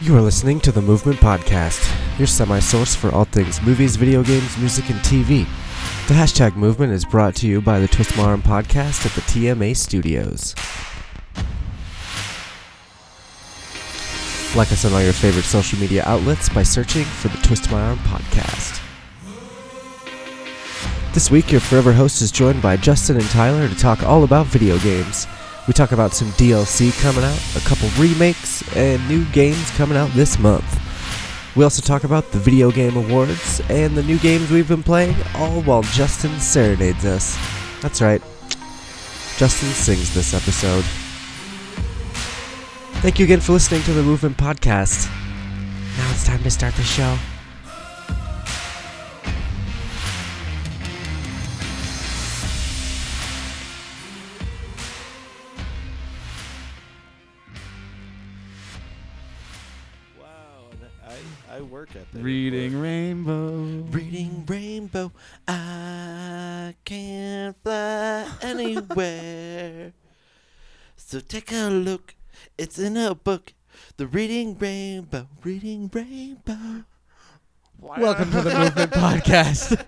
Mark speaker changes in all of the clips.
Speaker 1: You are listening to the Movement Podcast, your semi source for all things movies, video games, music, and TV. The hashtag movement is brought to you by the Twist My Arm Podcast at the TMA Studios. Like us on all your favorite social media outlets by searching for the Twist My Arm Podcast. This week, your forever host is joined by Justin and Tyler to talk all about video games. We talk about some DLC coming out, a couple remakes, and new games coming out this month. We also talk about the Video Game Awards and the new games we've been playing, all while Justin serenades us. That's right, Justin sings this episode. Thank you again for listening to the Movement Podcast. Now it's time to start the show.
Speaker 2: Wow, and I, I work at that.
Speaker 3: Reading Rainbow.
Speaker 1: Reading Rainbow, I can't fly anywhere.
Speaker 2: So take a look. It's in a book. The Reading Rainbow. Reading Rainbow. uh,
Speaker 3: Welcome to the Movement Podcast.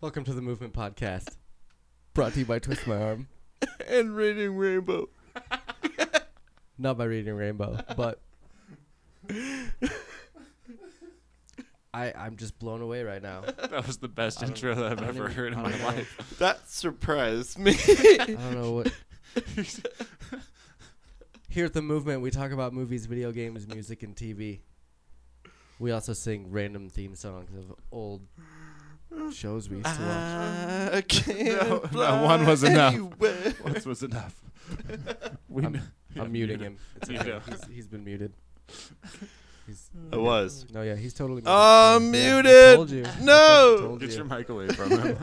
Speaker 1: Welcome to the Movement Podcast, brought to you by Twist My Arm.
Speaker 2: And Reading Rainbow.
Speaker 1: Not by Reading Rainbow, but I I'm just blown away right now.
Speaker 4: That was the best intro that I've
Speaker 1: I don't
Speaker 4: ever
Speaker 1: even-
Speaker 4: heard in
Speaker 1: I
Speaker 4: my
Speaker 1: don't know.
Speaker 4: life.
Speaker 2: That surprised me.
Speaker 1: I don't know what. Here at the movement, we talk about movies, video games, music, and TV. We also sing random theme songs of old shows we used to
Speaker 4: Ah.
Speaker 1: watch.
Speaker 2: I can't
Speaker 4: No, no,
Speaker 2: fly
Speaker 4: one was enough.
Speaker 2: anywhere.
Speaker 4: Once was enough. We
Speaker 1: I'm,
Speaker 4: kn- yeah,
Speaker 1: I'm muting
Speaker 4: mute
Speaker 1: him. It's
Speaker 4: Mute
Speaker 1: okay.
Speaker 4: him.
Speaker 1: He's, he's been muted. He's,
Speaker 2: I was.
Speaker 1: no, yeah, he's totally muted.
Speaker 2: Ah,
Speaker 1: Yeah, I
Speaker 2: muted!
Speaker 1: told you. I fucking
Speaker 2: No!
Speaker 4: it.
Speaker 1: told
Speaker 4: Get
Speaker 1: you.
Speaker 4: your mic away from him.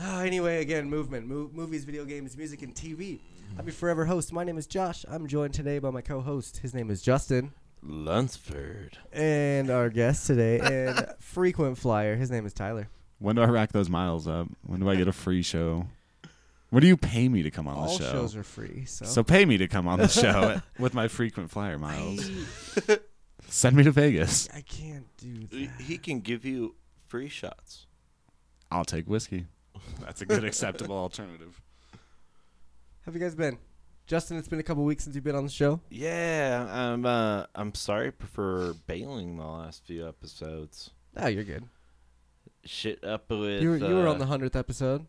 Speaker 1: Ah, anyway, again, movement, mo- movies, video games, music, and TV. I'm your forever host. My name is Josh. I'm joined today by my co-host. His name is Justin,
Speaker 2: Lunsford.
Speaker 1: and our guest today and frequent flyer. His name is Tyler.
Speaker 3: When do I rack those miles up? When do I get a free show? When do you pay me to come on
Speaker 1: All
Speaker 3: the show?
Speaker 1: shows are free, so,
Speaker 3: so pay me to come on the show with my frequent flyer miles. Send me to Vegas.
Speaker 1: I can't do
Speaker 2: He
Speaker 1: that.
Speaker 2: he can give you free shots.
Speaker 3: I'll take whiskey. That's a good acceptable alternative.
Speaker 1: Have you guys been? Justin, it's been a couple weeks since you've been on the show.
Speaker 2: Yeah, I'm uh, I'm sorry for bailing the last few episodes.
Speaker 3: Ah,
Speaker 1: No, you're good.
Speaker 2: Shit up with
Speaker 1: you were, you were
Speaker 2: uh,
Speaker 1: on the hundredth episode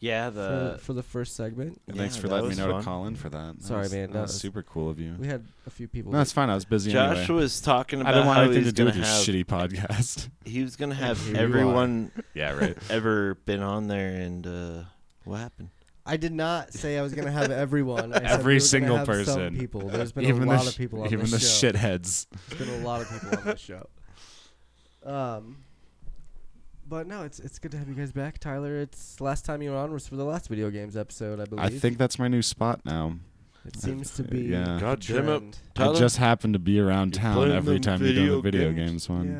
Speaker 2: yeah
Speaker 1: for,
Speaker 3: uh,
Speaker 2: the
Speaker 1: for the first segment.
Speaker 2: Yeah,
Speaker 3: Thanks for
Speaker 2: that
Speaker 3: letting me
Speaker 2: was
Speaker 3: know
Speaker 2: fun.
Speaker 3: to call in for that. That
Speaker 1: Sorry,
Speaker 3: was-
Speaker 1: man,
Speaker 3: That,
Speaker 1: that
Speaker 3: was
Speaker 1: was-
Speaker 3: super cool of you.
Speaker 1: We had a few people.
Speaker 3: No, it's fine. I was busy
Speaker 2: Josh
Speaker 3: anyway.
Speaker 2: was talking about
Speaker 3: I didn't want
Speaker 2: how
Speaker 3: anything
Speaker 2: he
Speaker 3: to
Speaker 2: was
Speaker 3: do
Speaker 2: going
Speaker 3: with
Speaker 2: to
Speaker 3: your
Speaker 2: have
Speaker 3: shitty podcast.
Speaker 2: he was going to
Speaker 1: Here
Speaker 2: have
Speaker 1: you
Speaker 2: everyone
Speaker 3: yeah, right.
Speaker 2: ever been on there and uh what happened?
Speaker 1: I did not say I was gonna have everyone. I said
Speaker 3: Every
Speaker 1: we were gonna
Speaker 3: single
Speaker 1: have some
Speaker 3: person.
Speaker 1: people. There's been
Speaker 3: even
Speaker 1: a lot
Speaker 3: the, sh-
Speaker 1: of people on
Speaker 3: even
Speaker 1: this
Speaker 3: the
Speaker 1: show.
Speaker 3: shitheads.
Speaker 1: There's been a lot of people on this show. Um, but no, it's it's good to have you guys back, Tyler. It's last time you were on was for the last video games episode, I believe.
Speaker 3: I think that's my new spot now.
Speaker 1: it seems to be.
Speaker 3: Yeah.
Speaker 1: the
Speaker 2: God damn it.
Speaker 1: trend.
Speaker 2: Tyler,
Speaker 3: I just happen to be around
Speaker 2: You're
Speaker 3: town
Speaker 2: playing
Speaker 3: every
Speaker 2: them
Speaker 3: time you're doing the
Speaker 2: video
Speaker 3: video
Speaker 2: games?
Speaker 3: games, one.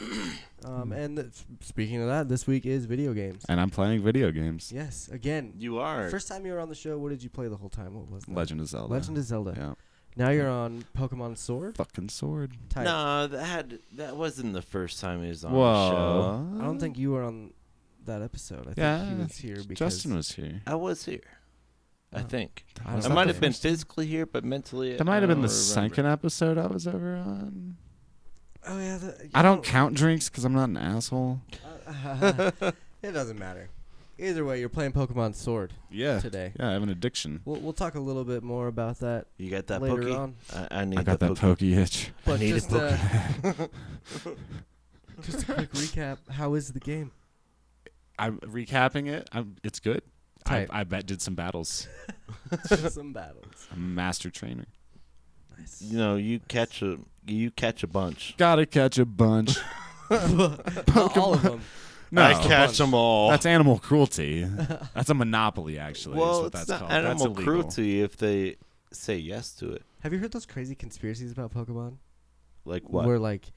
Speaker 1: Yeah, yeah. Um, and th- speaking of that, this week is video games.
Speaker 3: And I'm playing video games.
Speaker 1: Yes, again.
Speaker 2: you are
Speaker 1: First time you were on the show, what did you play the whole time? What was that?
Speaker 3: Legend of Zelda.
Speaker 1: Legend of Zelda.
Speaker 3: Yeah.
Speaker 1: Now you're on Pokemon Sword.
Speaker 3: Fucking sword.
Speaker 1: Type.
Speaker 2: No, that had, that wasn't the first time he was on the show.
Speaker 3: Whoa.
Speaker 1: I don't think you were on that episode. I think
Speaker 3: Yeah,
Speaker 1: he was here because
Speaker 3: Justin was here.
Speaker 2: I was here. I
Speaker 1: Oh.
Speaker 2: think.
Speaker 1: I
Speaker 3: Was
Speaker 2: I
Speaker 3: that
Speaker 2: might
Speaker 3: the
Speaker 2: have been
Speaker 3: first-
Speaker 2: physically here, but mentally
Speaker 3: That
Speaker 2: I
Speaker 3: might have been the
Speaker 2: don't remember.
Speaker 3: second episode I was ever on.
Speaker 1: Oh yeah. The,
Speaker 3: I don't count drinks because I'm not an asshole.
Speaker 1: it doesn't matter. Either way, you're playing Pokemon Sword
Speaker 3: Yeah.
Speaker 1: today.
Speaker 3: Yeah, I have an addiction.
Speaker 1: We'll we'll talk a little bit more about that
Speaker 2: You got that
Speaker 1: later
Speaker 2: pokey?
Speaker 1: on.
Speaker 2: I, I need
Speaker 3: I got
Speaker 2: the
Speaker 3: that
Speaker 2: pokey.
Speaker 3: pokey itch.
Speaker 1: But
Speaker 2: need a
Speaker 1: just a just a quick recap. How is the game?
Speaker 3: I'm recapping it. I'm, it's good. I,
Speaker 1: Tight.
Speaker 3: I bet did some battles.
Speaker 1: Some battles.
Speaker 3: I'm a master trainer.
Speaker 1: Nice.
Speaker 2: You know, you catch a you catch a bunch.
Speaker 3: Gotta catch a bunch.
Speaker 1: Not all of them.
Speaker 3: No,
Speaker 2: I catch them all.
Speaker 3: That's animal cruelty. That's a monopoly, actually. is
Speaker 2: well,
Speaker 3: what
Speaker 2: it's
Speaker 3: that's
Speaker 2: not
Speaker 3: called. that's
Speaker 2: animal
Speaker 3: illegal.
Speaker 2: cruelty if they say yes to it.
Speaker 1: Have you heard those crazy conspiracies about Pokemon?
Speaker 2: Like what?
Speaker 1: Where like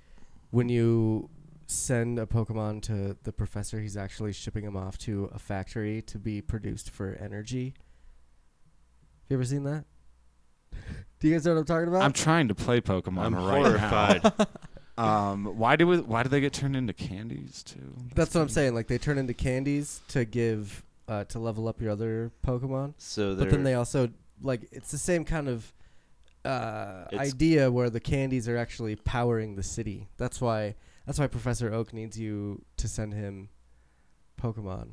Speaker 1: when you send a Pokemon to the professor, he's actually shipping him off to a factory to be produced for energy. Have you ever seen that? Do you guys know what I'm talking about?
Speaker 3: I'm trying to play Pokemon
Speaker 4: I'm
Speaker 3: right
Speaker 4: horrified.
Speaker 3: now. Um, why do we, why do they get turned into candies too?
Speaker 1: That's what I'm saying. Like they turn into candies to give uh, to level up your other Pokemon,
Speaker 2: So
Speaker 1: but then they also like it's the same kind of uh,
Speaker 2: It's-
Speaker 1: idea where the candies are actually powering the city. That's why that's why Professor Oak needs you to send him Pokemon.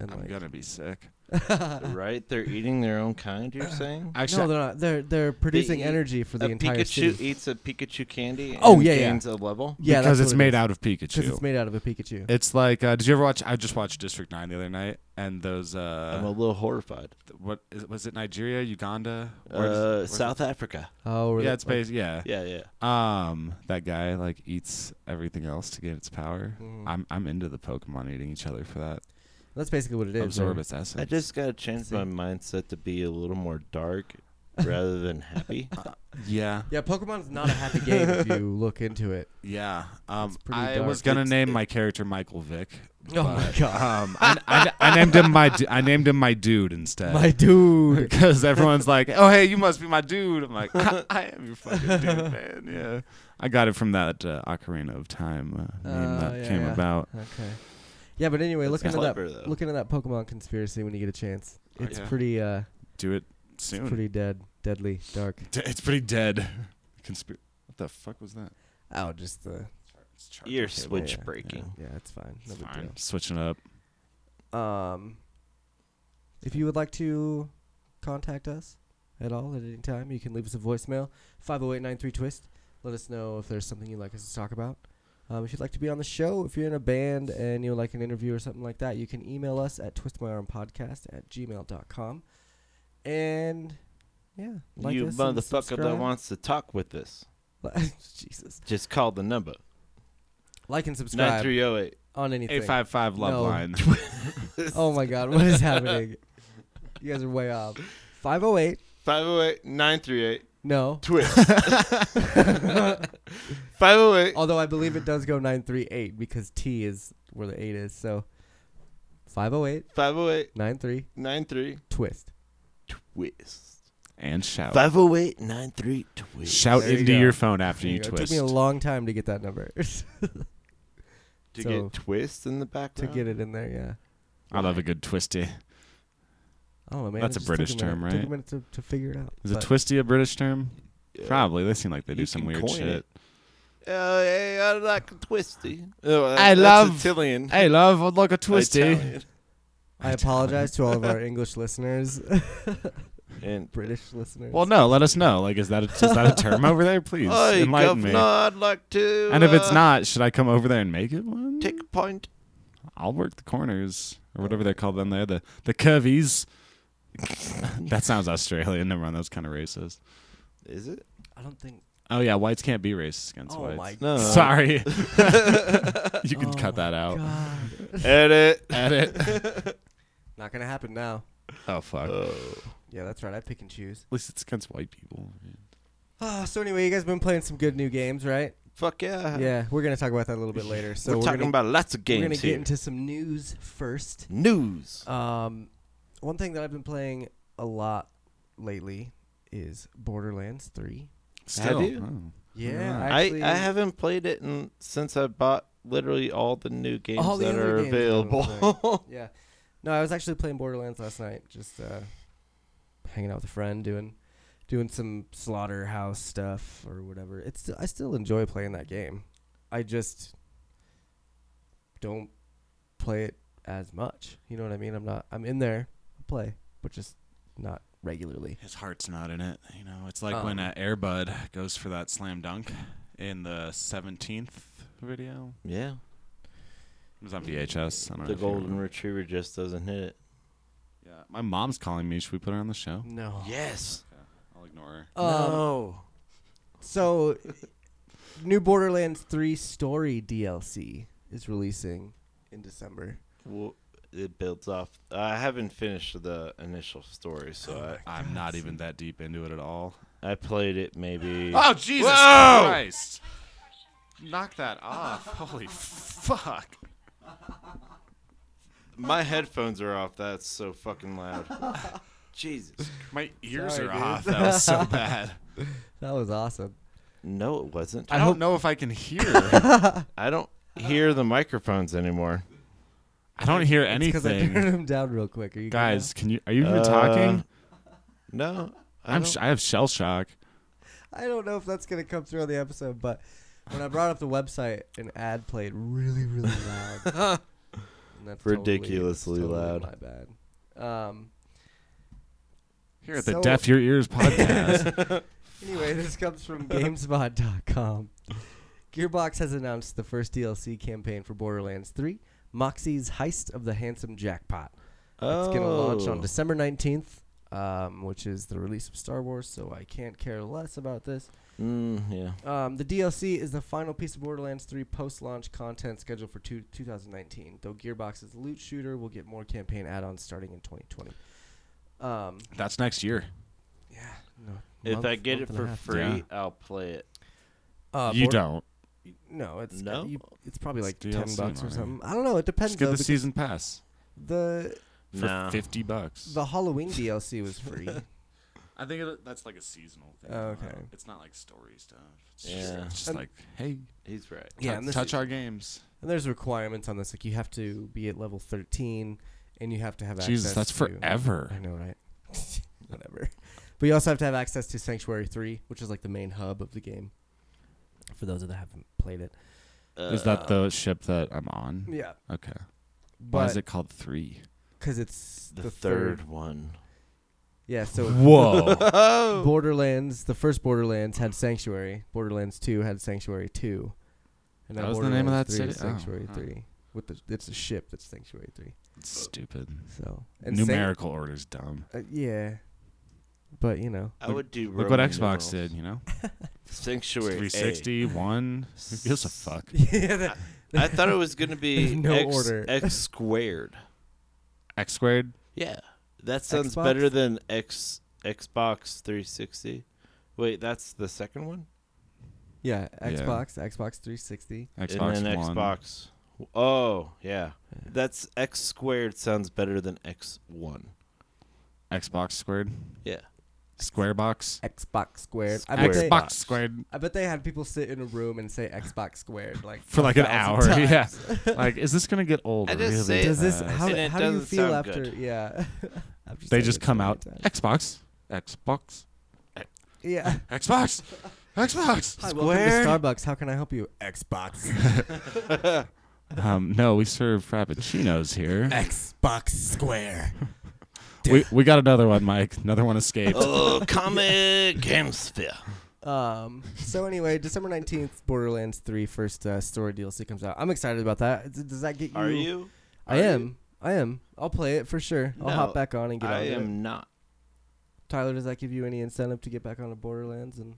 Speaker 1: And
Speaker 3: I'm
Speaker 1: like,
Speaker 3: gonna be sick.
Speaker 2: right? They're eating their own kind. You're saying?
Speaker 1: no,
Speaker 3: Actually,
Speaker 1: they're not. They're they're producing
Speaker 2: eat
Speaker 1: energy for the
Speaker 2: a
Speaker 1: entire
Speaker 2: Pikachu
Speaker 1: city.
Speaker 2: eats a Pikachu candy.
Speaker 1: Oh,
Speaker 2: and
Speaker 1: yeah, yeah.
Speaker 2: gains a level.
Speaker 1: Yeah,
Speaker 3: because
Speaker 1: that's
Speaker 3: it's
Speaker 1: what it is.
Speaker 3: made out of
Speaker 1: because
Speaker 3: Pikachu.
Speaker 1: it's made out of a Pikachu.
Speaker 3: It's like, uh, did you ever watch? I just watched District Nine the other night, and those
Speaker 2: I'm a
Speaker 3: uh,
Speaker 2: little horrified.
Speaker 3: th- what is, was it? Nigeria, Uganda, Where does-
Speaker 2: Uh,
Speaker 3: where's-
Speaker 2: South Africa.
Speaker 1: oh, where
Speaker 3: Yeah,
Speaker 1: the-
Speaker 3: it's based. Yeah,
Speaker 2: Yeah, yeah.
Speaker 3: um, that guy like eats everything else to get its power.
Speaker 1: Mhm.
Speaker 3: I'm I'm into the Pokemon eating each other for that.
Speaker 1: That's basically what it is.
Speaker 3: Absorb
Speaker 1: man.
Speaker 3: its essence.
Speaker 2: I just gotta change
Speaker 1: see.
Speaker 2: my mindset to be a little more dark rather than happy.
Speaker 3: yeah,
Speaker 1: Yeah, Pokemon's not a happy game if you look into it.
Speaker 3: yeah. Um,
Speaker 1: It's pretty
Speaker 3: I
Speaker 1: dark.
Speaker 3: was gonna
Speaker 1: It's-
Speaker 3: name my character Michael Vick.
Speaker 1: Oh my
Speaker 3: but,
Speaker 1: god,
Speaker 3: Um, I, I, I named him my du- I named him my dude
Speaker 2: um,
Speaker 3: instead.
Speaker 1: my dude.
Speaker 3: because everyone's like, "Oh, hey, you must be my dude." I'm like, "I, I am your fucking dude, man." Yeah, I got it from that uh, Ocarina of Time uh, meme
Speaker 1: Oh,
Speaker 3: that
Speaker 1: yeah,
Speaker 3: came
Speaker 1: yeah.
Speaker 3: about.
Speaker 1: Okay. Yeah, but anyway,
Speaker 2: That's
Speaker 1: look into
Speaker 2: clever,
Speaker 1: that.
Speaker 2: though.
Speaker 1: Look into that Pokemon conspiracy when you get a chance.
Speaker 3: Oh,
Speaker 1: It's
Speaker 3: yeah.
Speaker 1: pretty. Uh,
Speaker 3: Do it
Speaker 1: it's
Speaker 3: soon.
Speaker 1: pretty dead, deadly, dark.
Speaker 3: D- it's pretty dead. Conspir- what the fuck was that?
Speaker 1: Oh, just the
Speaker 3: It's charging
Speaker 2: Ear
Speaker 3: cable.
Speaker 2: switch
Speaker 1: yeah,
Speaker 2: breaking.
Speaker 1: Yeah, it's fine. No big
Speaker 3: Fine. Switching up.
Speaker 1: deal. Um, if you would like to contact us at all at any time, you can leave us a voicemail five zero eight nine three twist. Let us know if there's something you'd like us to talk about. Um, if you'd like to be on the show, if you're in a band and you would like an interview or something like that, you can email us at twistmyarmpodcast at gmail.com. And yeah, like
Speaker 2: you
Speaker 1: us and
Speaker 2: motherfucker that
Speaker 1: subscribe.
Speaker 2: wants to talk with us,
Speaker 1: Jesus,
Speaker 2: just call the number
Speaker 1: like and
Speaker 2: nine
Speaker 1: subscribe
Speaker 2: three zero eight.
Speaker 1: on anything.
Speaker 3: Eight five five love
Speaker 1: No.
Speaker 3: line.
Speaker 1: Oh my God, what is happening? You guys are way off. 508.
Speaker 2: 508 938
Speaker 1: No.
Speaker 2: Twist. 508
Speaker 1: Although I believe it does go 938 because T is where the 8 is. So 508
Speaker 2: 508
Speaker 1: 93
Speaker 2: 93
Speaker 1: twist.
Speaker 2: Twist.
Speaker 3: and
Speaker 2: Oh.
Speaker 3: shout.
Speaker 2: 508 93 Twist.
Speaker 3: Shout
Speaker 1: There you
Speaker 3: into
Speaker 1: go.
Speaker 3: your phone after
Speaker 1: There
Speaker 3: you,
Speaker 1: you go. It
Speaker 3: twist.
Speaker 1: took me a long time to get that number.
Speaker 2: To
Speaker 1: So-
Speaker 2: get twist in the
Speaker 1: to
Speaker 2: background.
Speaker 1: get it in there, yeah.
Speaker 3: I love a good twisty.
Speaker 1: I don't know, man.
Speaker 3: That's
Speaker 1: it
Speaker 3: a
Speaker 1: just took
Speaker 3: British
Speaker 1: minute-
Speaker 3: term,
Speaker 1: Took
Speaker 3: right?
Speaker 1: a minute to, to figure it out.
Speaker 3: Is a
Speaker 1: but-
Speaker 3: twisty a British term?
Speaker 2: Yeah.
Speaker 3: Probably. They seem like they do
Speaker 2: You
Speaker 3: some
Speaker 2: can
Speaker 3: weird
Speaker 2: coin
Speaker 3: shit.
Speaker 2: it. Uh, hey, I like a twisty. Oh, that-
Speaker 3: I
Speaker 2: that's
Speaker 3: love-
Speaker 2: Italian.
Speaker 3: Hey, love, I'd like a twisty.
Speaker 2: Italian.
Speaker 1: I apologize to all of our English listeners,
Speaker 2: And
Speaker 1: British listeners.
Speaker 3: Well, no, let us know. Like, is that a, is that a term over there? Please
Speaker 2: Hey,
Speaker 3: enlighten
Speaker 2: governor,
Speaker 3: me.
Speaker 2: I'd like to.
Speaker 3: And if it's
Speaker 2: uh,
Speaker 3: not, should I come over there and make it one?
Speaker 2: take a point.
Speaker 3: I'll work the corners or whatever they call them there, the the curvies. that sounds Australian. Never mind, that's kind of racist.
Speaker 2: Is it?
Speaker 1: I don't think.
Speaker 3: Oh yeah, whites can't be racist against
Speaker 1: Oh
Speaker 3: whites.
Speaker 1: my
Speaker 2: No.
Speaker 3: Sorry, you can
Speaker 1: Oh
Speaker 3: cut that out.
Speaker 1: God.
Speaker 2: Edit.
Speaker 3: Edit.
Speaker 1: Not going to happen now.
Speaker 3: oh fuck. At
Speaker 1: Yeah, that's right. I pick and choose.
Speaker 3: least it's against white people.
Speaker 1: Oh, so anyway, you guys been playing some good new games, right?
Speaker 2: Fuck yeah.
Speaker 1: yeah, we're gonna talk about that a little bit later. So
Speaker 2: Uh, we're, talking
Speaker 1: gonna,
Speaker 2: about lots of
Speaker 1: we're gonna
Speaker 2: games
Speaker 1: get
Speaker 2: here.
Speaker 1: into some news first.
Speaker 2: News.
Speaker 1: Um, one thing that I've been playing a lot lately is Borderlands Three.
Speaker 3: Still,
Speaker 2: you?
Speaker 3: oh.
Speaker 1: Yeah,
Speaker 3: Alright.
Speaker 2: I,
Speaker 1: actually-
Speaker 2: I haven't played it in, since I bought literally all the new games
Speaker 1: All the
Speaker 2: that
Speaker 1: other
Speaker 2: are
Speaker 1: games that are
Speaker 2: available.
Speaker 1: Yeah, no, I was actually playing Borderlands last night, just uh, hanging out with a friend, doing doing some slaughterhouse stuff or whatever. It's I still enjoy playing that game. I just don't play it as much. You know what I mean? I'm not. I'm in there. I play, but just not regularly.
Speaker 3: His heart's not in it. You know, it's like
Speaker 1: Oh.
Speaker 3: when uh, Airbud goes for that slam dunk in the 17th video.
Speaker 2: yeah.
Speaker 3: It was on VHS. I don't know
Speaker 2: The
Speaker 3: if you
Speaker 2: golden
Speaker 3: remember.
Speaker 2: retriever just doesn't hit it.
Speaker 3: Yeah, my mom's calling me. Should we put her on the show?
Speaker 1: No.
Speaker 2: Yes.
Speaker 3: I'll ignore her.
Speaker 2: no.
Speaker 1: Um, So, new Borderlands Three story DLC is releasing in December.
Speaker 2: Well, it builds off. I haven't finished the initial story,
Speaker 1: Oh
Speaker 2: so
Speaker 3: I'm not even that deep into it at all.
Speaker 2: I, I played it maybe.
Speaker 3: Oh Jesus
Speaker 2: Whoa!
Speaker 3: Christ! knock that off. Holy fuck.
Speaker 2: My headphones are off. That's so fucking loud. Jesus.
Speaker 3: My ears
Speaker 1: Sorry,
Speaker 3: are
Speaker 1: dude.
Speaker 3: off. That was so bad.
Speaker 1: That was awesome.
Speaker 2: No, it wasn't.
Speaker 3: I, don't know if I can hear.
Speaker 2: I don't hear the microphones anymore.
Speaker 3: I don't hear
Speaker 1: Because I turned
Speaker 3: anything.
Speaker 1: him down real quick. Are you gonna-
Speaker 3: Guys, can you? Are you even
Speaker 2: Uh,
Speaker 3: talking?
Speaker 2: No. I
Speaker 3: I'm.
Speaker 2: don't-
Speaker 3: Sh- I have shell shock.
Speaker 1: I don't know if that's gonna come through on the episode, but when I brought up the website, an ad played really, really loud. And that's totally- that's
Speaker 2: Ridiculously
Speaker 1: totally
Speaker 2: loud.
Speaker 1: My bad. Um.
Speaker 3: Here at the
Speaker 1: So-
Speaker 3: Deaf Your Ears podcast.
Speaker 1: Anyway, this comes from GameSpot.com. Gearbox has announced the first DLC campaign for Borderlands 3, Moxie's Heist of the Handsome Jackpot. It's going to launch on
Speaker 2: Oh.
Speaker 1: December 19th, um, which is the release of Star Wars, so I can't care less about this.
Speaker 2: Mm, yeah.
Speaker 1: Um, the DLC is the final piece of Borderlands 3 post-launch content scheduled for two, 2019. Though Gearbox's loot shooter will get more campaign add-ons starting in 2020. Um,
Speaker 3: That's next year.
Speaker 1: yeah. No,
Speaker 2: If
Speaker 1: month-
Speaker 2: I get it
Speaker 1: month and a
Speaker 2: for
Speaker 1: half.
Speaker 2: free,
Speaker 3: Yeah.
Speaker 2: I'll play it.
Speaker 1: Uh,
Speaker 3: you
Speaker 1: Bor-
Speaker 3: don't.
Speaker 1: No, it's
Speaker 2: No?
Speaker 1: you, it's probably like
Speaker 3: It's
Speaker 1: ten
Speaker 3: DLC
Speaker 1: bucks or
Speaker 3: money.
Speaker 1: something. I don't know. It depends.
Speaker 3: Just get
Speaker 1: Though,
Speaker 3: the
Speaker 1: because
Speaker 3: season pass
Speaker 1: the
Speaker 3: for
Speaker 2: Nah.
Speaker 3: fifty bucks.
Speaker 1: the Halloween DLC was free.
Speaker 3: I think it, that's like a seasonal thing.
Speaker 1: Oh, okay.
Speaker 3: It's not like story stuff. It's
Speaker 2: just- Yeah. it's
Speaker 1: And-
Speaker 3: like, hey,
Speaker 2: He's right.
Speaker 1: yeah, and, this
Speaker 3: touch our games.
Speaker 1: and there's requirements on this. Like you have to be at level 13, and you have to have
Speaker 3: Jesus,
Speaker 1: access
Speaker 3: that's
Speaker 1: to-
Speaker 3: forever.
Speaker 1: I know, right? Whatever. But you also have to have access to Sanctuary 3, which is like the main hub of the game. For those that haven't played it,
Speaker 3: Is that
Speaker 2: Uh,
Speaker 3: the ship that I'm on?
Speaker 1: yeah.
Speaker 3: Okay. Why is
Speaker 1: But
Speaker 3: it called three?
Speaker 1: because it's
Speaker 2: the, third one?
Speaker 1: yeah. So
Speaker 3: Whoa.
Speaker 2: Oh.
Speaker 1: Borderlands, the first Borderlands had Sanctuary. Borderlands Two had Sanctuary Two. And
Speaker 3: That
Speaker 1: now
Speaker 3: was the name of
Speaker 1: Borderlands
Speaker 3: that
Speaker 1: 3 is
Speaker 3: city? Oh,
Speaker 1: Sanctuary
Speaker 3: huh.
Speaker 1: Three. With the it's a ship that's Sanctuary Three.
Speaker 3: Stupid.
Speaker 1: So San-
Speaker 3: Numerical order's dumb.
Speaker 1: uh, yeah, but you know,
Speaker 2: I
Speaker 3: Look-
Speaker 2: would do.
Speaker 3: Look what
Speaker 2: Roman
Speaker 3: Xbox
Speaker 2: numerals.
Speaker 3: did, you know?
Speaker 2: Sanctuary. A.
Speaker 3: 360, 1. Who gives a fuck?
Speaker 1: yeah, that,
Speaker 2: I thought it was gonna be
Speaker 1: No
Speaker 2: X,
Speaker 1: order.
Speaker 2: X squared.
Speaker 3: X squared?
Speaker 2: Yeah, that sounds
Speaker 1: Xbox?
Speaker 2: better than X Xbox 360. Wait, that's the second one.
Speaker 1: yeah.
Speaker 3: Yeah.
Speaker 1: Xbox, Xbox 360.
Speaker 3: Xbox
Speaker 2: and then
Speaker 3: One.
Speaker 2: Xbox. Oh yeah, that's X squared sounds better than X one.
Speaker 3: Xbox squared.
Speaker 2: Yeah.
Speaker 3: Square box.
Speaker 1: Xbox squared. I bet,
Speaker 2: Squared.
Speaker 1: they,
Speaker 2: Xbox.
Speaker 3: Xbox squared
Speaker 1: I bet they had people sit in a room and say Xbox squared like
Speaker 3: for
Speaker 1: a
Speaker 3: like an hour.
Speaker 1: thousand
Speaker 3: Yeah.
Speaker 1: times.
Speaker 3: Like, is this going to get old?
Speaker 2: I just
Speaker 3: really
Speaker 2: say it-
Speaker 1: Does this
Speaker 3: fast?
Speaker 1: how,
Speaker 2: And it
Speaker 1: how do you
Speaker 2: doesn't
Speaker 1: feel
Speaker 2: sound
Speaker 1: after?
Speaker 2: good.
Speaker 1: Yeah. After
Speaker 3: they
Speaker 1: saying
Speaker 3: just
Speaker 1: it so
Speaker 3: come
Speaker 1: many
Speaker 3: out.
Speaker 2: uh,
Speaker 1: times.
Speaker 3: Xbox. Xbox.
Speaker 1: Yeah.
Speaker 3: Xbox. Xbox.
Speaker 1: Hi, welcome to Starbucks. How can I help you? Xbox.
Speaker 3: Um, no, we serve frappuccinos here.
Speaker 1: Xbox Square.
Speaker 3: We we got another one, Mike. Another one escaped.
Speaker 2: Oh, comic gamesphere.
Speaker 1: Um. So anyway, December nineteenth, Borderlands 3 first uh, story DLC comes out. I'm excited about that. D- Does that get you?
Speaker 2: Are you?
Speaker 1: I
Speaker 2: Are
Speaker 1: am.
Speaker 2: you?
Speaker 1: I am. I'll play it for sure. I'll
Speaker 2: No,
Speaker 1: hop back on and get
Speaker 2: I
Speaker 1: on it.
Speaker 2: am not.
Speaker 1: Tyler, does that give you any incentive to get back on to Borderlands and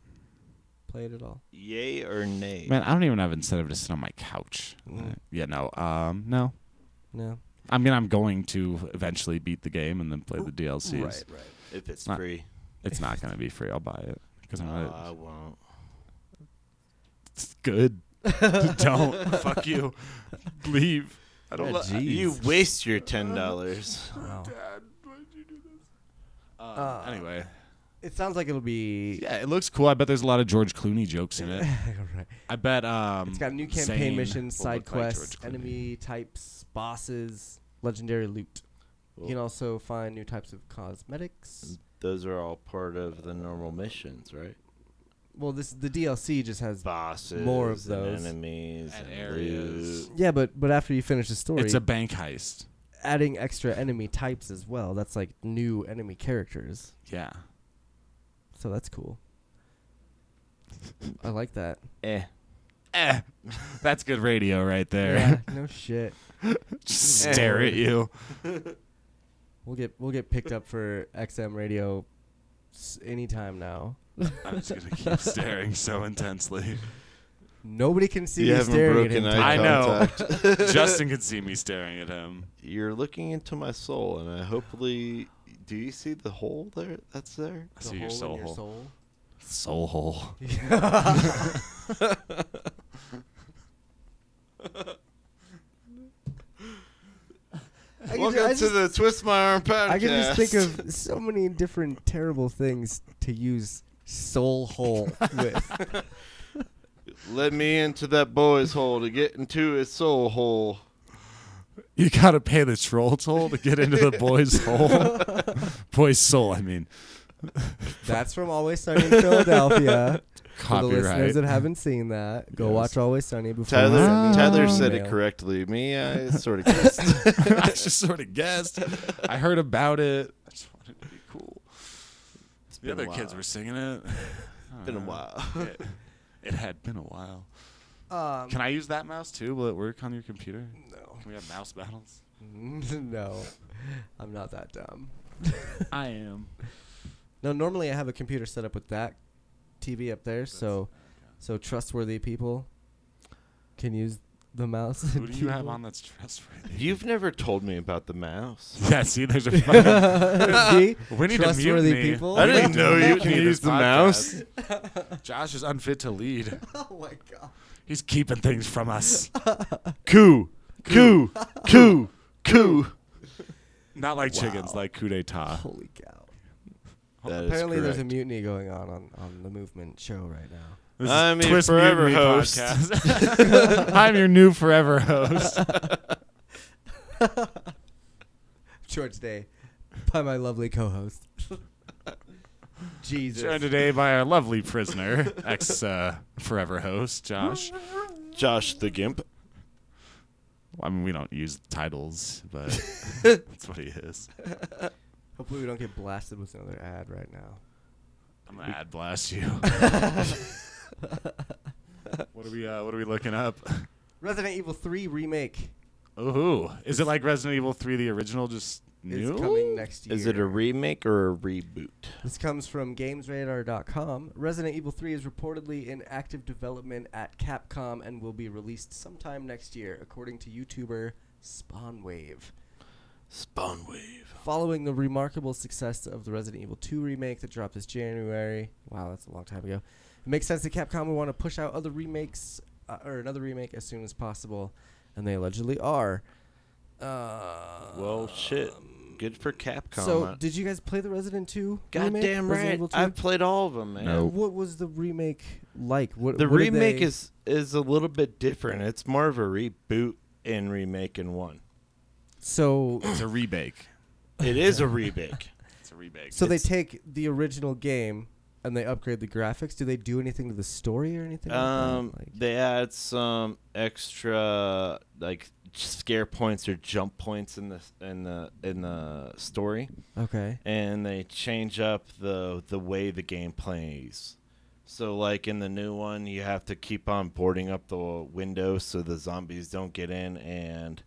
Speaker 1: play it at all?
Speaker 2: Yay or nay?
Speaker 3: Man, I don't even have incentive to sit on my couch.
Speaker 1: Mm.
Speaker 3: Uh, yeah, no. Um, no.
Speaker 1: No.
Speaker 3: I mean, I'm going to eventually beat the game and then play the DLCs.
Speaker 2: right. If it's
Speaker 3: Not-
Speaker 2: free,
Speaker 3: It's not going to be free. I'll buy it because I'm
Speaker 2: no, I
Speaker 1: Uh,
Speaker 3: not.
Speaker 2: won't.
Speaker 3: It's good. don't fuck you. Leave. I don't.
Speaker 1: Yeah,
Speaker 3: li-
Speaker 1: Jeez.
Speaker 2: uh, You waste your ten dollars.
Speaker 1: Wow.
Speaker 3: Um,
Speaker 1: Oh. Uh,
Speaker 3: anyway,
Speaker 1: It sounds like it'll be.
Speaker 3: yeah, it looks cool. I bet there's a lot of George Clooney jokes in it.
Speaker 1: Right.
Speaker 3: I bet. Um,
Speaker 1: It's got new campaign
Speaker 3: Zane
Speaker 1: missions,
Speaker 3: will
Speaker 1: side
Speaker 3: look like
Speaker 1: quests,
Speaker 3: George Clooney.
Speaker 1: enemy types, bosses, legendary loot. You can also find new types of cosmetics.
Speaker 2: Those are all part of the normal missions, right?
Speaker 1: Well, this the DLC just has.
Speaker 2: Bosses,
Speaker 1: More of
Speaker 2: and
Speaker 1: those.
Speaker 2: enemies,
Speaker 3: And
Speaker 2: and,
Speaker 3: areas.
Speaker 2: loot.
Speaker 1: Yeah, but but after you finish the story,
Speaker 3: It's a bank heist.
Speaker 1: adding extra enemy types as well. That's like new enemy characters,
Speaker 3: Yeah.
Speaker 1: so that's cool. I like that.
Speaker 2: Eh.
Speaker 3: Eh, that's good radio right there.
Speaker 1: Yeah, no shit.
Speaker 3: Just stare at you.
Speaker 1: We'll get we'll get picked up for XM radio s- anytime now.
Speaker 3: I'm just gonna keep staring so intensely.
Speaker 1: Nobody can see
Speaker 2: You
Speaker 1: me
Speaker 2: haven't
Speaker 1: staring at
Speaker 2: broken
Speaker 1: him. Tyler.
Speaker 2: eye
Speaker 3: I know.
Speaker 2: contact.
Speaker 3: Justin can see me staring at him.
Speaker 2: You're looking into my soul, and I hopefully. Do you see the hole there? That's there.
Speaker 3: I
Speaker 1: The
Speaker 3: see your
Speaker 1: hole
Speaker 3: soul
Speaker 1: in
Speaker 3: hole.
Speaker 1: soul.
Speaker 3: Soul hole.
Speaker 1: I can
Speaker 2: Welcome
Speaker 1: ju- I
Speaker 2: to
Speaker 1: just-
Speaker 2: the Twist My Arm podcast.
Speaker 1: I can just think of so many different terrible things to use soul hole with.
Speaker 2: Let me into that boy's hole to get into his soul hole.
Speaker 3: You gotta pay the troll toll to get into the boy's hole. boy's soul, I mean.
Speaker 1: That's from Always Sunny in Philadelphia. For the listeners
Speaker 3: Copyright.
Speaker 1: that haven't seen that, go
Speaker 3: Yes.
Speaker 1: watch Always Sunny before. you
Speaker 2: Tyler,
Speaker 1: send me
Speaker 2: Tyler
Speaker 1: an
Speaker 2: said it
Speaker 1: email.
Speaker 2: correctly. Me, I sort of guessed.
Speaker 3: I just sort of guessed. I heard about it. I just wanted to be cool.
Speaker 2: been
Speaker 3: The
Speaker 2: a
Speaker 3: other kids
Speaker 2: while.
Speaker 3: were singing it. Uh,
Speaker 2: Been a while.
Speaker 3: it, it had been a while.
Speaker 1: Um,
Speaker 3: Can I use that mouse too? Will it work on your computer?
Speaker 1: no.
Speaker 3: Can we have mouse battles?
Speaker 1: no, I'm not that dumb.
Speaker 3: I am.
Speaker 1: No, normally I have a computer set up with that TV up there, so so trustworthy people can use the mouse.
Speaker 3: Who
Speaker 1: and
Speaker 3: do you have
Speaker 1: keyboard.
Speaker 3: on that's trustworthy?
Speaker 2: You've never told me about the mouse.
Speaker 3: Yeah, see, there's a fucking.
Speaker 1: See?
Speaker 3: We need to mute
Speaker 1: Trustworthy
Speaker 3: me.
Speaker 1: people.
Speaker 2: I
Speaker 1: We
Speaker 2: didn't
Speaker 1: need
Speaker 2: know
Speaker 1: to
Speaker 2: you
Speaker 1: mute
Speaker 2: can
Speaker 1: me.
Speaker 2: use the mouse.
Speaker 3: podcast. Josh is unfit to lead.
Speaker 1: Oh my god.
Speaker 3: He's keeping things from us.
Speaker 2: Coo, coo, coo, coo.
Speaker 3: Not like chickens,
Speaker 1: Wow.
Speaker 3: like coup d'etat.
Speaker 1: Holy cow.
Speaker 2: That is
Speaker 1: Apparently there's a
Speaker 2: correct.
Speaker 1: mutiny going on, on on the movement show right now.
Speaker 3: This is
Speaker 2: I'm your
Speaker 3: Twist
Speaker 2: forever
Speaker 3: Mutiny
Speaker 2: host.
Speaker 3: Podcast. I'm your new forever host.
Speaker 1: George Day by my lovely co-host. Jesus.
Speaker 3: Joined today by our lovely prisoner, ex uh, forever host, Josh.
Speaker 2: Josh the Gimp.
Speaker 3: I mean, we don't use titles, but that's what he is.
Speaker 1: Hopefully we don't get blasted with another ad right now.
Speaker 3: I'm gonna ad blast you. what are we? Uh, what are we looking up?
Speaker 1: Resident Evil 3 remake
Speaker 3: Oh, is it like Resident Evil 3, the original, just new?
Speaker 1: is coming next year.
Speaker 2: Is it a remake or a reboot?
Speaker 1: This comes from GamesRadar.com. Resident Evil 3 is reportedly in active development at Capcom and will be released sometime next year, according to YouTuber Spawnwave.
Speaker 2: Spawnwave.
Speaker 1: Following the remarkable success of the Resident Evil 2 remake that dropped this January, wow, that's a long time ago. It makes sense that Capcom would want to push out other remakes uh, or another remake as soon as possible, and they allegedly are. Uh,
Speaker 2: Well, shit. Good for Capcom.
Speaker 1: Um, So, did you guys play the Resident 2? remake? Resident
Speaker 2: goddamn right.
Speaker 1: Evil 2?
Speaker 2: I've played all of them, man.
Speaker 3: No.
Speaker 1: What was the remake like? What
Speaker 2: The
Speaker 1: what did
Speaker 2: remake
Speaker 1: they-
Speaker 2: is is a little bit different. It's more of a reboot and remake in one.
Speaker 1: so.
Speaker 3: It's a rebake.
Speaker 2: It is a remake.
Speaker 3: It's a rebake.
Speaker 1: So they
Speaker 2: It's-
Speaker 1: take the original game and they upgrade the graphics. Do they do anything to the story or anything? like that?
Speaker 2: Um,
Speaker 1: Like-
Speaker 2: they add some extra like scare points or jump points in the in the in the story,
Speaker 1: okay.
Speaker 2: and they change up the the way the game plays. So like in the new one, you have to keep on boarding up the window so the zombies don't get in, and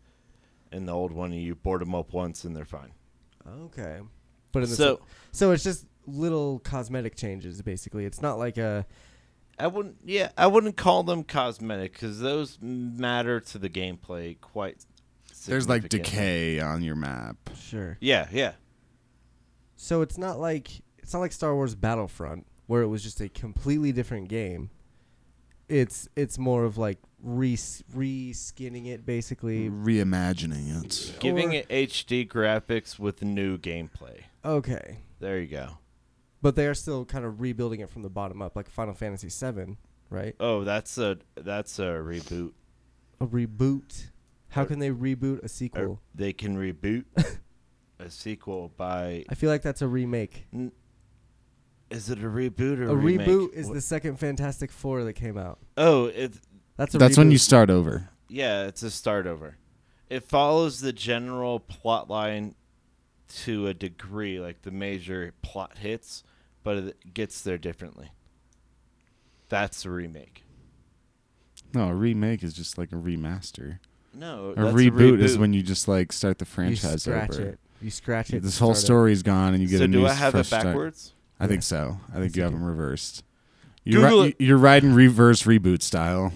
Speaker 2: in the old one, you board them up once and they're fine.
Speaker 1: Okay. But in the
Speaker 2: So-
Speaker 1: so so it's just little cosmetic changes basically. It's not like a
Speaker 2: I wouldn't. Yeah, I wouldn't call them cosmetic because those matter to the gameplay quite.
Speaker 3: There's like
Speaker 2: significantly.
Speaker 3: decay on your map.
Speaker 1: sure.
Speaker 2: Yeah, yeah.
Speaker 1: So it's not like it's not like Star Wars Battlefront where it was just a completely different game. It's it's more of like re reskinning it basically.
Speaker 3: Reimagining it.
Speaker 2: Giving
Speaker 1: Or-
Speaker 2: it HD graphics with new gameplay.
Speaker 1: Okay.
Speaker 2: There you go.
Speaker 1: But they are still kind of rebuilding it from the bottom up, like Final Fantasy VII, right?
Speaker 2: Oh, that's a that's a reboot.
Speaker 1: A reboot. How
Speaker 2: Or-
Speaker 1: can they reboot a
Speaker 2: Or
Speaker 1: sequel?
Speaker 2: they can reboot a sequel by.
Speaker 1: I feel like that's a remake.
Speaker 2: N- is it a reboot or
Speaker 1: A
Speaker 2: remake?
Speaker 1: reboot is
Speaker 2: Wh-
Speaker 1: the second Fantastic Four that came out.
Speaker 2: Oh, it
Speaker 1: That's a
Speaker 3: That's when you
Speaker 1: reboot.
Speaker 3: start over.
Speaker 2: yeah, it's a start over. It follows the general plot line to a degree, like the major plot hits, but it gets there differently. That's a remake.
Speaker 3: No, a remake is just like a remaster.
Speaker 2: No,
Speaker 3: A
Speaker 2: that's
Speaker 3: reboot, is
Speaker 2: reboot.
Speaker 3: when you just like start the
Speaker 1: you
Speaker 3: franchise
Speaker 1: scratch
Speaker 3: over.
Speaker 1: it. You scratch it.
Speaker 3: This
Speaker 1: and
Speaker 3: whole
Speaker 1: start
Speaker 3: story's gone, and you get
Speaker 2: so
Speaker 3: a new
Speaker 2: do I have
Speaker 3: fresh
Speaker 2: it
Speaker 3: start.
Speaker 2: backwards?
Speaker 3: I think so. I think
Speaker 1: Yes, you
Speaker 3: you have
Speaker 1: do.
Speaker 3: them reversed. You're,
Speaker 2: Google
Speaker 3: ri-
Speaker 2: it.
Speaker 3: you're riding reverse reboot style.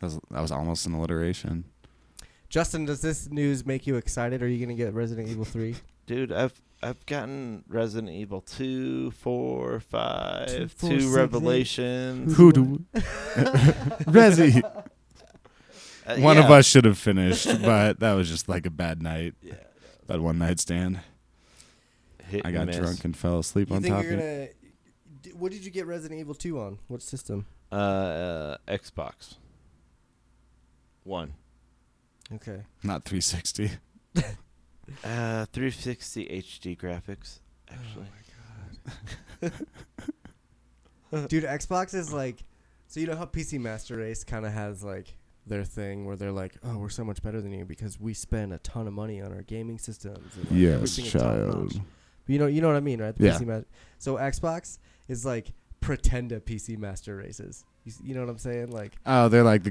Speaker 3: That was, that was almost an alliteration.
Speaker 1: it. Justin, does this news make you excited? Are you going to get Resident Evil 3?
Speaker 2: Dude, I've I've gotten Resident Evil 2, 4, 5,
Speaker 1: Two,
Speaker 2: 2,
Speaker 1: four, six, eight.
Speaker 2: Revelations.
Speaker 3: Who do Resi?
Speaker 2: Uh,
Speaker 3: One of
Speaker 2: yeah.
Speaker 3: us should have finished, but that was just like a bad night,
Speaker 2: Yeah.
Speaker 3: that one night stand.
Speaker 2: Hit
Speaker 3: I
Speaker 2: and
Speaker 3: got
Speaker 2: miss.
Speaker 3: drunk and fell asleep
Speaker 1: You
Speaker 3: on
Speaker 1: think
Speaker 3: top
Speaker 1: you're
Speaker 3: of it.
Speaker 1: gonna? d- What did you get Resident Evil Two on? What system?
Speaker 2: Uh, uh, Xbox. One.
Speaker 1: Okay.
Speaker 3: Not 360.
Speaker 2: Uh, 360 HD graphics. Actually,
Speaker 1: Oh Dude, Xbox is like, so you know how PC Master Race kind of has like their thing where they're like, oh, we're so much better than you because we spend a ton of money on our gaming systems. And, like, everything is top-notch." But you know, you know what I mean, right? The
Speaker 3: Yeah.
Speaker 1: PC Mas- so Xbox is like pretend a PC Master Races. You, s- you know what I'm saying? Like.
Speaker 3: Oh, they're like the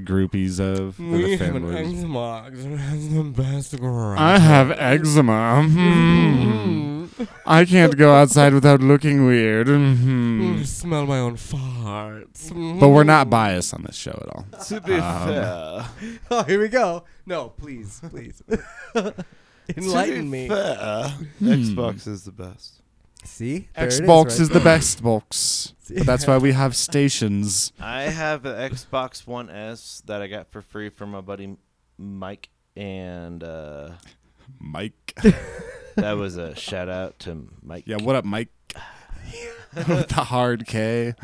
Speaker 3: groupies of they're the fanboys.
Speaker 1: Xbox. It has the best graphics.
Speaker 3: I have eczema. Mhm. I can't go outside without looking weird. Mhm.
Speaker 1: Smell my own farts.
Speaker 3: But we're not biased on this show at all.
Speaker 2: to be
Speaker 3: Um,
Speaker 2: fair,
Speaker 1: Oh, here we go. No, please, please. Enlighten me.
Speaker 3: Hmm.
Speaker 2: Xbox is the best.
Speaker 1: See? There it is,
Speaker 3: Xbox
Speaker 1: right
Speaker 3: is the best box.
Speaker 1: there.
Speaker 3: But that's why we have stations.
Speaker 2: I have an Xbox One S that I got for free from my buddy Mike, and uh,
Speaker 3: Mike.
Speaker 2: that was a shout out to Mike.
Speaker 3: Yeah, what up, Mike? With the hard K.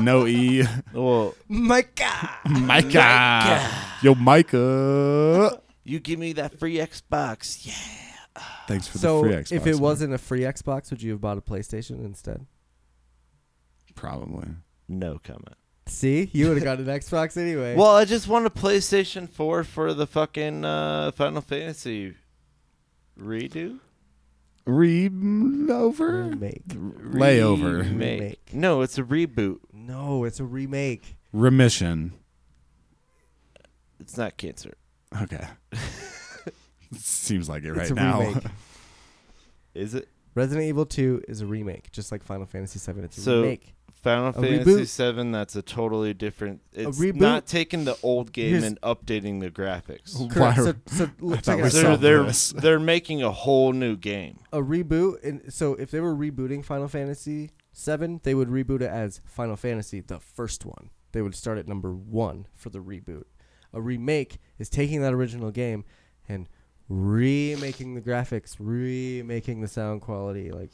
Speaker 3: No E.
Speaker 2: Well,
Speaker 1: Micah.
Speaker 3: Micah. Yo, Micah.
Speaker 2: you give me that free Xbox. Yeah.
Speaker 3: Thanks for
Speaker 1: So,
Speaker 3: the free Xbox.
Speaker 1: if it
Speaker 3: man.
Speaker 1: wasn't a free Xbox, would you have bought a PlayStation instead?
Speaker 3: Probably.
Speaker 2: No comment.
Speaker 1: See, you would have got an Xbox anyway.
Speaker 2: Well, I just want a PlayStation 4 for the fucking uh, Final Fantasy redo.
Speaker 3: Re over?
Speaker 1: remake?
Speaker 3: Layover.
Speaker 2: Remake.
Speaker 1: Remake.
Speaker 2: No, it's a reboot.
Speaker 1: No, it's a remake.
Speaker 3: Remission.
Speaker 2: It's not cancer.
Speaker 3: Okay. Seems like it right
Speaker 1: it's a
Speaker 3: now.
Speaker 1: remake.
Speaker 2: Is it?
Speaker 1: Resident Evil 2 is a remake, just like Final Fantasy 7. It's a
Speaker 2: So,
Speaker 1: remake.
Speaker 2: Final
Speaker 1: A
Speaker 2: Fantasy
Speaker 1: reboot?
Speaker 2: Seven. That's a totally different. It's
Speaker 1: reboot?
Speaker 2: not taking the old game
Speaker 1: Here's-
Speaker 2: and updating the graphics.
Speaker 1: Correct.
Speaker 3: Why-
Speaker 1: So, so look,
Speaker 3: thought
Speaker 1: check
Speaker 3: we
Speaker 1: it out.
Speaker 3: saw
Speaker 2: They're they're,
Speaker 3: this.
Speaker 2: they're making a whole new game.
Speaker 1: a reboot and so if they were rebooting Final Fantasy 7, they would reboot it as Final Fantasy the first one. They would start at number 1 for the reboot. A remake is taking that original game and remaking the graphics, remaking the sound quality like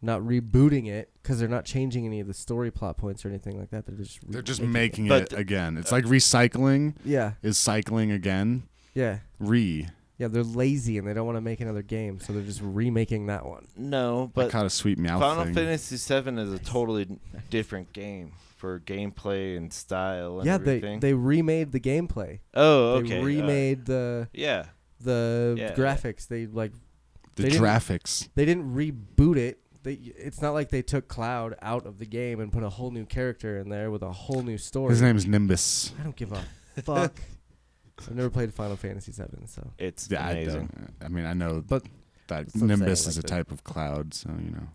Speaker 1: not rebooting it cuz they're not changing any of the story plot points or anything like that. They're just
Speaker 3: They're just
Speaker 1: remaking
Speaker 3: making
Speaker 2: But
Speaker 3: it
Speaker 2: th-
Speaker 3: again. It's like recycling
Speaker 1: it. Yeah.
Speaker 3: is cycling again.
Speaker 1: Yeah.
Speaker 3: Re.
Speaker 1: Yeah, they're lazy and they don't want to make another game, so they're just remaking that one.
Speaker 2: No,
Speaker 3: But I
Speaker 2: but
Speaker 3: caught a sweet mouth
Speaker 2: Final
Speaker 3: thing.
Speaker 2: Fantasy Seven is a totally n- different game for gameplay and style and
Speaker 1: Yeah, they
Speaker 2: everything.
Speaker 1: they remade the gameplay.
Speaker 2: oh,
Speaker 1: They
Speaker 2: okay. all right.
Speaker 1: remade the
Speaker 2: yeah,
Speaker 1: the
Speaker 2: Yeah.
Speaker 1: graphics. They like
Speaker 3: the
Speaker 1: they didn't-
Speaker 3: graphics.
Speaker 1: they didn't reboot it. They it's not like they took Cloud out of the game and put a whole new character in there with a whole new story.
Speaker 3: His name's Nimbus.
Speaker 1: I don't give a fuck. I've never played Final Fantasy VII, so
Speaker 2: it's
Speaker 3: Yeah, I,
Speaker 2: amazing.
Speaker 3: don't- I mean, I know
Speaker 1: But
Speaker 3: that
Speaker 1: that's what I'm
Speaker 3: Nimbus
Speaker 1: saying,
Speaker 3: is a
Speaker 1: like the-
Speaker 3: type of cloud, so you know.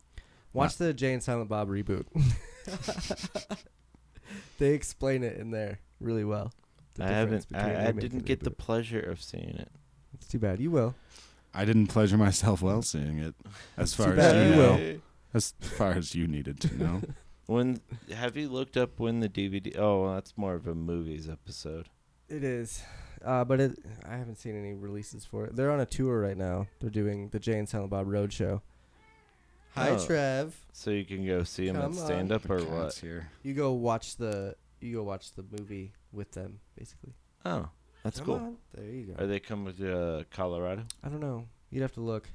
Speaker 1: watch the Jay and Silent Bob reboot. they explain it in there really well. The
Speaker 2: I
Speaker 1: difference
Speaker 2: haven't.
Speaker 1: between
Speaker 2: I, I
Speaker 1: remake and
Speaker 2: didn't get the
Speaker 1: reboot.
Speaker 2: pleasure of seeing it.
Speaker 1: It's too bad. You will.
Speaker 3: I didn't pleasure myself while seeing it, as
Speaker 1: Too
Speaker 3: far
Speaker 1: bad
Speaker 3: as you
Speaker 1: you
Speaker 3: know.
Speaker 1: will.
Speaker 3: As far as you needed to know.
Speaker 2: When have you looked up when the DVD? Oh, well, that's more of a movies episode.
Speaker 1: It is, uh, but it, I haven't seen any releases for it. They're on a tour right now. They're doing the Jay and Silent Bob Road Show. Hi,
Speaker 2: Oh.
Speaker 1: Trev.
Speaker 2: So you can go see him
Speaker 1: Come
Speaker 2: and
Speaker 1: on.
Speaker 2: stand up or
Speaker 3: The cat's
Speaker 2: what?
Speaker 3: Here.
Speaker 1: You go watch the you go watch the movie with them, basically.
Speaker 2: Oh, that's
Speaker 1: Come
Speaker 2: cool.
Speaker 1: on. There you
Speaker 2: Are
Speaker 1: go.
Speaker 2: they coming to uh, Colorado?
Speaker 1: I don't know. You'd have to look.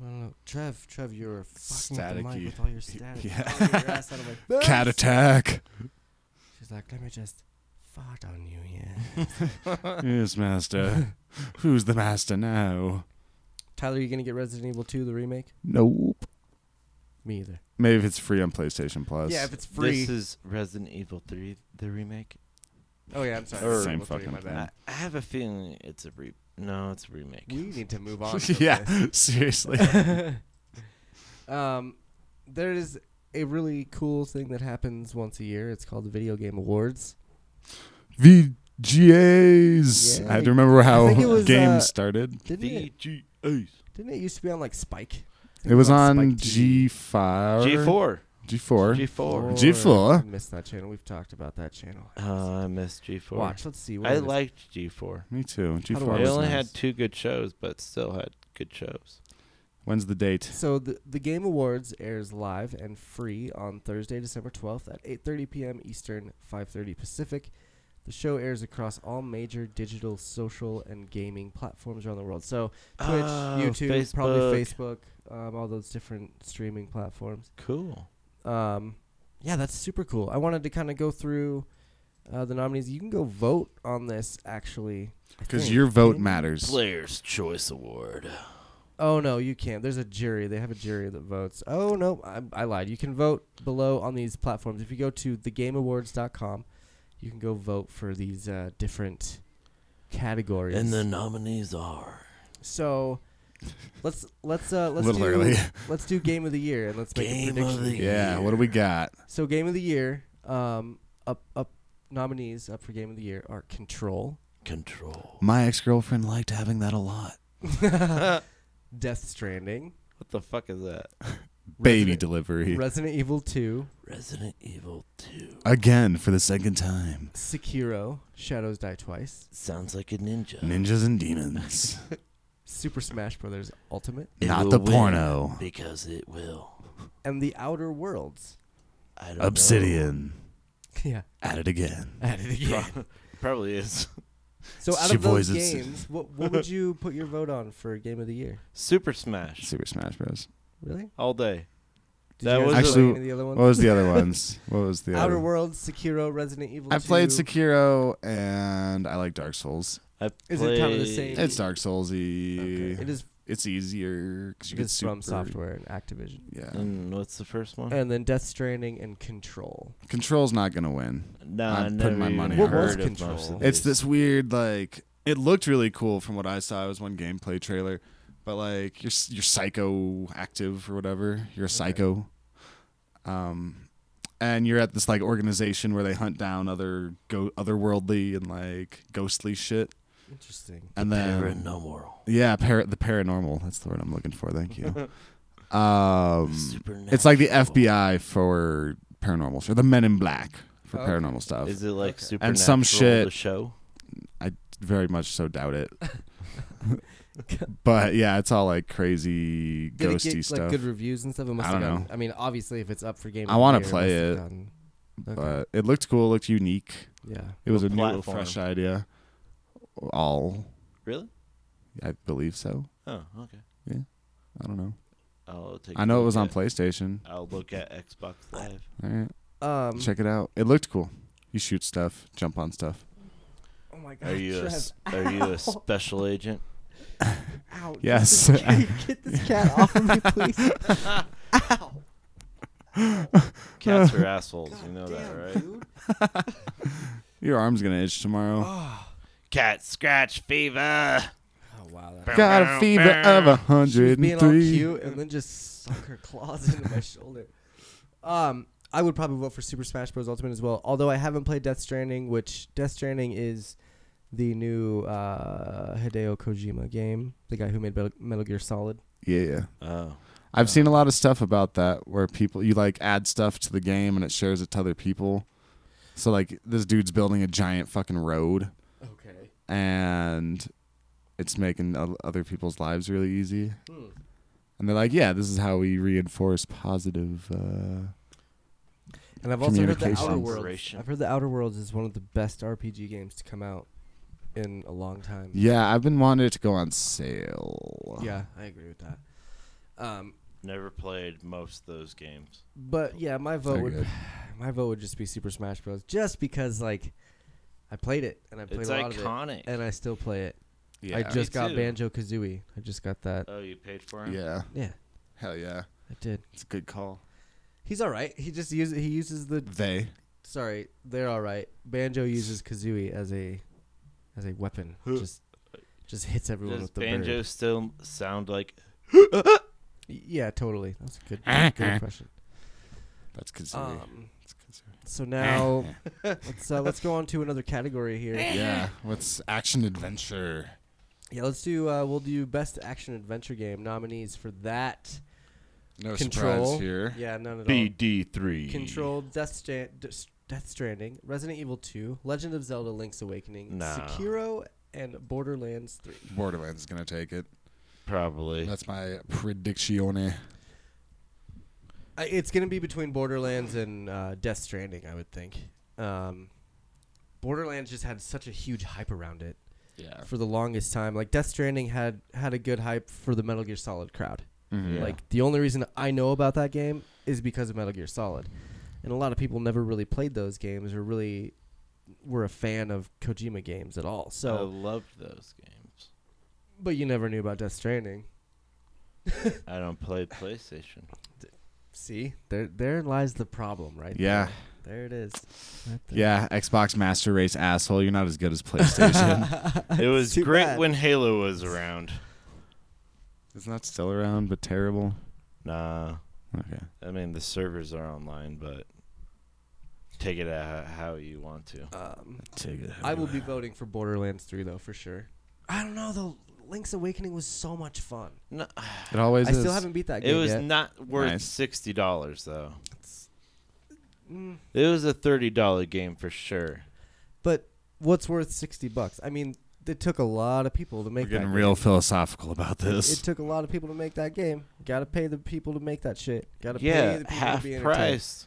Speaker 1: I don't know. Trev, Trev, you're fucking with the
Speaker 3: Staticky.
Speaker 1: mic with all your static.
Speaker 3: yeah.
Speaker 1: Get your ass out of my face.
Speaker 3: Cat attack.
Speaker 1: She's like, let me just fart on you, yeah.
Speaker 3: yes, master. Who's the master now?
Speaker 1: Tyler, you gonna get Resident Evil 2, the remake?
Speaker 3: Nope.
Speaker 1: Me either.
Speaker 3: Maybe if it's free on PlayStation Plus.
Speaker 1: Yeah, if it's free.
Speaker 2: This is Resident Evil 3, the remake.
Speaker 1: oh yeah, I'm sorry.
Speaker 2: Or-
Speaker 1: Resident Evil
Speaker 3: Same
Speaker 1: 3, my
Speaker 3: fucking
Speaker 1: bad.
Speaker 2: I, I have a feeling it's a re. No, it's a remake.
Speaker 1: We need to move on. from
Speaker 3: yeah, seriously.
Speaker 1: this. um, there is a really cool thing that happens once a year. It's called the Video Game Awards.
Speaker 3: VGAs. I had to
Speaker 1: Yeah.
Speaker 3: remember how
Speaker 1: think it was,
Speaker 3: games
Speaker 1: uh,
Speaker 3: started.
Speaker 1: Didn't it?
Speaker 2: VGAs.
Speaker 1: Didn't it used to be on like Spike? I think
Speaker 3: It was on
Speaker 1: Spike TV.
Speaker 3: G5.
Speaker 2: G4.
Speaker 3: G4.
Speaker 2: G4.
Speaker 3: G4.
Speaker 1: Missed that channel. We've talked about that channel.
Speaker 2: Uh, I missed G4.
Speaker 1: Watch. Let's see. what
Speaker 2: I
Speaker 1: is-
Speaker 2: liked G4.
Speaker 3: Me too. G4.
Speaker 1: That
Speaker 2: They
Speaker 1: was
Speaker 2: only
Speaker 1: nice.
Speaker 2: had two good shows, but still had good shows.
Speaker 3: When's the date?
Speaker 1: So the the Game Awards airs live and free on Thursday, December 12th at 8:30 p.m. Eastern, 5:30 Pacific. The show airs across all major digital, social, and gaming platforms around the world. So Twitch,
Speaker 2: Oh,
Speaker 1: YouTube, probably Facebook,
Speaker 2: Facebook.
Speaker 1: um, all those different streaming platforms.
Speaker 2: Cool.
Speaker 1: Um, yeah, that's super cool. I wanted to kind of go through uh, the nominees. You can go vote on this actually I
Speaker 3: Because
Speaker 1: think.
Speaker 3: your vote
Speaker 1: Maybe-
Speaker 3: matters.
Speaker 2: Players Choice Award.
Speaker 1: Oh no, you can't. There's a jury. They have a jury that votes. Oh no, I, I lied. You can vote below on these platforms. If you go to thegameawards.com, you can go vote for these uh, different categories.
Speaker 2: And the nominees are
Speaker 1: so let's let's uh
Speaker 3: A
Speaker 1: let's
Speaker 3: little
Speaker 1: do
Speaker 3: early.
Speaker 1: let's do game of the year and let's make a
Speaker 2: Game of
Speaker 1: prediction.
Speaker 2: the
Speaker 3: Yeah, what do we got?
Speaker 1: So game of the year, um, up up nominees up for game of the year are Control,
Speaker 2: Control.
Speaker 3: My ex girlfriend liked having that a lot.
Speaker 1: Death Stranding,
Speaker 2: What the fuck is that?
Speaker 3: Baby
Speaker 1: Resident-
Speaker 3: delivery.
Speaker 1: Resident Evil 2,
Speaker 2: Resident Evil 2.
Speaker 3: Again for the second time.
Speaker 1: Sekiro, Shadows Die Twice.
Speaker 2: Sounds like a ninja.
Speaker 3: Ninjas and demons.
Speaker 1: Super Smash Brothers Ultimate,
Speaker 2: It
Speaker 3: Not
Speaker 2: will
Speaker 3: the
Speaker 2: win
Speaker 3: porno.
Speaker 2: Because it will.
Speaker 1: and The Outer Worlds.
Speaker 2: I don't know.
Speaker 3: Obsidian.
Speaker 1: Yeah,
Speaker 3: At it again.
Speaker 1: at it again.
Speaker 2: Pro- Probably is.
Speaker 1: So
Speaker 3: It's
Speaker 1: out
Speaker 3: your
Speaker 1: of those
Speaker 3: boys, it's-
Speaker 1: games, what what would you put your vote on for Game of the Year?
Speaker 2: Super Smash.
Speaker 3: Super Smash Bros.
Speaker 1: Really?
Speaker 2: All day.
Speaker 1: Did
Speaker 2: That
Speaker 1: you guys
Speaker 2: was
Speaker 1: play
Speaker 3: Actually,
Speaker 1: any of the other ones?
Speaker 3: What was the other ones? What was the
Speaker 1: Outer
Speaker 3: other?
Speaker 1: Worlds, Sekiro, Resident Evil.
Speaker 3: I played
Speaker 1: 2.
Speaker 3: Sekiro and I like Dark Souls.
Speaker 2: I
Speaker 1: Is it kind of the
Speaker 2: played-
Speaker 1: same?
Speaker 3: It's Dark Soulsy.
Speaker 1: It is
Speaker 3: It's easier because you
Speaker 1: it
Speaker 3: get
Speaker 1: is
Speaker 3: super, Mm-hmm.
Speaker 1: from Software Mm. and Activision,
Speaker 3: Yeah,
Speaker 2: And what's the first one?
Speaker 3: Uh,
Speaker 1: and then Death Stranding and Control.
Speaker 3: Control's not gonna win.
Speaker 2: no,
Speaker 3: I'm
Speaker 2: I
Speaker 3: putting
Speaker 2: never
Speaker 3: my
Speaker 2: even
Speaker 3: money
Speaker 1: What
Speaker 2: heard
Speaker 1: was
Speaker 2: of most
Speaker 1: Control?
Speaker 2: of
Speaker 3: It's
Speaker 2: these.
Speaker 3: this weird like it looked really cool from what I saw. It was one gameplay trailer, but like you're s- you're psycho active or whatever. You're a psycho, um, and you're at this like organization where they hunt down other go otherworldly and like ghostly shit,
Speaker 1: Interesting.
Speaker 3: and then
Speaker 2: paranormal,
Speaker 3: yeah, para- the paranormal. That's the word I'm looking for. Thank you. um,
Speaker 2: supernatural.
Speaker 3: It's like the FBI for paranormal shit, the Men in Black for
Speaker 1: Okay.
Speaker 3: paranormal stuff.
Speaker 2: Oh, Is it like
Speaker 1: Okay.
Speaker 2: supernatural?
Speaker 3: And some shit-
Speaker 2: The show.
Speaker 3: Very much so, doubt it. but yeah, it's all like crazy
Speaker 1: Did it
Speaker 3: ghosty
Speaker 1: get like
Speaker 3: stuff.
Speaker 1: good reviews and stuff? It must
Speaker 3: I
Speaker 1: have
Speaker 3: don't
Speaker 1: gotten- I mean, obviously, if it's up for Game,
Speaker 3: I
Speaker 1: of the
Speaker 3: wanna
Speaker 1: Year,
Speaker 3: play
Speaker 1: must have
Speaker 3: it,
Speaker 1: gotten- okay.
Speaker 3: But it looked cool. It looked unique.
Speaker 1: yeah.
Speaker 3: It was
Speaker 2: What
Speaker 3: a new, little
Speaker 2: platform?
Speaker 3: fresh idea. All,
Speaker 2: Really?
Speaker 3: I believe so.
Speaker 2: Oh, okay.
Speaker 3: I don't know.
Speaker 2: I'll take.
Speaker 3: I
Speaker 2: a
Speaker 3: know it
Speaker 2: look
Speaker 3: was on
Speaker 2: at-
Speaker 3: PlayStation.
Speaker 2: I'll look at Xbox Live.
Speaker 3: All right,
Speaker 1: Um,
Speaker 3: check it out. It looked cool. You shoot stuff, jump on stuff.
Speaker 1: Oh my god.
Speaker 2: Are you a,
Speaker 1: Trev,
Speaker 2: s- are you a special agent?
Speaker 1: ow, get
Speaker 3: Yes.
Speaker 1: this cat- get this cat off of me, please.
Speaker 2: Cats are assholes. You know that, right?
Speaker 3: Your arm's gonna itch tomorrow.
Speaker 2: Cat scratch fever.
Speaker 1: Oh wow. That
Speaker 3: Got a fever of a
Speaker 1: she was
Speaker 3: hundred
Speaker 1: being
Speaker 3: and
Speaker 1: all
Speaker 3: three.
Speaker 1: cute and then just sunk her claws into my shoulder. Um, I would probably vote for Super Smash Bros. Ultimate as well. Although I haven't played Death Stranding, which Death Stranding is the new uh, Hideo Kojima game, the guy who made Metal- Metal Gear Solid.
Speaker 3: Yeah.
Speaker 2: Oh,
Speaker 3: I've seen a lot of stuff about that where people you like add stuff to the game and it shares it to other people. So like this dude's building a giant fucking road
Speaker 1: Okay.
Speaker 3: and it's making o- other people's lives really easy. And they're like, yeah, this is how we reinforce positive. Uh,
Speaker 1: And I've also heard the Outer
Speaker 3: Communications.
Speaker 1: Worlds. I've heard the Outer Worlds is one of the best RPG games to come out in a long time.
Speaker 3: yeah, I've been wanting it to go on sale.
Speaker 1: Yeah, I agree with that. Um,
Speaker 2: never played most of those games.
Speaker 1: but yeah, my
Speaker 3: So
Speaker 1: vote would
Speaker 3: good.
Speaker 1: my vote would just be Super Smash Bros. Just because like I played it and I played
Speaker 2: It's
Speaker 1: a lot of
Speaker 2: iconic.
Speaker 1: it and I still play it.
Speaker 3: Yeah.
Speaker 1: I just
Speaker 2: Me
Speaker 1: got
Speaker 2: too.
Speaker 1: Banjo Kazooie. I just got that.
Speaker 2: oh, you paid for him.
Speaker 3: yeah.
Speaker 1: Yeah,
Speaker 3: Hell yeah.
Speaker 1: I did.
Speaker 3: It's a good call.
Speaker 1: He's all right. He just uses he uses the
Speaker 3: They.
Speaker 1: sorry. They're all right. Banjo uses Kazooie as a as a weapon. just just hits everyone
Speaker 2: Does
Speaker 1: with the
Speaker 2: banjo
Speaker 1: bird.
Speaker 2: still sound like?
Speaker 1: Y- Yeah, totally. That's a good good impression.
Speaker 3: That's Kazooie.
Speaker 1: Um,
Speaker 3: That's Kazooie.
Speaker 1: so now let's uh, let's go on to another category here.
Speaker 3: yeah. What's action adventure?
Speaker 1: Yeah, let's do. Uh, we'll do best action adventure game nominees for that.
Speaker 3: No
Speaker 1: Control.
Speaker 3: surprise here.
Speaker 1: Yeah, none at all.
Speaker 2: BD three.
Speaker 1: Control, Death, Stra- D- S- Death Stranding, Resident Evil 2, Legend of Zelda: Link's Awakening,
Speaker 2: Nah.
Speaker 1: Sekiro, and Borderlands 3.
Speaker 3: Borderlands is gonna take it.
Speaker 2: Probably.
Speaker 3: That's my prediction.
Speaker 1: I, it's going to be between Borderlands and uh, Death Stranding, I would think. Um, Borderlands just had such a huge hype around it
Speaker 3: Yeah.
Speaker 1: for the longest time. Like Death Stranding had had a good hype for the Metal Gear Solid crowd.
Speaker 3: Mm-hmm.
Speaker 2: Yeah.
Speaker 1: Like the only reason I know about that game is because of Metal Gear Solid, and a lot of people never really played those games or really were a fan of Kojima games at all. So
Speaker 3: Oh.
Speaker 2: I loved those games.
Speaker 1: But you never knew about Death Stranding.
Speaker 2: I don't play PlayStation.
Speaker 1: See, there there lies the problem, right?
Speaker 3: Yeah.
Speaker 1: There, there it is. Right there.
Speaker 3: Yeah. Xbox Master Race asshole. You're not as good as PlayStation.
Speaker 2: It was
Speaker 1: too
Speaker 2: great
Speaker 1: bad.
Speaker 2: when Halo was around.
Speaker 3: it's not still around, but terrible.
Speaker 2: Nah,
Speaker 3: Okay.
Speaker 2: I mean the servers are online, but take it ho- how you want to.
Speaker 1: Um,
Speaker 3: Take it.
Speaker 1: I will be voting for Borderlands 3 though for sure. I don't know though. Link's Awakening was so much fun.
Speaker 2: No,
Speaker 3: It always
Speaker 1: I
Speaker 3: is.
Speaker 1: still haven't beat that game
Speaker 2: it was
Speaker 1: yet.
Speaker 2: not worth
Speaker 3: Nice.
Speaker 2: sixty dollars though.
Speaker 1: Mm,
Speaker 2: It was a thirty dollar game for sure.
Speaker 1: but what's worth 60 bucks? I mean, it took a lot of people to
Speaker 3: We're
Speaker 1: make that
Speaker 3: getting
Speaker 1: game.
Speaker 3: real philosophical about
Speaker 1: It-
Speaker 3: this.
Speaker 1: It, took a lot of people to make that game. Got to pay the people to make that shit. Got to pay
Speaker 2: Yeah,
Speaker 1: the people
Speaker 2: half
Speaker 1: to be entertained.
Speaker 2: price.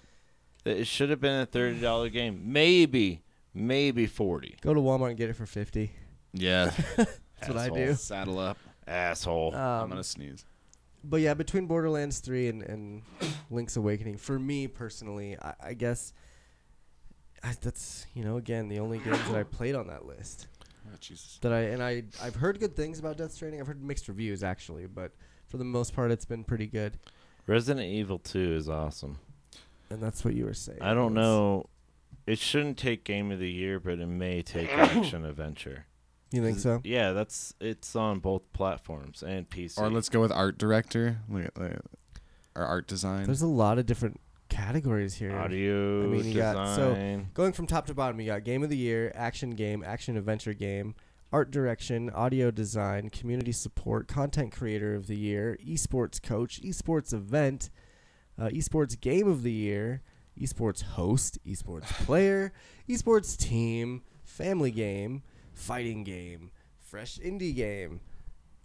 Speaker 2: It should have been a thirty dollar game, maybe, maybe forty.
Speaker 1: Go to Walmart and get it for 50.
Speaker 3: yeah.
Speaker 1: That's what I do.
Speaker 3: Saddle up.
Speaker 2: Asshole.
Speaker 1: Um,
Speaker 3: I'm gonna sneeze.
Speaker 1: but yeah, between Borderlands three and, and Link's Awakening, for me personally, I, I guess I, that's you know again the only games that I played on that list
Speaker 3: Oh, Jesus.
Speaker 1: that I and I I've heard good things about Death Stranding. I've heard mixed reviews actually, but for the most part, it's been pretty good.
Speaker 2: Resident Evil Two is awesome.
Speaker 1: And that's what you were saying.
Speaker 2: I don't
Speaker 1: was-
Speaker 2: know. It shouldn't take game of the year, but it may take action adventure.
Speaker 1: You think so?
Speaker 2: Yeah, that's it's on both platforms and PC.
Speaker 3: Or let's go with art director. Look at, look at- or art design.
Speaker 1: There's a lot of different categories here.
Speaker 2: audio
Speaker 1: I mean, you
Speaker 2: design.
Speaker 1: got- so- Going from top to bottom, you got game of the year, action game, action adventure game, art direction, audio design, community support, content creator of the year, esports coach, esports event, uh, esports game of the year, esports host, esports player, esports team, family game, fighting game, fresh indie game,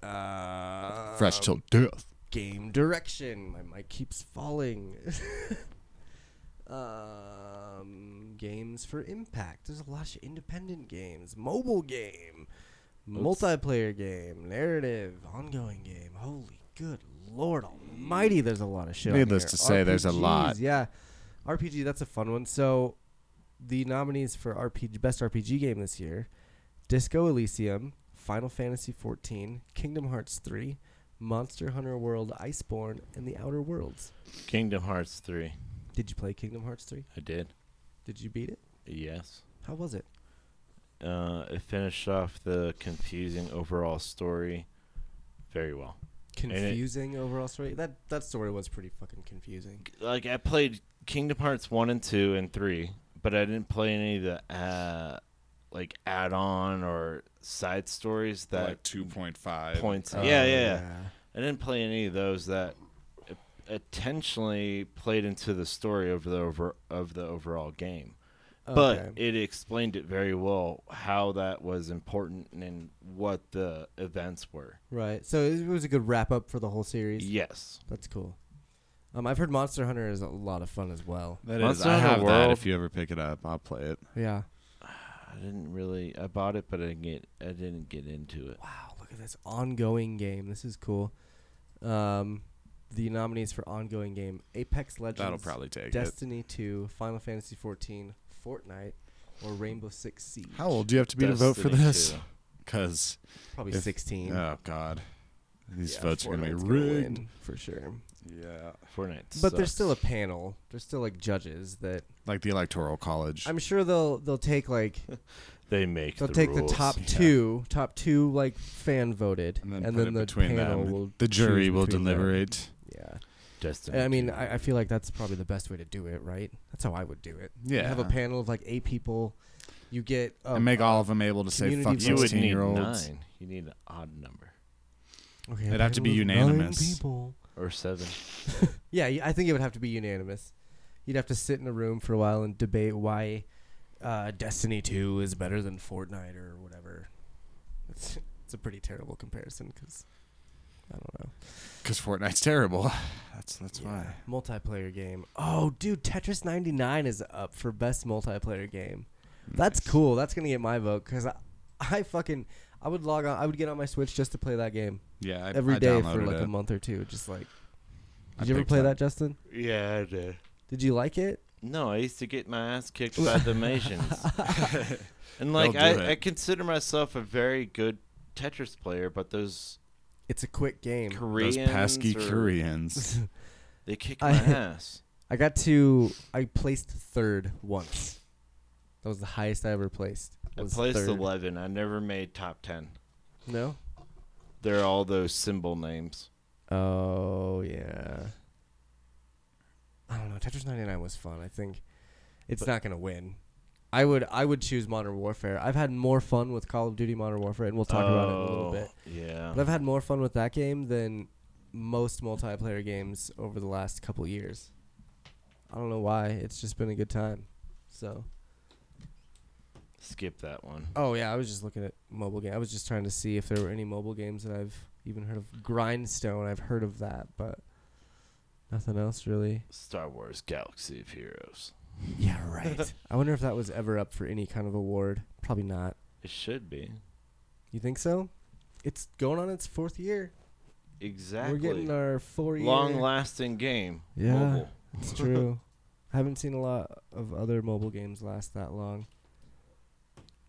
Speaker 1: uh,
Speaker 3: Fresh till death.
Speaker 1: game direction. My mic keeps falling. um, games for impact. There's a lot of independent games, mobile game, multiplayer game, narrative, ongoing game. Holy good lord almighty! There's a lot of shit. on
Speaker 3: Needless
Speaker 1: here.
Speaker 3: to say, there's a lot.
Speaker 1: RPGs, Yeah, RPG. That's a fun one. So, the nominees for RPG best RPG game this year: Disco Elysium, Final Fantasy XIV, Kingdom Hearts III, Monster Hunter World Iceborne and The Outer Worlds.
Speaker 2: Kingdom Hearts three.
Speaker 1: Did you play Kingdom Hearts 3?
Speaker 2: I did.
Speaker 1: Did you beat it?
Speaker 2: Yes.
Speaker 1: How was it?
Speaker 2: Uh, it finished off the confusing overall story very well. it-
Speaker 1: Confusing overall story. That that story was pretty fucking confusing.
Speaker 2: Like I played Kingdom Hearts one and two and three, but I didn't play any of the uh, like add on or side stories that
Speaker 3: like 2.5
Speaker 2: points.
Speaker 1: Uh,
Speaker 2: yeah, yeah, yeah. I didn't play any of those that intentionally played into the story of the over of the overall game. But
Speaker 1: Okay.
Speaker 2: it explained it very well how that was important and what the events were.
Speaker 1: right. So it was a good wrap up for the whole series.
Speaker 2: Yes.
Speaker 1: That's cool. Um, I've heard Monster Hunter is a lot of fun as well.
Speaker 3: That is.
Speaker 2: Monster
Speaker 3: I
Speaker 2: Hunter
Speaker 3: have that.
Speaker 2: World.
Speaker 3: If you ever pick it up, I'll play it.
Speaker 1: Yeah.
Speaker 2: I didn't really I bought it but I didn't get I didn't get into it.
Speaker 1: Wow, look at this ongoing game. This is cool. Um, the nominees for ongoing game: Apex Legends,
Speaker 3: That'll probably take it.
Speaker 1: Destiny 2, Final Fantasy 14, Fortnite, or Rainbow Six Siege.
Speaker 3: How old do you have to be to vote for
Speaker 2: Destiny
Speaker 3: this?
Speaker 2: 2.
Speaker 3: Because
Speaker 1: Probably
Speaker 3: If-
Speaker 1: 16.
Speaker 3: oh god, these
Speaker 1: Yeah,
Speaker 3: votes are gonna be
Speaker 1: Fortnite's
Speaker 3: rigged.
Speaker 1: win, for sure.
Speaker 3: yeah,
Speaker 2: Fortnite.
Speaker 1: But there's
Speaker 2: sucks.
Speaker 1: still a panel. There's still like judges that
Speaker 3: like the electoral college.
Speaker 1: I'm sure they'll they'll take like
Speaker 2: they make
Speaker 1: they'll
Speaker 2: the
Speaker 1: take
Speaker 2: rules.
Speaker 1: the top
Speaker 3: Yeah.
Speaker 1: two top two like fan voted
Speaker 3: and then,
Speaker 1: and
Speaker 3: put
Speaker 1: then
Speaker 3: it
Speaker 1: the
Speaker 3: between
Speaker 1: panel
Speaker 3: them,
Speaker 1: will
Speaker 3: the jury
Speaker 1: choose
Speaker 3: will
Speaker 1: between them.
Speaker 3: deliberate.
Speaker 1: Yeah.
Speaker 2: Destiny.
Speaker 1: And I mean,
Speaker 2: 2.
Speaker 1: I, I feel like that's probably the best way to do it, right? That's how I would do it. You
Speaker 3: Yeah,
Speaker 1: have a panel of like eight people. You get uh, a,
Speaker 3: and make all of them able to say
Speaker 1: community
Speaker 3: fuck
Speaker 2: you would
Speaker 3: sixteen
Speaker 2: need
Speaker 3: year olds.
Speaker 2: nine. You need an odd number
Speaker 1: Okay,
Speaker 3: It'd
Speaker 1: a
Speaker 3: have to be
Speaker 1: panel of nine
Speaker 3: unanimous.
Speaker 1: people.
Speaker 2: or seven.
Speaker 1: Yeah, y- I think it would have to be unanimous. You'd have to sit in a room for a while and debate why uh, Destiny 2 is better than Fortnite or whatever. It's, it's a pretty terrible comparison because I don't know.
Speaker 3: because Fortnite's terrible. That's that's
Speaker 1: Yeah.
Speaker 3: why.
Speaker 1: Multiplayer game. Oh, dude, Tetris 99 is up for best multiplayer game. That's cool. That's going to get my vote because I, I fucking. I would log on. I would get on my Switch just to play that game
Speaker 3: Yeah, I,
Speaker 1: every
Speaker 3: I
Speaker 1: day for
Speaker 3: downloaded
Speaker 1: like
Speaker 3: it.
Speaker 1: a month or two. Just like,
Speaker 3: I
Speaker 1: did you ever
Speaker 3: picked
Speaker 1: play
Speaker 3: up-
Speaker 1: that, Justin?
Speaker 2: Yeah, I did.
Speaker 1: Did you like it?
Speaker 2: No, I used to get my ass kicked by the Mations. and like
Speaker 3: They'll do
Speaker 2: I,
Speaker 3: it.
Speaker 2: I consider myself a very good Tetris player, but those
Speaker 1: It's a quick game.
Speaker 2: Koreans,
Speaker 3: Those pesky
Speaker 2: or-
Speaker 3: Koreans.
Speaker 2: they kick
Speaker 1: I-
Speaker 2: my ass.
Speaker 1: I got to I placed third once. That was the highest I ever placed.
Speaker 2: I
Speaker 1: was
Speaker 2: placed
Speaker 1: third.
Speaker 2: eleven. I never made top ten.
Speaker 1: No.
Speaker 2: They're all those symbol names.
Speaker 1: Oh yeah. I don't know. Tetris 99 was fun. I think it's not gonna win. I would I would choose Modern Warfare. I've had more fun with Call of Duty Modern Warfare, and we'll talk about it in a little
Speaker 2: Oh,
Speaker 1: bit.
Speaker 2: Yeah.
Speaker 1: But I've had more fun with that game than most multiplayer games over the last couple years. I don't know why. It's just been a good time. So.
Speaker 2: Skip that one.
Speaker 1: Oh yeah, I was just looking at mobile game. I was just trying to see if there were any mobile games that I've even heard of. Grindstone, I've heard of that, but nothing else really.
Speaker 2: Star Wars Galaxy of Heroes.
Speaker 1: Yeah, right. I wonder if that was ever up for any kind of award. Probably not.
Speaker 2: It should be.
Speaker 1: You think so? It's going on its fourth year.
Speaker 2: Exactly.
Speaker 1: We're getting our four year.
Speaker 2: long lasting game.
Speaker 1: Yeah.
Speaker 2: Mobile.
Speaker 1: It's true. I haven't seen a lot of other mobile games last that long.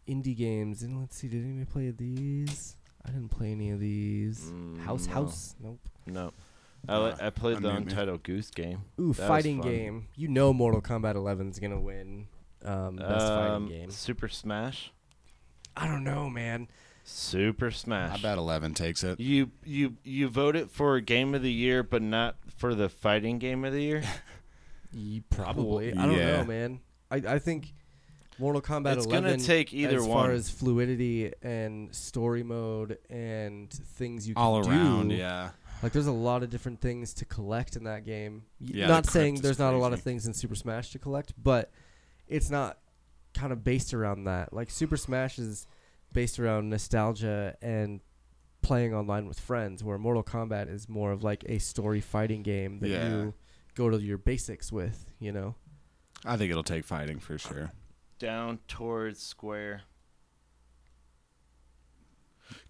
Speaker 1: Indie games, and let's see, did anybody play these? I didn't play any of these.
Speaker 2: Mm,
Speaker 1: House,
Speaker 2: no.
Speaker 1: house. Nope.
Speaker 2: No. I, li-
Speaker 3: Oh,
Speaker 2: I played the
Speaker 3: unmute me.
Speaker 2: Untitled Goose game.
Speaker 1: Ooh,
Speaker 2: That was
Speaker 1: fighting
Speaker 2: fun.
Speaker 1: game. You know Mortal Kombat 11 is going to win um, best
Speaker 2: Um,
Speaker 1: fighting game.
Speaker 2: Super Smash.
Speaker 1: I don't know, man.
Speaker 2: Super
Speaker 3: I
Speaker 2: Smash.
Speaker 3: bet eleven takes it.
Speaker 2: You you you voted for game of the year, but not for the fighting game of the year.
Speaker 1: You probably. I don't
Speaker 3: Yeah.
Speaker 1: know, man. I, I think Mortal Kombat
Speaker 2: it's
Speaker 1: 11
Speaker 2: gonna take either
Speaker 1: as
Speaker 2: one.
Speaker 1: far as fluidity and story mode and things you can
Speaker 3: All around,
Speaker 1: do,
Speaker 3: yeah.
Speaker 1: Like there's a lot of different things to collect in that game. Y-
Speaker 3: Yeah, the
Speaker 1: not
Speaker 3: crypt
Speaker 1: saying
Speaker 3: is
Speaker 1: there's not a lot of
Speaker 3: crazy.
Speaker 1: things in Super Smash to collect, but it's not kind of based around that. Like Super Smash is based around nostalgia and playing online with friends, where Mortal Kombat is more of like a story fighting game that
Speaker 3: Yeah.
Speaker 1: you go to your basics with, you know.
Speaker 3: I think it'll take fighting for sure.
Speaker 2: Down towards square.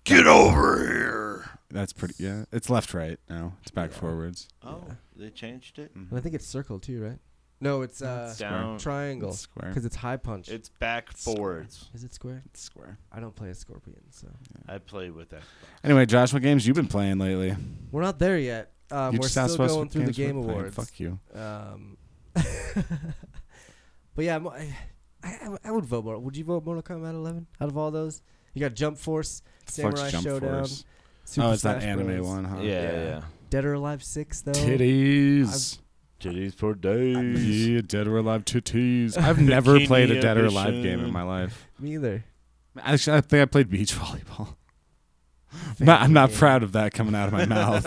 Speaker 3: Get over here. That's pretty. Yeah, it's left, right. No, it's back
Speaker 1: Yeah.
Speaker 3: forwards. Mm-hmm.
Speaker 2: Oh,
Speaker 1: Yeah.
Speaker 2: they changed it.
Speaker 1: And I think it's circle too, right? No, it's uh
Speaker 3: Square.
Speaker 2: Down.
Speaker 1: triangle
Speaker 3: it's square.
Speaker 1: because it's high punch.
Speaker 2: It's back
Speaker 3: Square.
Speaker 2: forwards.
Speaker 1: is it square?
Speaker 3: It's square.
Speaker 1: I don't play a scorpion, so
Speaker 2: I played with that.
Speaker 3: Anyway, Josh, what games you been playing lately?
Speaker 1: we're not there yet. Um,
Speaker 3: You
Speaker 1: we're
Speaker 3: just asked
Speaker 1: still
Speaker 3: us
Speaker 1: going
Speaker 3: what
Speaker 1: through the
Speaker 3: games we're
Speaker 1: game
Speaker 3: playing.
Speaker 1: awards.
Speaker 3: Fuck you.
Speaker 1: Um, but yeah, mo- I, I, I would vote Mortal. Would you vote Mortal Kombat 11 out of all those? You got Jump Force, Samurai
Speaker 3: Fuck's Jump
Speaker 1: Showdown,
Speaker 3: Force.
Speaker 1: Super
Speaker 3: oh, it's that
Speaker 1: Smash
Speaker 3: anime
Speaker 1: Bros.
Speaker 3: one, huh?
Speaker 2: Yeah, yeah.
Speaker 1: yeah. Dead or Alive 6 though.
Speaker 3: Titties.
Speaker 2: Titties for days.
Speaker 3: Yeah, Dead or Alive titties. I've never played a
Speaker 2: Bikini
Speaker 3: Dead or Alive game in
Speaker 2: edition.
Speaker 3: my life.
Speaker 1: Me either.
Speaker 3: Actually, I think I played beach volleyball. I'm not, I'm not
Speaker 1: Family game.
Speaker 3: proud of that coming out of my mouth.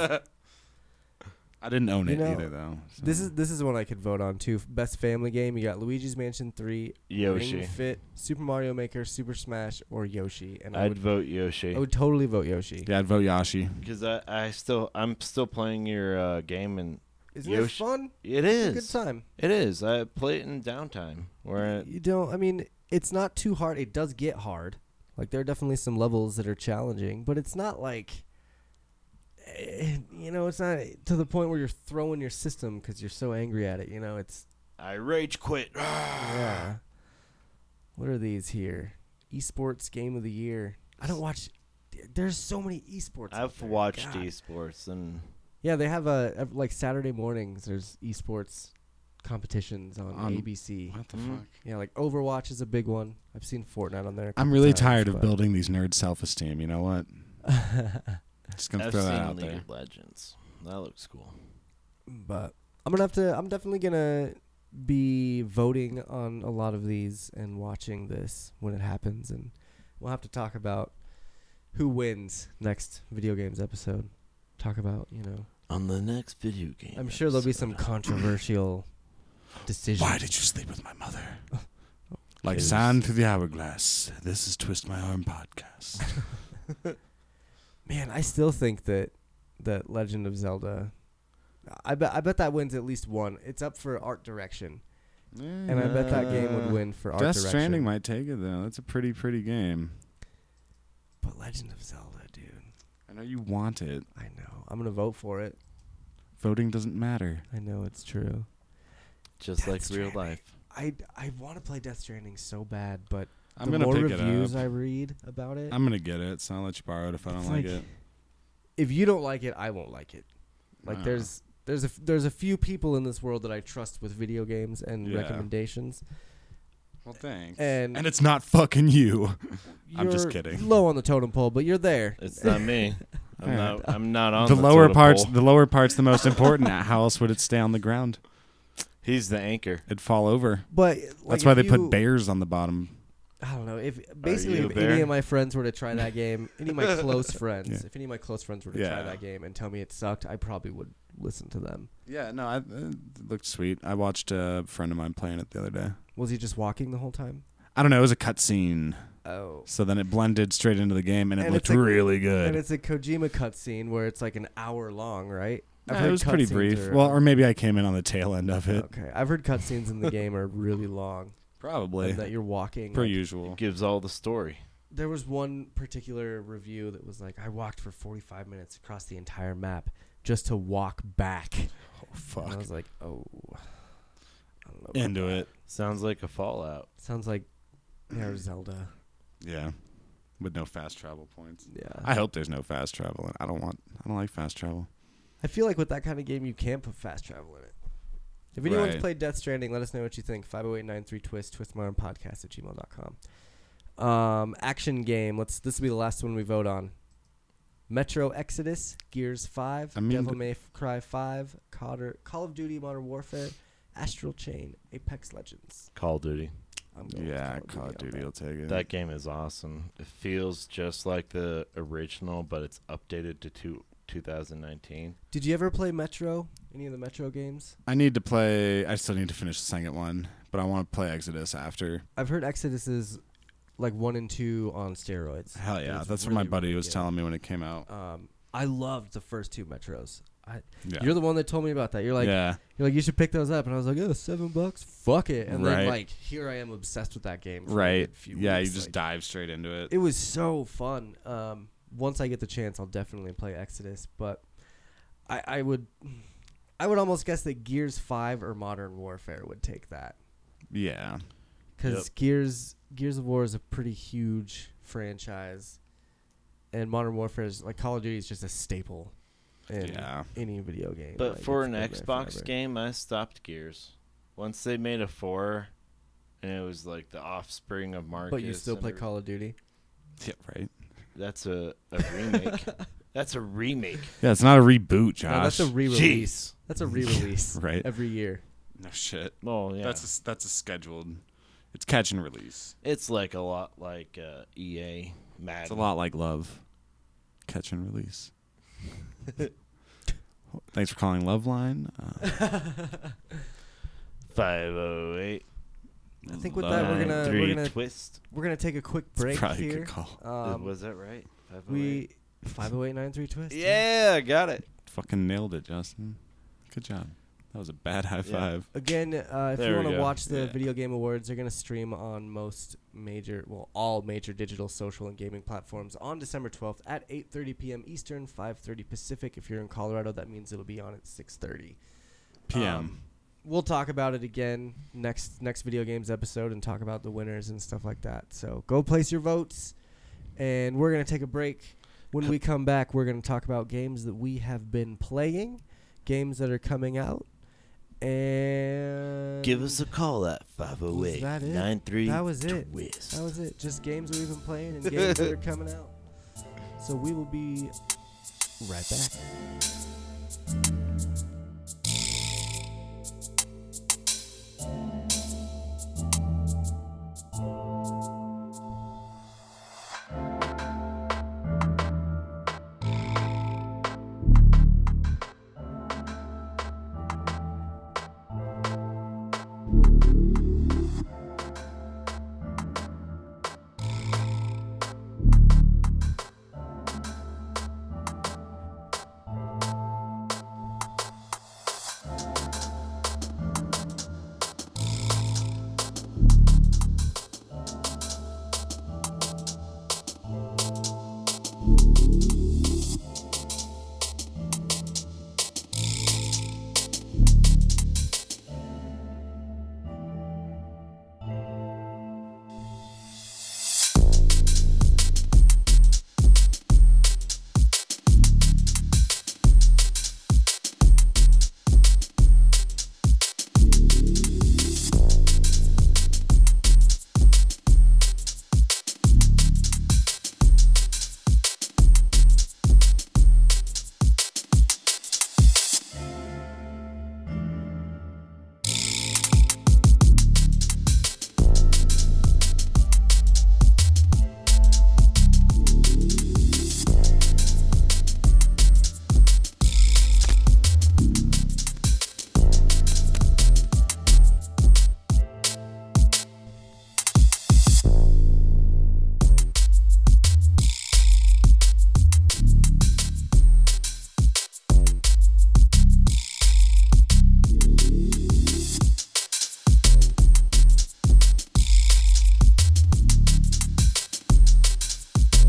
Speaker 3: I didn't own
Speaker 1: You
Speaker 3: it
Speaker 1: know,
Speaker 3: either, though. so.
Speaker 1: This is this is one I could vote on too. Best family game. You got Luigi's Mansion 3, Ring
Speaker 2: Yoshi.
Speaker 1: Fit, Super Mario Maker, Super Smash, or Yoshi. And I
Speaker 2: I'd
Speaker 1: would
Speaker 2: vote Yoshi.
Speaker 1: I would totally vote Yoshi.
Speaker 3: yeah. I'd vote Yashi.
Speaker 2: Because I, I still I'm still playing your uh, game and
Speaker 1: Isn't
Speaker 2: Yoshi-
Speaker 1: it fun?
Speaker 2: it
Speaker 1: It's
Speaker 2: is
Speaker 1: a good time.
Speaker 2: it is I play it in downtime where it,
Speaker 1: you don't i mean it's not too hard it does get hard like there are definitely some levels that are challenging but it's not like eh, you know it's not to the point where you're throwing your system because you're so angry at it you know it's
Speaker 2: I rage quit.
Speaker 1: Oh, yeah what are these here esports game of the year i don't watch there's so many esports out
Speaker 2: I've
Speaker 1: there.
Speaker 2: watched
Speaker 1: God.
Speaker 2: esports and
Speaker 1: yeah they have a ev- like saturday mornings there's esports competitions on
Speaker 3: On-
Speaker 1: abc
Speaker 3: What the
Speaker 2: Mm.
Speaker 3: fuck?
Speaker 1: yeah like overwatch is a big one i've seen fortnite on there a
Speaker 3: I'm
Speaker 1: couple
Speaker 3: really
Speaker 1: times,
Speaker 3: tired of
Speaker 1: but-
Speaker 3: building these nerds' self-esteem. You know what? Just gonna
Speaker 2: I've
Speaker 3: throw
Speaker 2: seen
Speaker 3: that out
Speaker 2: League
Speaker 3: there.
Speaker 2: of Legends. That looks cool.
Speaker 1: but I'm gonna have to. I'm definitely gonna be voting on a lot of these and watching this when it happens, and we'll have to talk about who wins next video games episode. Talk about you know
Speaker 2: on the next video game.
Speaker 1: I'm sure there'll be some controversial decision.
Speaker 3: Why did you sleep with my mother? Like sand through the hourglass. This is Twist My Arm podcast.
Speaker 1: Man, I still think that that Legend of Zelda. I bet I bet that wins at least one. It's up for art direction, and I bet that game would win for art
Speaker 3: Mm-hmm. Death
Speaker 1: direction.
Speaker 3: Stranding might take it though. That's a pretty pretty game.
Speaker 1: but Legend of Zelda, dude.
Speaker 3: I know you want it.
Speaker 1: I know. I'm gonna vote for it.
Speaker 3: Voting doesn't matter.
Speaker 1: I know it's true.
Speaker 2: just like
Speaker 1: Death
Speaker 2: real
Speaker 1: Stranding.
Speaker 2: life.
Speaker 1: I I want to play Death Stranding so bad, but
Speaker 3: I'm
Speaker 1: the
Speaker 3: gonna
Speaker 1: more
Speaker 3: pick
Speaker 1: reviews
Speaker 3: it
Speaker 1: I
Speaker 3: up.
Speaker 1: read about it,
Speaker 3: I'm gonna get it, so I'll let you borrow it if I don't
Speaker 1: It's
Speaker 3: like,
Speaker 1: like-
Speaker 3: it.
Speaker 1: if you don't like it, I won't like it. Like
Speaker 3: Wow.
Speaker 1: there's there's a f- there's a few people in this world that I trust with video games and
Speaker 3: Yeah.
Speaker 1: recommendations.
Speaker 3: Well, thanks.
Speaker 1: And-
Speaker 3: and it's not fucking you.
Speaker 1: You're
Speaker 3: I'm just kidding.
Speaker 1: Low on the totem pole, but you're there.
Speaker 2: It's not me. I'm
Speaker 3: Alright.
Speaker 2: not. I'm not on
Speaker 3: the
Speaker 2: the,
Speaker 3: lower
Speaker 2: totem
Speaker 3: parts.
Speaker 2: pole.
Speaker 3: The lower parts the most important. How else would it stay on the ground?
Speaker 2: He's the anchor.
Speaker 3: It'd fall over.
Speaker 1: But
Speaker 3: That's why they put bears on the bottom.
Speaker 1: I don't know if basically
Speaker 2: you
Speaker 1: if
Speaker 2: a
Speaker 1: any
Speaker 2: bear?
Speaker 1: of my friends were to try that game, any of my close friends,
Speaker 3: Yeah.
Speaker 1: if any of my close friends were to try
Speaker 3: Yeah.
Speaker 1: that game and tell me it sucked, I probably would listen to them.
Speaker 3: Yeah, no, I, it looked sweet. I watched a friend of mine playing it the other day.
Speaker 1: Was he just walking the whole time?
Speaker 3: I don't know. It was a cutscene,
Speaker 1: Oh.
Speaker 3: so then it blended straight into the game, and it
Speaker 1: And
Speaker 3: looked
Speaker 1: it's a-
Speaker 3: really good.
Speaker 1: And it's a Kojima cutscene where it's like an hour long, right?
Speaker 3: Yeah,
Speaker 1: heard
Speaker 3: it Uh, was pretty
Speaker 1: cutscenes
Speaker 3: brief.
Speaker 1: are-
Speaker 3: well, or maybe I came in on the tail end of it.
Speaker 1: okay. I've heard cutscenes in the game are really long.
Speaker 3: Probably
Speaker 1: and that you're walking.
Speaker 3: per
Speaker 1: like-
Speaker 3: usual.
Speaker 2: Gives all the story.
Speaker 1: there was one particular review that was like, I walked for 45 minutes across the entire map just to walk back.
Speaker 3: Oh
Speaker 1: And I
Speaker 3: fuck,
Speaker 1: was like, oh. I don't know. about
Speaker 3: into
Speaker 1: that.
Speaker 3: it.
Speaker 2: Sounds like a Fallout.
Speaker 1: Sounds like yeah, Zelda.
Speaker 3: Yeah, with no fast travel points.
Speaker 1: Yeah.
Speaker 3: I
Speaker 1: I,
Speaker 3: hope there's no fast travel. I don't want. I don't like fast travel.
Speaker 1: feel like with that kind of game, you can't put fast travel in it. If anyone's
Speaker 3: Right.
Speaker 1: played Death Stranding, let us know what you think. 508-93-TWIST, twistmodernpodcast at gmail.com. Um, action game. Let's. This will be the last one we vote on. Metro Exodus, Gears 5,
Speaker 3: I mean
Speaker 1: Devil
Speaker 3: th-
Speaker 1: May Cry 5, Cotter, Call of Duty Modern Warfare, Astral Chain, Apex Legends.
Speaker 2: Call of Duty.
Speaker 1: I'm
Speaker 3: Yeah, Call of Duty will take it.
Speaker 2: That game is awesome. It feels just like the original, but it's updated to two, 2019.
Speaker 1: Did you ever play Metro? Any of the Metro games?
Speaker 3: I need to play. I still need to finish the second one, but I want to play Exodus after.
Speaker 1: I've heard Exodus is like one and two on steroids.
Speaker 3: Hell
Speaker 1: And
Speaker 3: yeah,
Speaker 1: it's
Speaker 3: that's what
Speaker 1: really,
Speaker 3: my buddy
Speaker 1: really
Speaker 3: was
Speaker 1: good.
Speaker 3: telling me when it came out.
Speaker 1: Um, I loved the first two Metros. I,
Speaker 3: Yeah,
Speaker 1: You're the one that told me about that. You're like,
Speaker 3: yeah.
Speaker 1: you're like, you should pick those up, and I was like, oh, seven bucks, fuck it. And then
Speaker 3: Right.
Speaker 1: like, here I am obsessed with that game. for a
Speaker 3: right.
Speaker 1: good few
Speaker 3: Yeah, you
Speaker 1: weeks,
Speaker 3: just
Speaker 1: like,
Speaker 3: dive straight into it.
Speaker 1: It was so fun. Um, once I get the chance, I'll definitely play Exodus. But I, I would, I would almost guess that Gears Five or Modern Warfare would take that.
Speaker 3: Yeah,
Speaker 1: because
Speaker 2: Yep.
Speaker 1: Gears Gears of War is a pretty huge franchise, and Modern Warfare is like Call of Duty is just a staple in
Speaker 3: yeah.
Speaker 1: any video game.
Speaker 2: But
Speaker 1: Like,
Speaker 2: for
Speaker 1: it's
Speaker 2: an
Speaker 1: been there
Speaker 2: Xbox
Speaker 1: forever.
Speaker 2: game, I stopped Gears. Once they made a four, and it was like the offspring of Marcus.
Speaker 1: but you still
Speaker 2: and
Speaker 1: play
Speaker 2: every-
Speaker 1: Call of Duty.
Speaker 3: Yeah, right.
Speaker 2: That's a, a remake. That's a remake.
Speaker 3: Yeah, it's not a reboot,
Speaker 1: No,
Speaker 3: Josh.
Speaker 1: that's a re-release.
Speaker 2: Jeez.
Speaker 1: That's a re-release
Speaker 3: Right.
Speaker 1: every year.
Speaker 3: No shit.
Speaker 2: Well, yeah.
Speaker 3: That's a, that's a scheduled. It's catch and release.
Speaker 2: it's like a lot like uh, EA Madden.
Speaker 3: It's a lot like love. Catch and release. Thanks for calling Love Line. Uh,
Speaker 2: 508.
Speaker 1: I think
Speaker 3: Uh,
Speaker 1: with that we're gonna we're
Speaker 2: 93
Speaker 1: gonna
Speaker 2: twist.
Speaker 1: we're gonna take a quick break
Speaker 3: probably a
Speaker 1: here.
Speaker 3: good call.
Speaker 1: Um,
Speaker 2: Was that right? 508.
Speaker 1: we five oh eight nine three twist.
Speaker 2: Yeah, got it.
Speaker 3: Fucking nailed it, Justin. Good job. That was a bad high
Speaker 2: Yeah.
Speaker 3: five.
Speaker 1: Again, uh, if you
Speaker 2: There we
Speaker 1: want to
Speaker 2: go.
Speaker 1: watch the
Speaker 3: Yeah.
Speaker 1: Video Game Awards, they're going to stream on most major, well, all major digital, social, and gaming platforms on December 12th at 8:30 p.m. Eastern, 5:30 Pacific. If you're in Colorado, that means it'll be on at 6:30
Speaker 3: PM.
Speaker 1: Um, We'll talk about it again next next video games episode and talk about the winners and stuff like that. So go place your votes, and we're going to take a break. When we come back, we're going to talk about games that we have been playing, games that are coming out. And
Speaker 2: Give us a call at
Speaker 1: Was
Speaker 2: 508
Speaker 1: that it?
Speaker 2: 93
Speaker 1: That was it.
Speaker 2: Twist.
Speaker 1: That was it. Just games that we've been playing and games that are coming out. So we will be right back.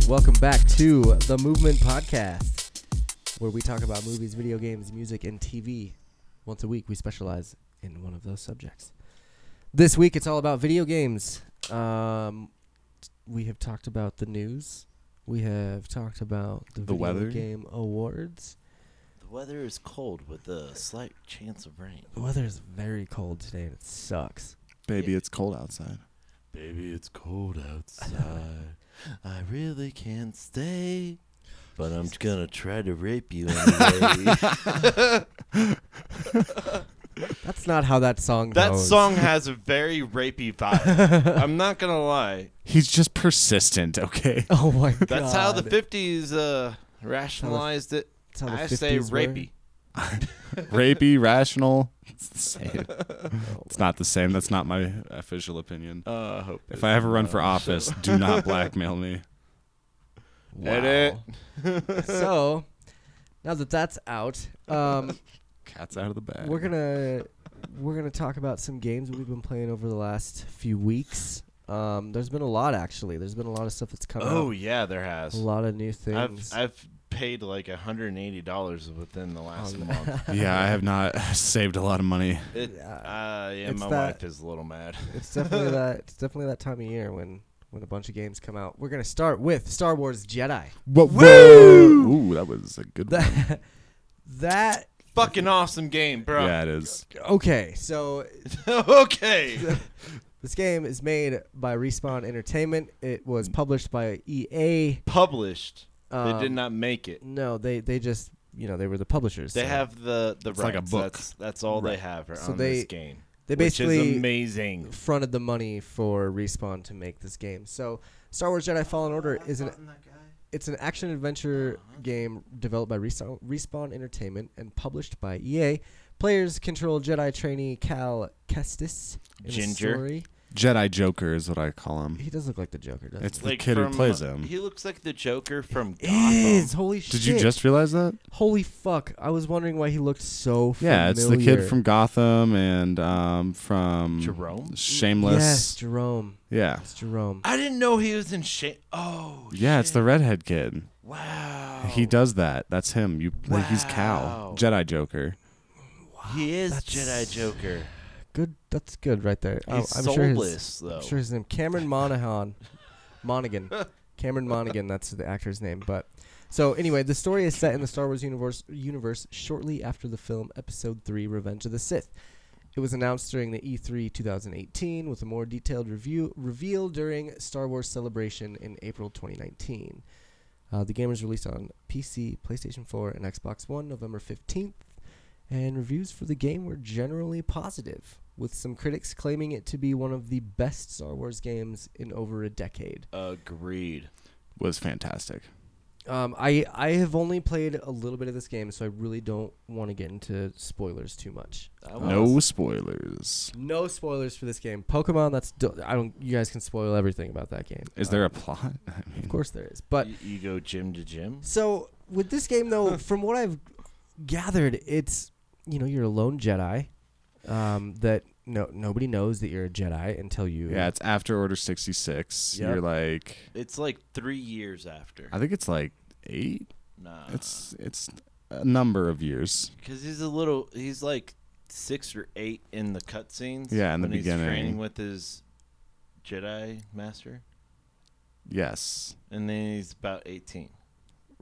Speaker 1: Welcome back to the Movement Podcast, where we talk about movies, video games, music, and TV. Once a week, we specialize in one of those subjects. This week, it's all about video games. Um, we have talked about the news. We have talked about the, video
Speaker 3: weather.
Speaker 1: game awards.
Speaker 2: The weather is cold with a slight chance of rain.
Speaker 1: The weather is very cold today, and it sucks.
Speaker 3: Baby, it's cold outside.
Speaker 2: Baby, it's cold outside. I really can't stay. But I'm gonna try to rape you anyway.
Speaker 1: That's not how that song
Speaker 2: that
Speaker 1: goes.
Speaker 2: song has a very rapey vibe. I'm not gonna lie.
Speaker 3: He's just persistent, okay?
Speaker 1: Oh my god.
Speaker 2: That's how the 50s uh, rationalized it.
Speaker 1: That's how the
Speaker 2: I say
Speaker 1: 50s were.
Speaker 2: rapey.
Speaker 3: Rapey, rational. It's the same.
Speaker 1: Oh,
Speaker 3: It's not the same. That's not my official opinion.
Speaker 2: Uh, I hope
Speaker 3: If
Speaker 2: it's
Speaker 3: I ever run
Speaker 2: not.
Speaker 3: for office, do not blackmail me.
Speaker 2: Edit.
Speaker 1: so now that that's out, um,
Speaker 3: Cat's out of the bag.
Speaker 1: we're gonna we're gonna talk about some games we've been playing over the last few weeks. Um, there's been a lot actually. There's been a lot of stuff that's come
Speaker 2: Oh
Speaker 1: out.
Speaker 2: yeah, there has.
Speaker 1: A lot of new
Speaker 2: I've
Speaker 1: things.
Speaker 2: I've paid like 180 dollars within the last
Speaker 1: Um,
Speaker 2: month.
Speaker 3: Yeah, I have not saved a lot of money.
Speaker 2: It,
Speaker 1: Yeah.
Speaker 2: uh, yeah,
Speaker 1: It's
Speaker 2: my
Speaker 1: that-
Speaker 2: wife is a little mad.
Speaker 1: it's definitely that. It's definitely that time of year when when a bunch of games come out. We're gonna start with Star Wars Jedi.
Speaker 3: Whoa! whoa. Ooh, that was a good one.
Speaker 1: That that
Speaker 2: Fucking awesome game, bro.
Speaker 3: Yeah, it is.
Speaker 1: okay. So
Speaker 2: okay.
Speaker 1: this game is made by Respawn Entertainment. It was published by E EA.
Speaker 2: Published.
Speaker 1: Um,
Speaker 2: they did not make it.
Speaker 1: No, they they just you know they were the publishers.
Speaker 2: They
Speaker 1: so
Speaker 2: have the the
Speaker 3: It's like
Speaker 2: rights.
Speaker 3: a book.
Speaker 2: That's, that's all they have
Speaker 1: So
Speaker 2: on
Speaker 1: they-
Speaker 2: this game.
Speaker 1: they
Speaker 2: which is
Speaker 1: basically
Speaker 2: amazing.
Speaker 1: fronted the money for respawn to make this game. So Star Wars Jedi Fallen Order is an it's an action adventure game developed by Respawn, Respawn Entertainment and published by EA. Players control Jedi trainee Cal Kestis. in the
Speaker 2: Ginger.
Speaker 1: story.
Speaker 3: Jedi Joker is what I call him.
Speaker 1: He does look like the Joker, doesn't
Speaker 3: It's
Speaker 1: he?
Speaker 3: the kid who
Speaker 2: from,
Speaker 3: plays
Speaker 2: uh,
Speaker 3: him.
Speaker 2: He looks like the Joker from Gotham.
Speaker 1: Is holy shit.
Speaker 3: Did you just realize that?
Speaker 1: holy fuck? I was wondering why he looked so familiar.
Speaker 3: Yeah, it's the kid from Gotham and um, from
Speaker 2: Jerome?
Speaker 1: Yes,
Speaker 3: Shameless.
Speaker 1: Jerome.
Speaker 3: Yeah.
Speaker 1: It's Jerome.
Speaker 2: I didn't know he was in shit. Oh.
Speaker 3: Yeah, it's the
Speaker 2: shit.
Speaker 3: redhead kid.
Speaker 2: Wow.
Speaker 3: He does that. That's him. You like he's Cal,
Speaker 2: Oh. Wow.
Speaker 3: Jedi Joker.
Speaker 2: He is
Speaker 1: That's-
Speaker 2: Jedi Joker.
Speaker 1: Good. That's good right there. Oh,
Speaker 2: He's
Speaker 1: I'm sure his-
Speaker 2: soulless though.
Speaker 1: I'm sure his name Cameron Monahan, Monaghan, Cameron Monaghan. That's the actor's name. But so anyway, the story is set in the Star Wars universe universe shortly after the film Episode Three: Revenge of the Sith. It was announced during the E E3 2018, with a more detailed review revealed during Star Wars Celebration in April 2019. Uh, the game was released on PC, PlayStation 4, and Xbox One November 15th, and reviews for the game were generally positive, with some critics claiming it to be one of the best Star Wars games in over a decade.
Speaker 2: Agreed.
Speaker 3: Was fantastic.
Speaker 1: Um, I I have only played a little bit of this game, so I really don't want to get into spoilers too much.
Speaker 2: I
Speaker 1: Um,
Speaker 3: No spoilers.
Speaker 1: no spoilers for this game. Pokemon, that's do- I don't. You guys can spoil everything about that game.
Speaker 3: Is
Speaker 1: Uh,
Speaker 3: there a plot? I
Speaker 1: Of
Speaker 3: mean,
Speaker 1: course there is, but
Speaker 2: you, you go e- gym to gym.
Speaker 1: So with this game, though, from what I've gathered, it's you know you're a lone Jedi um, that no nobody knows that you're a Jedi until you
Speaker 3: Yeah, it's after Order 66.
Speaker 1: Yep.
Speaker 3: You're like
Speaker 2: It's like three years after.
Speaker 3: I think it's like 8.
Speaker 2: Nah,
Speaker 3: It's it's a number of years.
Speaker 2: because he's a little. He's like six or eight in the cutscenes.
Speaker 3: Yeah, in the
Speaker 2: when
Speaker 3: beginning.
Speaker 2: He's training with his Jedi master,
Speaker 3: Yes.
Speaker 2: and then he's about eighteen.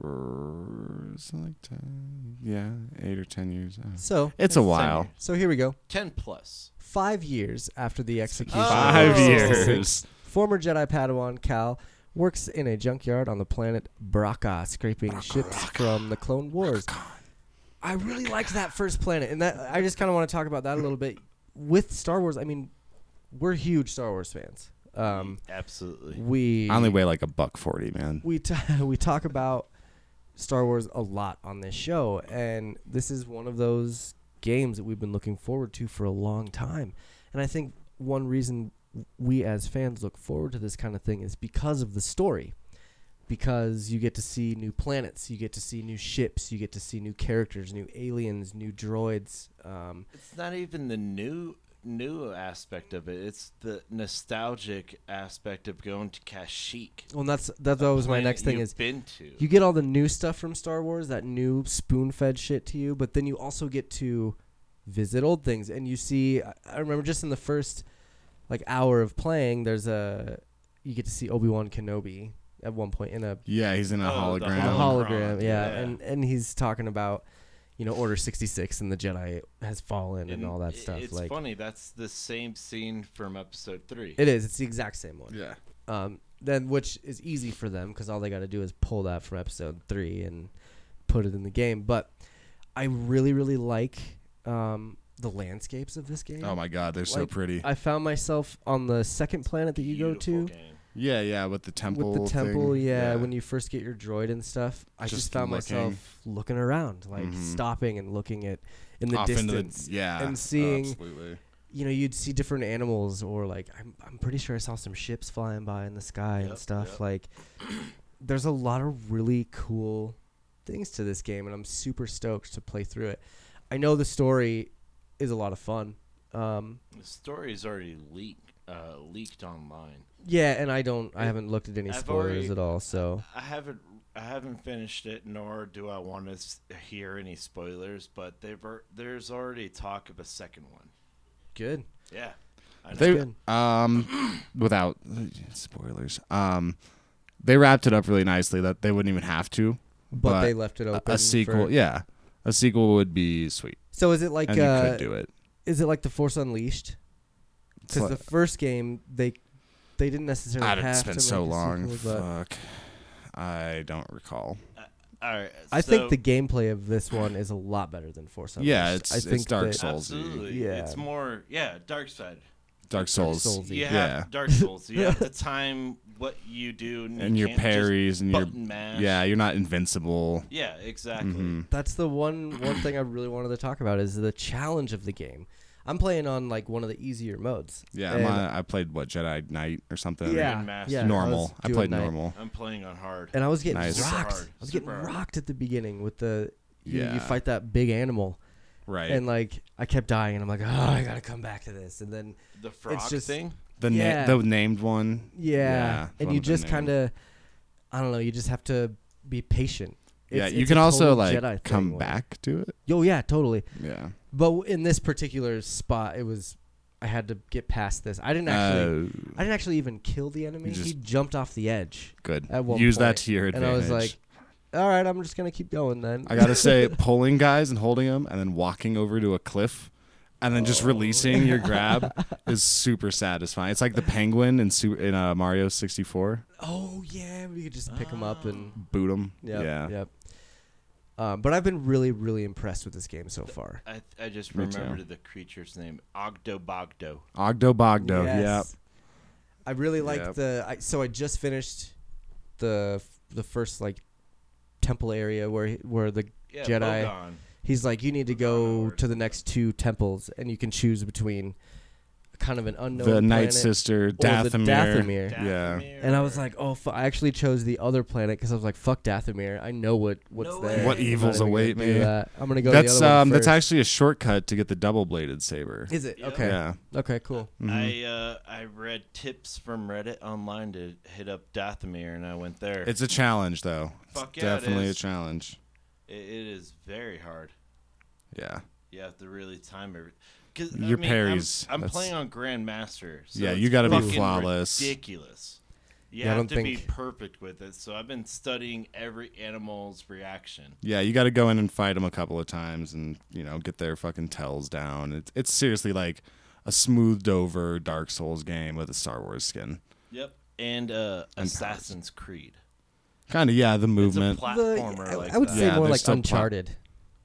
Speaker 3: Er, Is it like 10? Yeah, 8 or 10 years. I don't know.
Speaker 1: So
Speaker 3: It's
Speaker 2: It's
Speaker 3: a
Speaker 2: ten
Speaker 3: while.
Speaker 2: years.
Speaker 1: so here we go.
Speaker 2: Ten plus.
Speaker 1: Five years after the execution, of
Speaker 3: Five
Speaker 1: Order
Speaker 2: Oh.
Speaker 1: 66,
Speaker 3: years.
Speaker 1: former Jedi Padawan Cal works in a junkyard on the planet Braca, scraping ships from the Clone Wars. I really liked that first planet, and that I just kind of want to talk about that a little bit. With Star Wars, I mean, we're huge Star Wars fans. Um,
Speaker 2: Absolutely.
Speaker 1: we
Speaker 3: I only weigh like a buck 40, man.
Speaker 1: we t- we talk about Star Wars a lot on this show, and this is one of those games that we've been looking forward to for a long time. And I think one reason we as fans look forward to this kind of thing is because of the story. Because you get to see new planets, you get to see new ships, you get to see new characters, new aliens, new droids. Um,
Speaker 2: It's not even the new new aspect of it. It's the nostalgic aspect of going to Kashyyyk.
Speaker 1: Well, and that's that's that was my
Speaker 2: planet
Speaker 1: next thing
Speaker 2: you've
Speaker 1: is
Speaker 2: been to.
Speaker 1: you get all the new stuff from Star Wars, that new spoon-fed shit to you, but then you also get to visit old things and you see I- I remember just in the first like hour of playing there's a you get to see Obi-Wan Kenobi at one point in a
Speaker 3: Yeah, he's in a
Speaker 2: Oh, the
Speaker 3: hologram.
Speaker 1: a
Speaker 2: hologram.
Speaker 1: hologram, yeah.
Speaker 2: yeah.
Speaker 1: and and he's talking about you know Order sixty six and the Jedi has fallen and, all that
Speaker 2: i-
Speaker 1: stuff.
Speaker 2: It's
Speaker 1: like
Speaker 2: funny. That's the same scene from episode three.
Speaker 1: it is, it's the exact same one.
Speaker 3: Yeah.
Speaker 1: Um, then which is easy for them because all they got to do is pull that from episode three and put it in the game. But I really really like um the landscapes of this game.
Speaker 3: Oh my god, they're so
Speaker 1: Like,
Speaker 3: pretty.
Speaker 1: I found myself on the second planet that you go to.
Speaker 2: Beautiful game.
Speaker 3: yeah, yeah, with the temple.
Speaker 1: with the temple,
Speaker 3: thing.
Speaker 1: yeah, when you first get your droid and stuff, I just,
Speaker 3: Just
Speaker 1: found
Speaker 3: looking.
Speaker 1: myself looking around, like
Speaker 3: Mhm.
Speaker 1: stopping and looking at in the
Speaker 3: off
Speaker 1: distance.
Speaker 3: into the, yeah,
Speaker 1: and seeing-
Speaker 3: Ah, absolutely.
Speaker 1: You know, you'd see different animals, or like I'm, I'm pretty sure I saw some ships flying by in the sky and
Speaker 2: Yep,
Speaker 1: stuff.
Speaker 2: yep.
Speaker 1: Like, there's a lot of really cool things to this game, and I'm super stoked to play through it. I know the story is a lot of fun. Um,
Speaker 2: The story is already leaked, uh, leaked online.
Speaker 1: yeah, and I don't, I haven't looked at any
Speaker 2: I've
Speaker 1: spoilers
Speaker 2: already-
Speaker 1: at all,
Speaker 3: Uh,
Speaker 1: so
Speaker 2: I haven't I haven't finished it, nor do I want to hear any spoilers. But they've ar- there's already talk of a second one.
Speaker 1: good.
Speaker 2: Yeah, I know.
Speaker 3: uh, They
Speaker 1: good.
Speaker 3: um without spoilers. Um they wrapped it up really nicely that they wouldn't even have to.
Speaker 1: But,
Speaker 3: But
Speaker 1: they left it
Speaker 3: A-
Speaker 1: open.
Speaker 3: a sequel,
Speaker 1: for-
Speaker 3: yeah. A sequel would be sweet.
Speaker 1: So is it like
Speaker 3: and you
Speaker 1: uh,
Speaker 3: could do it.
Speaker 1: is it like the Force Unleashed?
Speaker 3: It's
Speaker 1: Because
Speaker 3: like-
Speaker 1: the first game they they didn't necessarily
Speaker 3: God,
Speaker 1: have
Speaker 3: it's been
Speaker 1: to
Speaker 3: so
Speaker 1: make a
Speaker 3: long.
Speaker 1: sequel, but
Speaker 3: Fuck. I don't recall.
Speaker 2: All right,
Speaker 1: I
Speaker 2: so-
Speaker 1: think the gameplay of this one is a lot better than Force Unleashed.
Speaker 3: Yeah, it's,
Speaker 1: I think
Speaker 3: it's Dark
Speaker 1: that-
Speaker 3: Souls.
Speaker 2: absolutely.
Speaker 1: Yeah.
Speaker 2: it's more yeah, dark side.
Speaker 3: Dark Souls.
Speaker 1: Souls.
Speaker 2: You have
Speaker 3: Yeah.
Speaker 2: dark souls. You have to time what you do and,
Speaker 3: And
Speaker 2: you
Speaker 3: your
Speaker 2: can't just
Speaker 3: parries and your
Speaker 2: button mash.
Speaker 3: Yeah, you're not invincible.
Speaker 2: yeah, exactly.
Speaker 3: Mhm.
Speaker 1: That's the one one thing I really wanted to talk about is the challenge of the game. I'm playing on like one of the easier modes.
Speaker 3: Yeah,
Speaker 1: and-
Speaker 3: I'm on, I played what Jedi Knight or something.
Speaker 1: yeah,
Speaker 2: Master.
Speaker 1: yeah, I was
Speaker 3: normal. I,
Speaker 1: doing
Speaker 3: played
Speaker 1: night.
Speaker 3: normal.
Speaker 2: I'm playing on hard.
Speaker 1: and I was getting
Speaker 3: Nice.
Speaker 1: rocked.
Speaker 2: Super hard.
Speaker 1: I was getting
Speaker 2: Super hard.
Speaker 1: rocked at the beginning with the you, you
Speaker 3: Yeah.
Speaker 1: fight that big animal,
Speaker 3: Right.
Speaker 1: and like I kept dying, and I'm like, oh, I gotta come back to this, and then
Speaker 2: the frog
Speaker 1: just-
Speaker 2: thing.
Speaker 3: the na-
Speaker 1: yeah.
Speaker 3: the named one.
Speaker 1: Yeah.
Speaker 3: Yeah,
Speaker 1: and
Speaker 3: one
Speaker 1: you
Speaker 3: of the
Speaker 1: just
Speaker 3: new-
Speaker 1: kind of, I don't know, you just have to be patient.
Speaker 3: yeah,
Speaker 1: It's-
Speaker 3: you
Speaker 1: it's
Speaker 3: can
Speaker 1: a
Speaker 3: also
Speaker 1: total
Speaker 3: like
Speaker 1: Jedi thing
Speaker 3: come
Speaker 1: where-
Speaker 3: back to it.
Speaker 1: Oh, yeah, totally.
Speaker 3: Yeah.
Speaker 1: But w- in this particular spot, it was, I had to get past this. I didn't actually,
Speaker 3: Uh,
Speaker 1: I didn't actually even kill the enemy.
Speaker 3: You
Speaker 1: he
Speaker 3: just-
Speaker 1: jumped off the edge.
Speaker 3: good.
Speaker 1: at one
Speaker 3: Use
Speaker 1: point,
Speaker 3: that to your
Speaker 1: and
Speaker 3: advantage.
Speaker 1: I was like, all right, I'm just going to keep going then.
Speaker 3: I gotta say, pulling guys and holding them, and then walking over to a cliff, and then
Speaker 1: Oh.
Speaker 3: just releasing your grab is super satisfying. It's like the penguin in Su- in uh, Mario sixty four.
Speaker 1: oh, yeah, we could just pick him up and,
Speaker 3: Boot them.
Speaker 1: yep,
Speaker 3: Ah. yeah.
Speaker 1: Yep. Um, but I've been really, really impressed with this game so far.
Speaker 2: I, I just
Speaker 3: Me too.
Speaker 2: remembered the creature's name, Ogdobogdo.
Speaker 3: Ogdo Bogdo. Yep.
Speaker 1: Yes. I really like
Speaker 3: Yep.
Speaker 1: the. I, so I just finished the the first like temple area where he, where the
Speaker 2: Yeah,
Speaker 1: Jedi.
Speaker 2: Bogon.
Speaker 1: he's like you need to
Speaker 2: Bogon
Speaker 1: go
Speaker 2: or
Speaker 1: to the next two temples and you can choose between kind of an unknown
Speaker 3: the Night
Speaker 1: planet
Speaker 3: Sister
Speaker 1: or the
Speaker 3: Dathomir.
Speaker 1: Dathomir.
Speaker 3: Yeah.
Speaker 2: Dathomir.
Speaker 1: And I was like, oh, fu- I actually chose the other planet because I was like, fuck Dathomir. I know what what's
Speaker 2: No
Speaker 1: there.
Speaker 2: way. What
Speaker 1: I'm not
Speaker 3: evils
Speaker 1: even gonna
Speaker 3: await
Speaker 1: do
Speaker 3: me.
Speaker 1: that. I'm gonna go. to
Speaker 3: That's
Speaker 1: the other
Speaker 3: um.
Speaker 1: one
Speaker 3: That's
Speaker 1: first.
Speaker 3: actually a shortcut to get the double bladed saber.
Speaker 1: Is it
Speaker 2: Yeah.
Speaker 1: okay?
Speaker 3: Yeah.
Speaker 1: Okay, cool.
Speaker 3: Mhm.
Speaker 2: I uh, I read tips from Reddit online to hit up Dathomir, and I went there.
Speaker 3: It's a challenge though.
Speaker 2: Fuck
Speaker 3: it's
Speaker 2: yeah, it
Speaker 3: definitely
Speaker 2: is.
Speaker 3: a challenge.
Speaker 2: It, it is very hard.
Speaker 3: Yeah.
Speaker 2: You have to really time every. Cause, I
Speaker 3: Your
Speaker 2: mean,
Speaker 3: parries,
Speaker 2: I'm, I'm
Speaker 3: that's-
Speaker 2: playing on Grandmaster. So
Speaker 3: Yeah,
Speaker 2: it's
Speaker 3: you gotta be
Speaker 2: fucking
Speaker 3: flawless.
Speaker 2: Ridiculous. You
Speaker 1: Yeah, I
Speaker 2: have
Speaker 1: don't
Speaker 2: to be
Speaker 1: think-
Speaker 2: perfect with it. So I've been studying every animal's reaction.
Speaker 3: Yeah, you got to go in and fight them a couple of times, and you know get their fucking tells down. It's it's seriously like a smoothed over Dark Souls game with a Star Wars skin.
Speaker 2: Yep. And uh,
Speaker 3: And powers.
Speaker 2: Assassin's Creed.
Speaker 3: Kind of yeah,
Speaker 2: It's
Speaker 3: the
Speaker 2: a
Speaker 3: movement.
Speaker 2: platformer
Speaker 1: I,
Speaker 2: like
Speaker 1: I would
Speaker 2: that.
Speaker 1: say
Speaker 3: Yeah,
Speaker 1: more
Speaker 3: they're
Speaker 1: like
Speaker 3: still pop-
Speaker 1: Uncharted,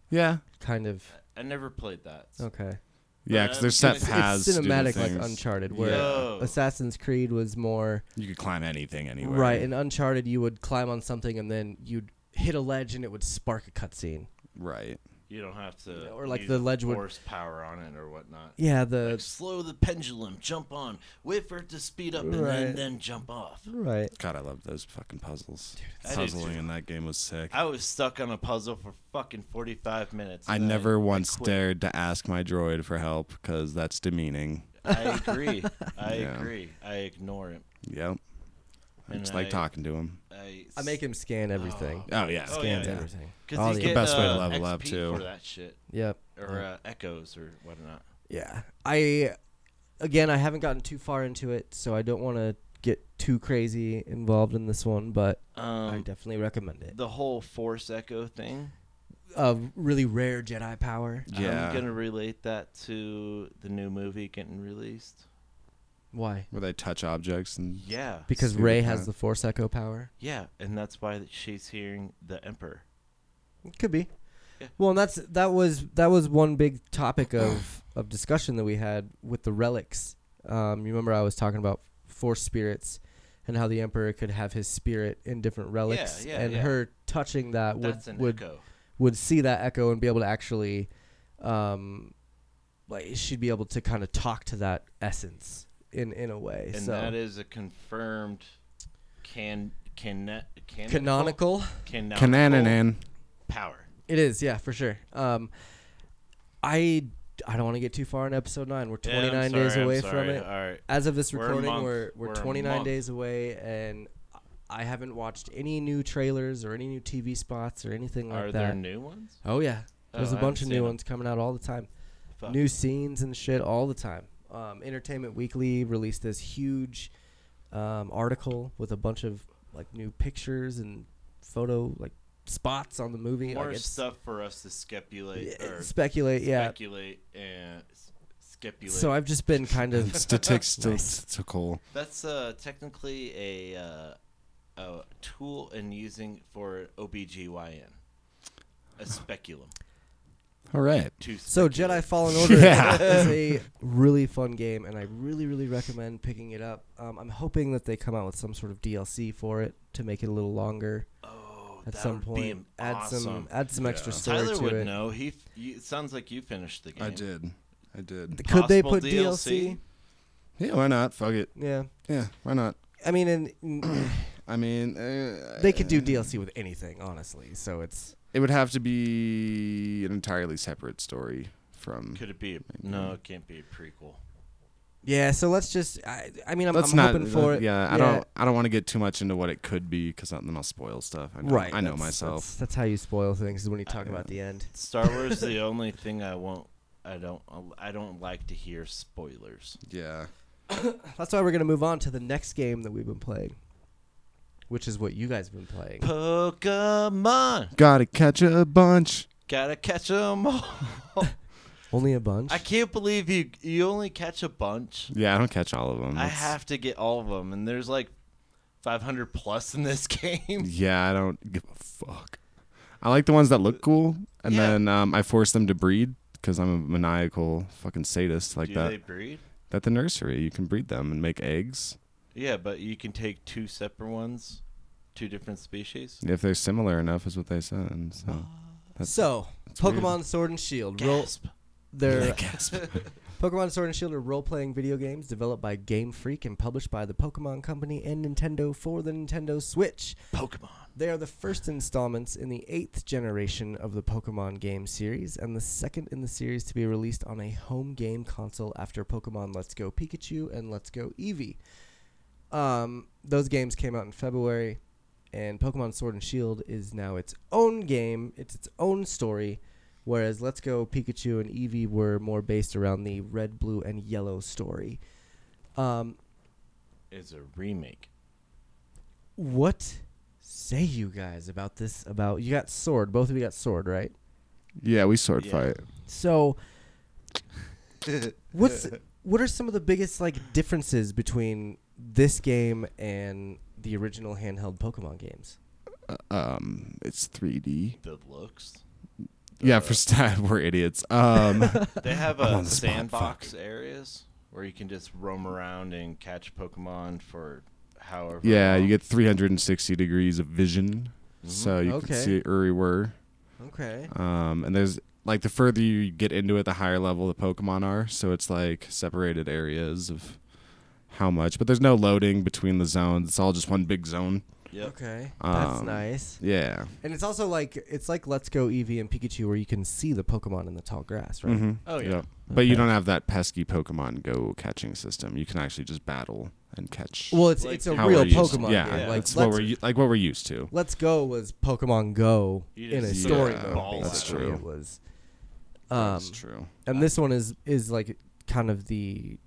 Speaker 3: yeah,
Speaker 1: kind of.
Speaker 2: I never played that. so-
Speaker 1: Okay.
Speaker 3: yeah,
Speaker 2: Uh,
Speaker 3: because there's set
Speaker 2: it's- it's
Speaker 3: paths.
Speaker 1: it's
Speaker 3: to do
Speaker 1: cinematic like
Speaker 3: things.
Speaker 1: Uncharted, where
Speaker 2: Yeah.
Speaker 1: Assassin's Creed was more
Speaker 3: You could climb anything anywhere.
Speaker 1: right. In Uncharted, you would climb on something and then you'd hit a ledge and it would spark a cutscene.
Speaker 3: right.
Speaker 2: You don't have to,
Speaker 1: Yeah, or like
Speaker 2: use
Speaker 1: the Ledgewood-
Speaker 2: force power on it or whatnot.
Speaker 1: Yeah,
Speaker 2: Like,
Speaker 1: the
Speaker 2: slow the pendulum, jump on, wait for it to speed up, and
Speaker 1: Right.
Speaker 2: then, then jump off.
Speaker 1: right.
Speaker 3: God, I love those fucking puzzles.
Speaker 2: I do
Speaker 3: Puzzling
Speaker 2: too.
Speaker 3: in that game was sick.
Speaker 2: I was stuck on a puzzle for fucking 45 minutes.
Speaker 3: I
Speaker 2: and then
Speaker 3: never once
Speaker 2: quit.
Speaker 3: dared to ask my droid for help because that's demeaning.
Speaker 2: I agree. I
Speaker 3: Yeah.
Speaker 2: agree. I ignore it.
Speaker 3: Yep. I
Speaker 2: And
Speaker 3: just like
Speaker 2: I-
Speaker 3: talking to him.
Speaker 2: I,
Speaker 1: I make him scan everything.
Speaker 3: Oh yeah.
Speaker 2: Oh,
Speaker 1: Scans
Speaker 2: yeah.
Speaker 1: everything.
Speaker 2: because
Speaker 1: all
Speaker 2: you
Speaker 1: the-
Speaker 2: get
Speaker 3: The best way to
Speaker 2: uh,
Speaker 3: level up,
Speaker 2: XP
Speaker 3: too.
Speaker 2: for that shit
Speaker 1: Yep.
Speaker 2: or uh, echoes or whatnot.
Speaker 1: Yeah. I again I haven't gotten too far into it, so I don't want to get too crazy involved in this one, but I
Speaker 2: Um,
Speaker 1: definitely recommend it.
Speaker 2: the whole force echo thing.
Speaker 1: A really rare Jedi power.
Speaker 3: Yeah.
Speaker 2: I'm gonna relate that to the new movie getting released.
Speaker 1: Why?
Speaker 3: Where they touch objects and
Speaker 2: Yeah.
Speaker 1: Because
Speaker 3: Super
Speaker 1: Ray
Speaker 3: power.
Speaker 1: has the Force Echo power.
Speaker 2: Yeah, and that's why that she's hearing the Emperor.
Speaker 1: Could be.
Speaker 2: Yeah.
Speaker 1: Well, and that's that was that was one big topic of of discussion that we had with the relics. Um, you remember I was talking about force spirits and how the emperor could have his spirit in different relics,
Speaker 2: yeah,
Speaker 1: and
Speaker 2: yeah.
Speaker 1: her touching that would
Speaker 2: That's an
Speaker 1: would
Speaker 2: echo.
Speaker 1: would see that echo and be able to actually, um, like she'd be able to kind of talk to that essence in in a way.
Speaker 2: And
Speaker 1: so
Speaker 2: that is a confirmed can can canonical
Speaker 1: canonical.
Speaker 2: canonical
Speaker 3: Kanananan.
Speaker 2: power.
Speaker 1: It is, yeah, for sure. Um, I I don't want to get too far in episode nine. We're
Speaker 2: Yeah, I'm
Speaker 1: 29 days
Speaker 2: sorry, I'm
Speaker 1: away from
Speaker 2: sorry.
Speaker 1: it.
Speaker 2: All right.
Speaker 1: As of this
Speaker 2: We're a
Speaker 1: recording,
Speaker 2: month.
Speaker 1: we're we're,
Speaker 2: We're a
Speaker 1: 29
Speaker 2: month.
Speaker 1: days away, and I haven't watched any new trailers or any new TV spots or anything like
Speaker 2: Are
Speaker 1: that.
Speaker 2: there new ones?
Speaker 1: oh yeah, there's
Speaker 2: Oh,
Speaker 1: a
Speaker 2: I
Speaker 1: bunch of
Speaker 2: haven't seen
Speaker 1: new
Speaker 2: 'em.
Speaker 1: ones coming out all the time.
Speaker 2: Fuck.
Speaker 1: New scenes and shit all the time. Um, Entertainment Weekly released this huge um, article with a bunch of like new pictures and photo like spots on the movie.
Speaker 2: more
Speaker 1: like, it's-
Speaker 2: stuff for us to speculate
Speaker 1: Yeah,
Speaker 2: or
Speaker 1: speculate, yeah.
Speaker 2: speculate and s- speculate.
Speaker 1: So I've just been kind of
Speaker 3: Statistical.
Speaker 1: Nice.
Speaker 3: Statistical.
Speaker 2: That's uh, technically a, uh, a tool in using for OBGYN. A speculum.
Speaker 3: All right.
Speaker 2: To
Speaker 1: so Jedi Fallen Order
Speaker 3: Yeah.
Speaker 1: is a really fun game, and I really, really recommend picking it up. Um, I'm hoping that they come out with some sort of DLC for it to make it a little longer
Speaker 2: Oh,
Speaker 1: at
Speaker 2: that
Speaker 1: some
Speaker 2: would
Speaker 1: point.
Speaker 2: Be
Speaker 1: add
Speaker 2: awesome.
Speaker 1: some, add some extra
Speaker 3: Yeah.
Speaker 1: story
Speaker 2: Tyler
Speaker 1: to
Speaker 2: would
Speaker 1: it.
Speaker 2: know. He. F- you, it sounds like you finished the game.
Speaker 3: I did. I did.
Speaker 1: Could they
Speaker 2: Possible
Speaker 1: put DLC?
Speaker 2: DLC?
Speaker 3: Yeah, why not? Fuck it.
Speaker 1: Yeah,
Speaker 3: Yeah, why not?
Speaker 1: I mean, and mm,
Speaker 3: I mean, uh,
Speaker 1: they could do DLC with anything, honestly. So it's
Speaker 3: It would have to be an entirely separate story from.
Speaker 2: Could it be? A, no, it can't be a prequel.
Speaker 1: yeah. So let's just. I, I mean, I'm,
Speaker 3: Let's
Speaker 1: I'm
Speaker 3: not.
Speaker 1: hoping for
Speaker 3: let-
Speaker 1: it.
Speaker 3: yeah, I don't. I don't want to get too much into what it could be because then I'll spoil stuff. I know,
Speaker 1: Right.
Speaker 3: I know
Speaker 1: that's- That's,
Speaker 3: myself.
Speaker 1: that's how you spoil things is when you talk about the end.
Speaker 2: Star Wars is the only thing I won't. I don't. I don't like to hear spoilers.
Speaker 3: Yeah.
Speaker 1: That's why we're gonna move on to the next game that we've been playing, which is what you guys have been playing.
Speaker 2: Pokemon,
Speaker 3: Gotta catch a bunch.
Speaker 2: gotta catch 'em all.
Speaker 1: Only a bunch.
Speaker 2: I can't believe you. You only catch a bunch.
Speaker 3: Yeah, I don't catch all of them.
Speaker 2: I have to get all of them, and there's like 500 plus in this game.
Speaker 3: Yeah, I don't give a fuck. I like the ones that look cool, and
Speaker 2: Yeah.
Speaker 3: then um, I force them to breed because I'm a maniacal fucking sadist like
Speaker 2: Do
Speaker 3: that.
Speaker 2: they breed?
Speaker 3: At the nursery, you can breed them and make eggs
Speaker 2: Yeah, but you can take two separate ones, two different species.
Speaker 3: if they're similar enough, is what they said. So that's-
Speaker 1: so,
Speaker 3: weird.
Speaker 1: Pokemon Sword and Shield. Role,
Speaker 2: Gasp.
Speaker 1: they're
Speaker 3: gasp.
Speaker 1: Pokemon Sword and Shield are role-playing video games developed by Game Freak and published by the Pokemon Company and Nintendo for the Nintendo Switch.
Speaker 2: Pokemon.
Speaker 1: They are the first installments in the eighth generation of the Pokemon game series, and the second in the series to be released on a home game console after Pokemon Let's Go Pikachu and Let's Go Eevee. Um, those games came out in February, and Pokemon Sword and Shield is now its own game. It's its own story, whereas Let's Go Pikachu and Eevee were more based around the red, blue, and yellow story. Um,
Speaker 2: Is a remake.
Speaker 1: what say you guys about this about you got sword both of you got sword right
Speaker 3: yeah, we sword
Speaker 2: Yeah.
Speaker 3: fight.
Speaker 1: so what's what are some of the biggest like differences between this game and the original handheld pokemon games
Speaker 3: Um, it's 3D.
Speaker 2: The looks.
Speaker 3: yeah,
Speaker 2: Uh,
Speaker 3: for stat, we're idiots. Um,
Speaker 2: They have
Speaker 3: I'm on
Speaker 2: a
Speaker 3: the spot,
Speaker 2: sandbox areas where you can just roam around and catch Pokemon for however.
Speaker 3: yeah, you
Speaker 2: long.
Speaker 3: get 360 degrees of vision, so you
Speaker 2: Mm-hmm.
Speaker 1: Okay.
Speaker 3: can see where we were.
Speaker 1: okay
Speaker 3: Um, and there's like the further you get into it, the higher level the Pokemon are. So it's like separated areas of how much, but there's no loading between the zones. It's all just one big zone.
Speaker 2: Yep.
Speaker 1: Okay, that's
Speaker 3: Um,
Speaker 1: nice.
Speaker 3: Yeah.
Speaker 1: And it's also like it's like Let's Go Eevee and Pikachu, where you can see the Pokemon in the tall grass, right?
Speaker 3: Mhm.
Speaker 2: Oh, yeah.
Speaker 3: But you
Speaker 1: Okay.
Speaker 3: don't have that pesky Pokemon Go catching system. You can actually just battle and catch.
Speaker 1: Well, it's
Speaker 2: Like
Speaker 1: it's a
Speaker 2: how
Speaker 1: real
Speaker 3: we're used-
Speaker 1: Pokemon
Speaker 3: yeah,
Speaker 1: game.
Speaker 2: yeah.
Speaker 1: Like
Speaker 3: That's what
Speaker 1: Let's,
Speaker 3: we're u- like what we're used to.
Speaker 1: Let's Go was Pokemon Go
Speaker 2: You
Speaker 1: in a
Speaker 2: just-
Speaker 1: story
Speaker 3: Yeah,
Speaker 1: mode.
Speaker 2: that's
Speaker 1: basically.
Speaker 3: true.
Speaker 1: It was. Um,
Speaker 3: That's true.
Speaker 1: and this one is is like kind of the,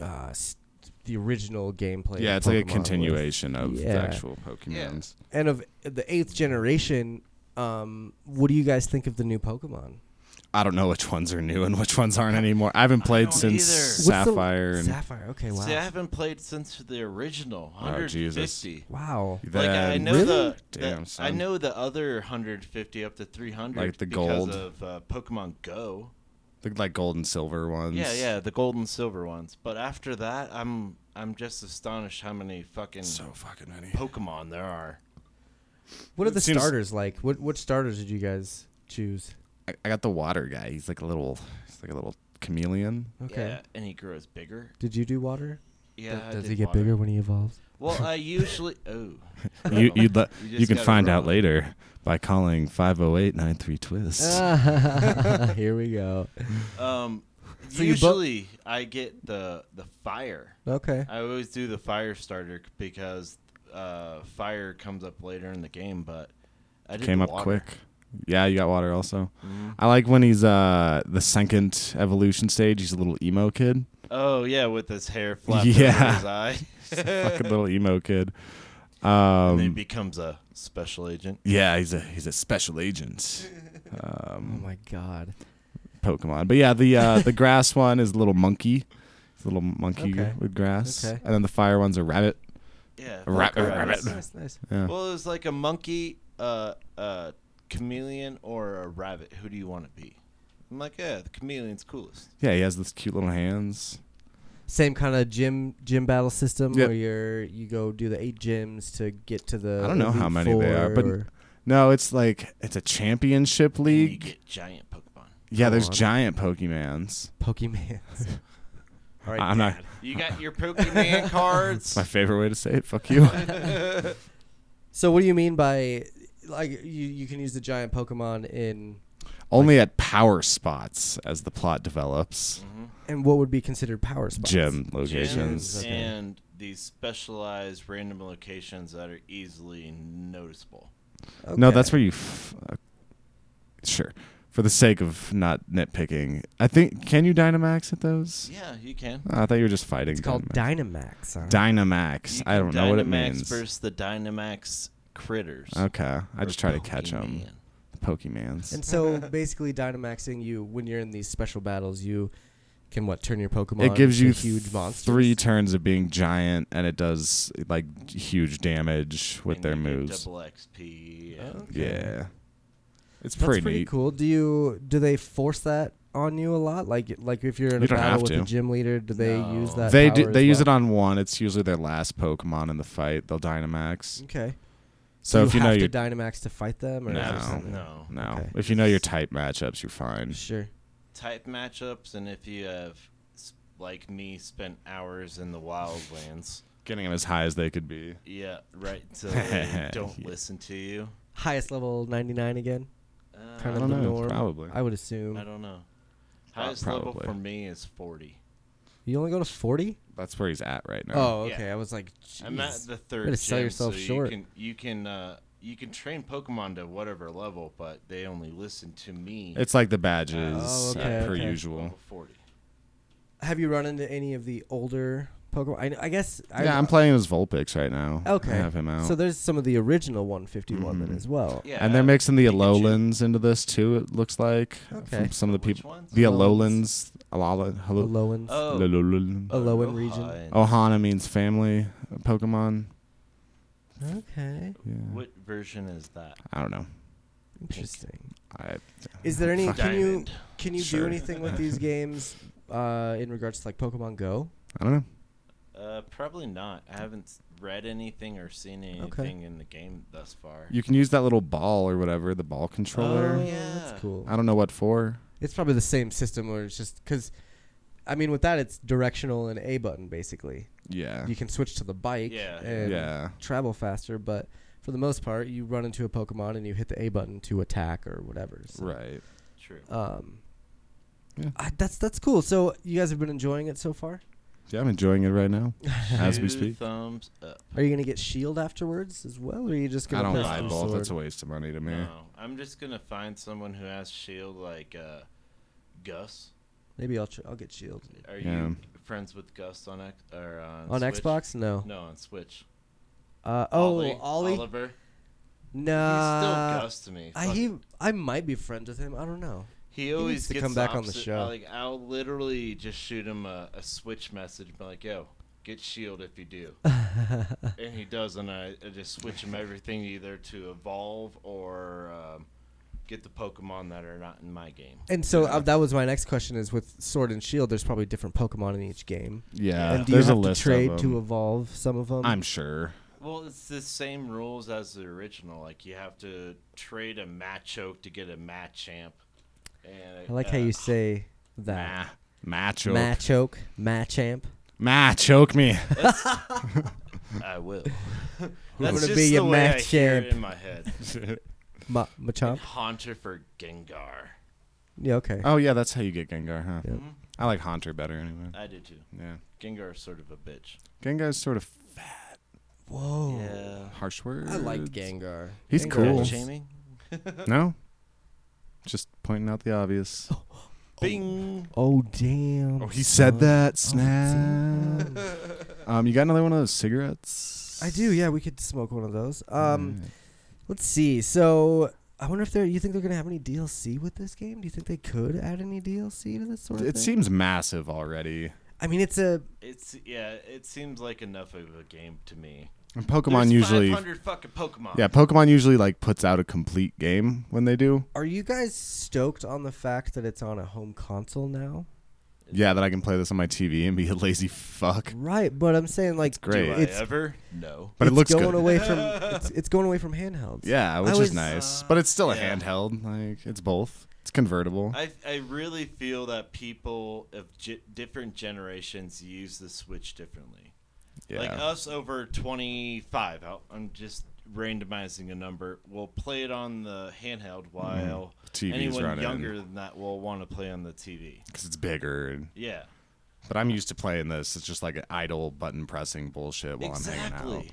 Speaker 1: uh, s the original gameplay.
Speaker 3: Yeah,
Speaker 1: of
Speaker 3: it's like a
Speaker 1: Pokemon was-
Speaker 3: continuation of
Speaker 1: Yeah.
Speaker 3: the actual Pokemons.
Speaker 1: and of the eighth generation. Um, what do you guys think of the new Pokemon?
Speaker 3: I don't know which ones are new and which ones aren't anymore. I haven't played
Speaker 2: don't
Speaker 3: since
Speaker 2: either. What's
Speaker 1: What's the-
Speaker 3: Sapphire and
Speaker 1: Sapphire. Okay. Wow.
Speaker 2: See, I haven't played since the original.
Speaker 3: Oh,
Speaker 2: 150.
Speaker 3: Jesus.
Speaker 1: wow.
Speaker 2: Like I
Speaker 3: then-
Speaker 2: know the, the-
Speaker 3: Damn,
Speaker 2: I
Speaker 3: son.
Speaker 2: know the other 150 up to 300
Speaker 3: Like the
Speaker 2: because
Speaker 3: gold.
Speaker 2: of uh, Pokemon Go.
Speaker 3: the, like gold and silver ones.
Speaker 2: Yeah, yeah, the gold and silver ones. But after that, I'm I'm just astonished how many fucking
Speaker 3: So fucking many.
Speaker 2: Pokemon there are.
Speaker 1: What are
Speaker 3: It
Speaker 1: the
Speaker 3: seems-
Speaker 1: starters like? What what starters did you guys choose?
Speaker 3: I, I got the water guy. He's like a little. He's like a little chameleon.
Speaker 1: Okay.
Speaker 2: Yeah, and he grows bigger.
Speaker 1: Did you do water?
Speaker 2: Yeah. I
Speaker 1: Does
Speaker 2: did
Speaker 1: he get
Speaker 2: water.
Speaker 1: bigger when he evolves?
Speaker 2: Well, I usually. Oh.
Speaker 3: you
Speaker 2: Well,
Speaker 3: you'd le-
Speaker 2: you
Speaker 3: you,
Speaker 2: just
Speaker 3: can
Speaker 2: got it
Speaker 3: find out
Speaker 2: wrong.
Speaker 3: later by calling 508-93 twist.
Speaker 2: Ah,
Speaker 1: Here we go.
Speaker 2: Um,
Speaker 1: So you bo-
Speaker 2: usually I get the the fire.
Speaker 1: Okay.
Speaker 2: I always do the fire starter c- because uh, fire comes up later in the game, but I did
Speaker 3: Came
Speaker 2: the
Speaker 3: up
Speaker 2: water.
Speaker 3: quick. Yeah, you got water also.
Speaker 2: Mhm.
Speaker 3: I like when he's uh the second evolution stage. He's a little emo kid,
Speaker 2: Oh yeah, with his hair flapped over
Speaker 3: Yeah.
Speaker 2: his eye.
Speaker 3: fucking little emo kid.
Speaker 2: and then he
Speaker 3: Um,
Speaker 2: becomes a special agent.
Speaker 3: yeah, he's a he's a special agent. Um,
Speaker 1: Oh my god.
Speaker 3: Pokemon. But yeah, the uh, the grass one is a little monkey. It's a little monkey
Speaker 1: Okay.
Speaker 3: with grass.
Speaker 1: Okay.
Speaker 3: And then the fire one's a rabbit.
Speaker 2: Yeah.
Speaker 3: A ra-
Speaker 2: fuck
Speaker 3: a
Speaker 2: rabbits.
Speaker 3: rabbit.
Speaker 1: Nice, nice.
Speaker 3: Yeah.
Speaker 2: Well, it was like a monkey, uh, a chameleon, or a rabbit. Who do you want to be? I'm like, yeah, the chameleon's coolest.
Speaker 3: yeah, he has this cute little hands.
Speaker 1: Same kind of gym gym battle system
Speaker 3: Yep.
Speaker 1: where you're you go do the eight gyms to get to the.
Speaker 3: I don't know how
Speaker 1: Elite
Speaker 3: many they
Speaker 1: Four
Speaker 3: are, but
Speaker 1: or-
Speaker 3: No, it's like it's a championship
Speaker 2: And you
Speaker 3: league.
Speaker 2: get giant Pokemon.
Speaker 3: Yeah,
Speaker 1: Go
Speaker 3: there's
Speaker 1: on.
Speaker 3: giant Pokemans.
Speaker 1: Pokemon. All right.
Speaker 3: I'm not.
Speaker 2: You got your Pokemon cards.
Speaker 3: It's my favorite way to say it. Fuck you.
Speaker 1: So what do you mean by like you you can use the giant Pokemon in
Speaker 3: Only at power spots as the plot develops.
Speaker 2: Mhm.
Speaker 1: and what would be considered power spots?
Speaker 3: Gym locations.
Speaker 2: Gyms
Speaker 1: okay.
Speaker 2: and these specialized random locations that are easily noticeable.
Speaker 3: No,
Speaker 1: Okay.
Speaker 3: that's where you. F- uh, sure. For the sake of not nitpicking, I think can you Dynamax at those? Oh,
Speaker 2: Yeah, you can.
Speaker 3: I thought you were just fighting.
Speaker 1: It's called
Speaker 3: Dynamax.
Speaker 1: Dynamax. huh?
Speaker 3: Dynamax.
Speaker 2: You
Speaker 3: I
Speaker 2: can
Speaker 3: don't know what it
Speaker 2: Dynamax
Speaker 3: means.
Speaker 2: versus the Dynamax critters.
Speaker 3: Okay, I
Speaker 2: or
Speaker 3: just try to catch them.
Speaker 2: Pokemon.
Speaker 3: Pokemans.
Speaker 1: and so basically, Dynamaxing you when you're in these special battles, you can what turn your Pokemon?
Speaker 3: it gives
Speaker 1: into
Speaker 3: you
Speaker 1: huge
Speaker 3: th-
Speaker 1: monsters.
Speaker 3: Three turns of being giant, and it does like huge damage with
Speaker 2: And
Speaker 3: their
Speaker 2: you get
Speaker 3: moves.
Speaker 2: Double XP.
Speaker 1: Oh,
Speaker 2: And
Speaker 1: okay.
Speaker 3: Yeah, it's
Speaker 1: That's
Speaker 3: pretty,
Speaker 1: pretty,
Speaker 3: neat.
Speaker 1: cool. Do you do they force that on you a lot? Like like if you're in
Speaker 3: You
Speaker 1: a
Speaker 3: don't
Speaker 1: battle
Speaker 3: have
Speaker 1: with a
Speaker 3: to.
Speaker 1: gym leader, do they
Speaker 2: No.
Speaker 1: use that?
Speaker 3: They
Speaker 1: power
Speaker 3: do,
Speaker 1: as
Speaker 3: they use it
Speaker 1: well?
Speaker 3: on one. It's usually their last Pokemon in the fight. They'll Dynamax.
Speaker 1: Okay.
Speaker 3: So
Speaker 1: do
Speaker 3: if you know
Speaker 1: have
Speaker 3: your
Speaker 1: to Dynamax to fight them, or
Speaker 3: No.
Speaker 1: just-
Speaker 2: No.
Speaker 3: no,
Speaker 1: Okay.
Speaker 3: if you know your type matchups, you're fine.
Speaker 1: Sure.
Speaker 2: Type matchups, and if you have, s- like me, spent hours in the wildlands.
Speaker 3: Getting them as high as they could be.
Speaker 2: Yeah, right. So they don't
Speaker 3: Yeah.
Speaker 2: listen to you.
Speaker 1: Highest level ninety nine again.
Speaker 2: Uh,
Speaker 1: Kind
Speaker 3: I
Speaker 1: of
Speaker 3: don't
Speaker 1: the
Speaker 3: know,
Speaker 1: norm.
Speaker 3: probably.
Speaker 1: I would assume.
Speaker 2: I don't know.
Speaker 3: Prob-
Speaker 2: Highest level
Speaker 3: probably.
Speaker 2: for me is 40.
Speaker 1: You only go to forty?
Speaker 3: That's where he's at right now.
Speaker 1: Oh,
Speaker 2: Yeah.
Speaker 1: okay. I was like,
Speaker 2: I'm at
Speaker 1: "Jeez."
Speaker 2: the third.
Speaker 1: Way to sell
Speaker 2: gym,
Speaker 1: yourself
Speaker 2: so
Speaker 1: short.
Speaker 2: You can you can uh, you can train Pokemon to whatever level, but they only listen to me.
Speaker 3: It's like the badges
Speaker 1: Oh,
Speaker 3: uh,
Speaker 1: okay,
Speaker 3: per
Speaker 1: okay.
Speaker 3: usual.
Speaker 2: level 40.
Speaker 1: Have you run into any of the older Pokemon? I, I guess. I,
Speaker 3: yeah, I'm playing as Vulpix right now.
Speaker 1: Okay.
Speaker 3: I have him out.
Speaker 1: So there's some of the original 151 then
Speaker 3: Mhm.
Speaker 1: as well.
Speaker 2: Yeah,
Speaker 3: and they're mixing the
Speaker 2: Pikachu.
Speaker 3: Alolans into this too. It looks like
Speaker 1: Okay.
Speaker 3: from some of the
Speaker 2: Which
Speaker 3: people.
Speaker 2: ones?
Speaker 3: The
Speaker 1: Alolans.
Speaker 3: Alolans, Alolan, hello,
Speaker 1: Alolan.
Speaker 2: Oh.
Speaker 3: Alolololon.
Speaker 1: Alolan
Speaker 2: Alolan.
Speaker 1: region.
Speaker 3: Ohana means family uh, Pokemon.
Speaker 1: Okay.
Speaker 3: Yeah.
Speaker 2: What version is that?
Speaker 3: I don't know.
Speaker 1: Interesting.
Speaker 3: I
Speaker 1: Is there any? Can you
Speaker 2: Diamond.
Speaker 1: can you
Speaker 3: Sure.
Speaker 1: do anything with these games uh, in regards to like Pokemon Go?
Speaker 3: I don't know.
Speaker 2: Uh, Uh, probably not. I haven't s- read anything or seen anything in the game thus far.
Speaker 3: You can use that little ball or whatever, the ball controller.
Speaker 2: Oh, yeah.
Speaker 1: that's cool.
Speaker 3: I don't know what for.
Speaker 1: It's probably the same system where it's just because, I mean, with that it's directional and A button basically.
Speaker 3: Yeah.
Speaker 1: You can switch to the bike
Speaker 2: Yeah.
Speaker 1: and
Speaker 3: yeah.
Speaker 1: travel faster, but for the most part, you run into a Pokemon and you hit the A button to attack or whatever. So,
Speaker 3: Right.
Speaker 2: True.
Speaker 1: Um,
Speaker 3: Yeah.
Speaker 1: I, that's that's cool. So you guys have been enjoying it so far.
Speaker 3: Yeah, I'm enjoying it right now as we
Speaker 2: Two
Speaker 3: speak.
Speaker 2: Thumbs up.
Speaker 1: Are you gonna get Shield afterwards as well, or are you just gonna?
Speaker 3: I don't
Speaker 1: play
Speaker 3: buy
Speaker 1: some
Speaker 3: both.
Speaker 1: sword?
Speaker 3: That's a waste of money to me.
Speaker 2: No, I'm just gonna find someone who has shield like uh, Gus.
Speaker 1: Maybe I'll tr- I'll get Shield
Speaker 2: Are
Speaker 3: Yeah.
Speaker 2: you friends with Gus on X or uh, on
Speaker 1: on
Speaker 2: Switch?
Speaker 1: Xbox. No.
Speaker 2: No, on Switch.
Speaker 1: Uh, oh, Ollie.
Speaker 2: Oliver. He's
Speaker 1: Nah.
Speaker 2: still Gus to me.
Speaker 1: I
Speaker 2: Fuck
Speaker 1: he I might be friends with him. I don't know.
Speaker 2: He always
Speaker 1: needs to
Speaker 2: gets
Speaker 1: come back on the
Speaker 2: opposite-
Speaker 1: show.
Speaker 2: Like I'll literally just shoot him a, a switch message, and be like, "Yo, get shield E if you do," and he does, and I, I just switch him everything either to evolve or um, get the Pokemon that are not in my game.
Speaker 1: And so uh, that was my next question: is with Sword and Shield, there's probably different Pokemon in each game.
Speaker 3: Yeah.
Speaker 1: and do
Speaker 3: There's
Speaker 1: you have
Speaker 3: a list
Speaker 1: to trade
Speaker 3: of them.
Speaker 1: to evolve some of them?
Speaker 3: I'm sure.
Speaker 2: Well, it's the same rules as the original. Like you have to trade a Machoke to get a Machamp. And,
Speaker 1: I like how
Speaker 2: uh,
Speaker 1: you say
Speaker 3: Nah.
Speaker 1: that.
Speaker 3: Machoke.
Speaker 1: Machoke, Machamp.
Speaker 3: Ma, choke me.
Speaker 2: I will.
Speaker 1: gonna
Speaker 2: That's
Speaker 1: be
Speaker 2: just
Speaker 1: your
Speaker 2: the way I hear it
Speaker 1: Machamp?
Speaker 2: in my head.
Speaker 1: Ma- Machamp.
Speaker 2: Haunter for Gengar.
Speaker 1: Yeah. Okay.
Speaker 3: oh yeah, that's how you get Gengar, huh?
Speaker 1: Yeah.
Speaker 2: Mhm.
Speaker 3: I like Haunter better anyway.
Speaker 2: I do too.
Speaker 3: Yeah.
Speaker 2: Gengar is sort of a bitch.
Speaker 3: Gengar's sort of
Speaker 1: Whoa.
Speaker 3: harsh word.
Speaker 1: I liked Gengar.
Speaker 3: He's
Speaker 1: Gengar
Speaker 3: cool.
Speaker 1: was-
Speaker 2: Shaming?
Speaker 3: No. Just pointing out the obvious.
Speaker 2: Bing.
Speaker 1: Oh damn. Oh,
Speaker 3: Oh, he said that. Snap.
Speaker 1: damn.
Speaker 3: um, you got another one of those cigarettes?
Speaker 1: I do. Yeah, we could smoke one of those. Um,
Speaker 3: Alright.
Speaker 1: let's see. So I wonder if they're. You think they're gonna have any DLC with this game? Do you think they could add any DLC to this sort of
Speaker 3: it
Speaker 1: thing?
Speaker 3: seems massive already.
Speaker 1: I mean, it's a.
Speaker 2: It's yeah. It seems like enough of a game to me.
Speaker 3: And Pokemon
Speaker 2: There's
Speaker 3: usually,
Speaker 2: 500 fucking Pokemon.
Speaker 3: yeah, Pokemon usually like puts out a complete game when they do.
Speaker 1: Are you guys stoked on the fact that it's on a home console now?
Speaker 3: Yeah, that I can play this on my TV and be a lazy fuck.
Speaker 1: Right, but I'm saying like
Speaker 3: It's great.
Speaker 2: Do I
Speaker 1: It's-
Speaker 2: ever? No.
Speaker 3: But it
Speaker 1: it's
Speaker 3: looks
Speaker 1: going
Speaker 3: good.
Speaker 1: away from it's, it's going away from handhelds.
Speaker 3: Yeah, which
Speaker 1: I
Speaker 3: is
Speaker 1: was- uh,
Speaker 3: nice, but it's still
Speaker 2: Yeah.
Speaker 3: a handheld. Like it's both. It's convertible.
Speaker 2: I I really feel that people of ge- different generations use the Switch differently.
Speaker 3: yeah.
Speaker 2: Like
Speaker 1: uh,
Speaker 2: us over 25, I'll- I'm just randomizing a number. We'll play it on the handheld while
Speaker 3: TV's
Speaker 2: anyone
Speaker 3: Mm-hmm. running.
Speaker 2: younger than that will want to play on the TV.
Speaker 3: because it's bigger. And,
Speaker 2: Yeah.
Speaker 3: but I'm used to playing this. It's just like an idle button pressing bullshit while I'm hanging out.
Speaker 2: exactly.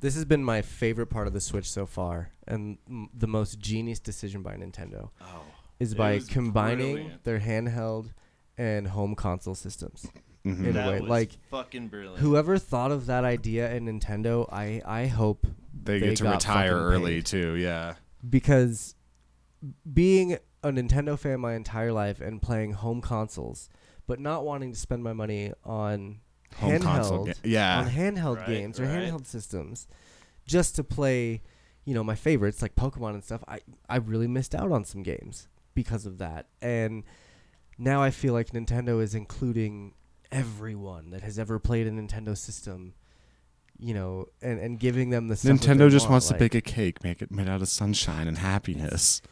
Speaker 1: This has been my favorite part of the Switch so far, and m- the most genius decision by Nintendo
Speaker 2: Oh.
Speaker 1: is
Speaker 2: It
Speaker 1: by
Speaker 2: was
Speaker 1: combining
Speaker 2: brilliant.
Speaker 1: their handheld and home console systems.
Speaker 3: Mhm.
Speaker 1: In a
Speaker 2: That
Speaker 1: way,
Speaker 2: was
Speaker 1: like
Speaker 2: fucking brilliant.
Speaker 1: whoever thought of that idea in Nintendo, I I hope
Speaker 3: They,
Speaker 1: They
Speaker 3: get to
Speaker 1: got
Speaker 3: retire
Speaker 1: fucking
Speaker 3: early
Speaker 1: paid.
Speaker 3: too. Yeah.
Speaker 1: because being a Nintendo fan my entire life and playing home consoles, but not wanting to spend my money on
Speaker 3: Home
Speaker 1: handheld,
Speaker 3: console. ga- yeah.
Speaker 1: on handheld
Speaker 2: Right,
Speaker 1: games or
Speaker 2: right.
Speaker 1: handheld systems just to play, you know, my favorites like Pokemon and stuff. I, I really missed out on some games because of that. And now I feel like Nintendo is including everyone that has ever played a Nintendo system, you know, and, and giving them the stuff that
Speaker 3: Nintendo
Speaker 1: they
Speaker 3: just
Speaker 1: want,
Speaker 3: wants
Speaker 1: like-
Speaker 3: to bake a cake, make it made out of sunshine and happiness.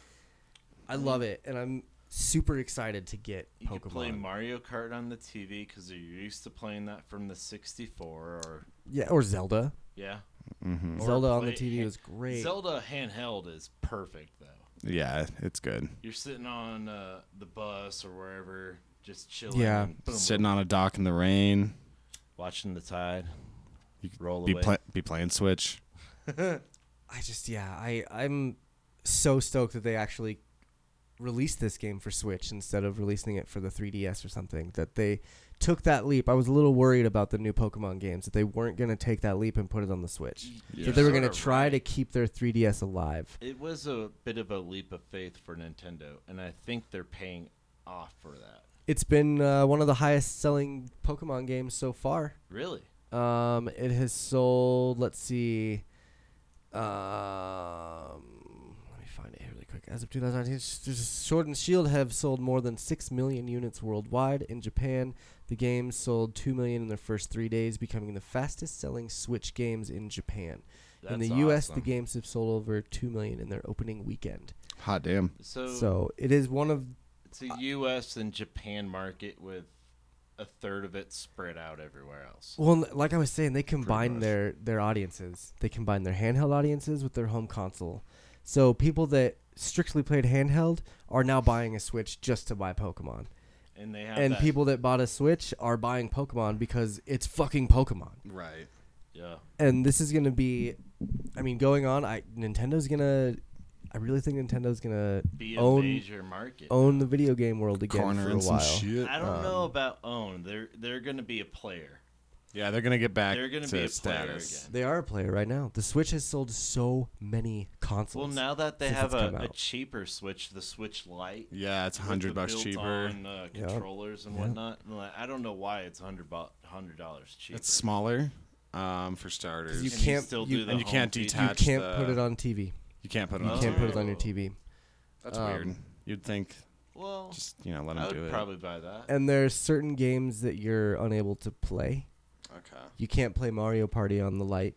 Speaker 1: I love it, and I'm super excited to get
Speaker 2: you
Speaker 1: Pokemon.
Speaker 2: could play Mario Kart on the TV because you're used to playing that from the 64 or
Speaker 1: yeah, or Zelda.
Speaker 2: yeah.
Speaker 3: hmm
Speaker 2: Or
Speaker 1: Zelda on the
Speaker 2: play
Speaker 1: TV
Speaker 2: ha-
Speaker 1: was great.
Speaker 2: Zelda handheld is perfect though.
Speaker 3: Yeah, it's good.
Speaker 2: You're sitting on uh, the bus or wherever, just chilling.
Speaker 1: Yeah.
Speaker 2: and boom,
Speaker 3: Sitting on a dock in the rain,
Speaker 2: watching the tide
Speaker 3: You could
Speaker 2: roll
Speaker 3: be
Speaker 2: away.
Speaker 3: pla- be playing Switch.
Speaker 1: I just yeah, I I'm so stoked that they actually released this game for Switch instead of releasing it for the 3DS or something. That they took that leap. I was a little worried about the new Pokemon games that they weren't gonna take that leap and put it on the Switch.
Speaker 2: You're
Speaker 1: That they were
Speaker 2: sorta
Speaker 1: gonna try to
Speaker 2: right.
Speaker 1: keep their 3DS alive.
Speaker 2: It was a bit of a leap of faith for Nintendo, and I think they're paying off for that.
Speaker 1: It's been uh, one of the highest selling Pokemon games so far.
Speaker 2: Really?
Speaker 1: Um, it has sold. Let's see. Um, let me find it here really quick. As of 2019, s- s- Sword and Shield have sold more than 6 million units worldwide. In Japan, the game sold 2 million in their first three days, becoming the fastest selling Switch games in Japan. in the
Speaker 2: That's
Speaker 1: US, the
Speaker 2: awesome.
Speaker 1: games have sold over 2 million in their opening weekend.
Speaker 3: Hot damn.
Speaker 2: So,
Speaker 1: so it is one of.
Speaker 2: it's a U.S. and Japan market with a third of it spread out everywhere else.
Speaker 1: Well, n- like I was saying, they combine
Speaker 3: much.
Speaker 1: their, their audiences. They combine their handheld audiences with their home console. So people that strictly played handheld are now buying a Switch just to buy Pokemon.
Speaker 2: And they have
Speaker 1: and
Speaker 2: that-
Speaker 1: people that bought a Switch are buying Pokemon because it's fucking Pokemon.
Speaker 3: Right.
Speaker 2: Yeah.
Speaker 1: And this is gonna be, I mean, going on. I Nintendo's gonna, I really think Nintendo's gonna
Speaker 2: Be a
Speaker 1: own
Speaker 2: major market.
Speaker 1: own the video game world again for a
Speaker 3: Cornering some
Speaker 1: while.
Speaker 3: shit.
Speaker 2: I don't
Speaker 1: um,
Speaker 2: know about own. They're they're going to be a player.
Speaker 3: Yeah, they're gonna get back.
Speaker 2: They're gonna
Speaker 3: to
Speaker 2: be a player
Speaker 3: status.
Speaker 2: again.
Speaker 1: They are a player right now. The Switch has sold so many
Speaker 2: Well,
Speaker 1: consoles.
Speaker 2: now that they
Speaker 1: since it's
Speaker 2: have a,
Speaker 1: come
Speaker 2: a
Speaker 1: out.
Speaker 2: cheaper Switch, the Switch Lite.
Speaker 3: Yeah, it's
Speaker 2: with
Speaker 3: hundred
Speaker 2: the
Speaker 3: bucks cheaper.
Speaker 2: built-on, uh,
Speaker 1: Yep.
Speaker 2: controllers and
Speaker 1: Yep.
Speaker 2: whatnot. And, like, I don't know why it's hundred hundred dollars cheaper.
Speaker 3: It's smaller, um, for starters.
Speaker 1: you
Speaker 2: And
Speaker 1: can't-
Speaker 2: still
Speaker 1: you-
Speaker 2: do the
Speaker 3: and you
Speaker 2: home
Speaker 3: can't
Speaker 2: theater.
Speaker 1: you
Speaker 3: detach-
Speaker 1: can't
Speaker 3: the-
Speaker 1: put it on TV.
Speaker 3: You can't put it
Speaker 1: You
Speaker 3: on.
Speaker 1: can't
Speaker 3: TV.
Speaker 1: put it on your TV.
Speaker 3: That's
Speaker 1: um,
Speaker 3: weird. You'd think
Speaker 2: Well,
Speaker 3: just you know let
Speaker 2: I
Speaker 3: them do
Speaker 2: would
Speaker 3: it.
Speaker 2: probably buy that.
Speaker 1: And there are certain games that you're unable to play.
Speaker 3: Okay.
Speaker 1: You can't play Mario Party on the light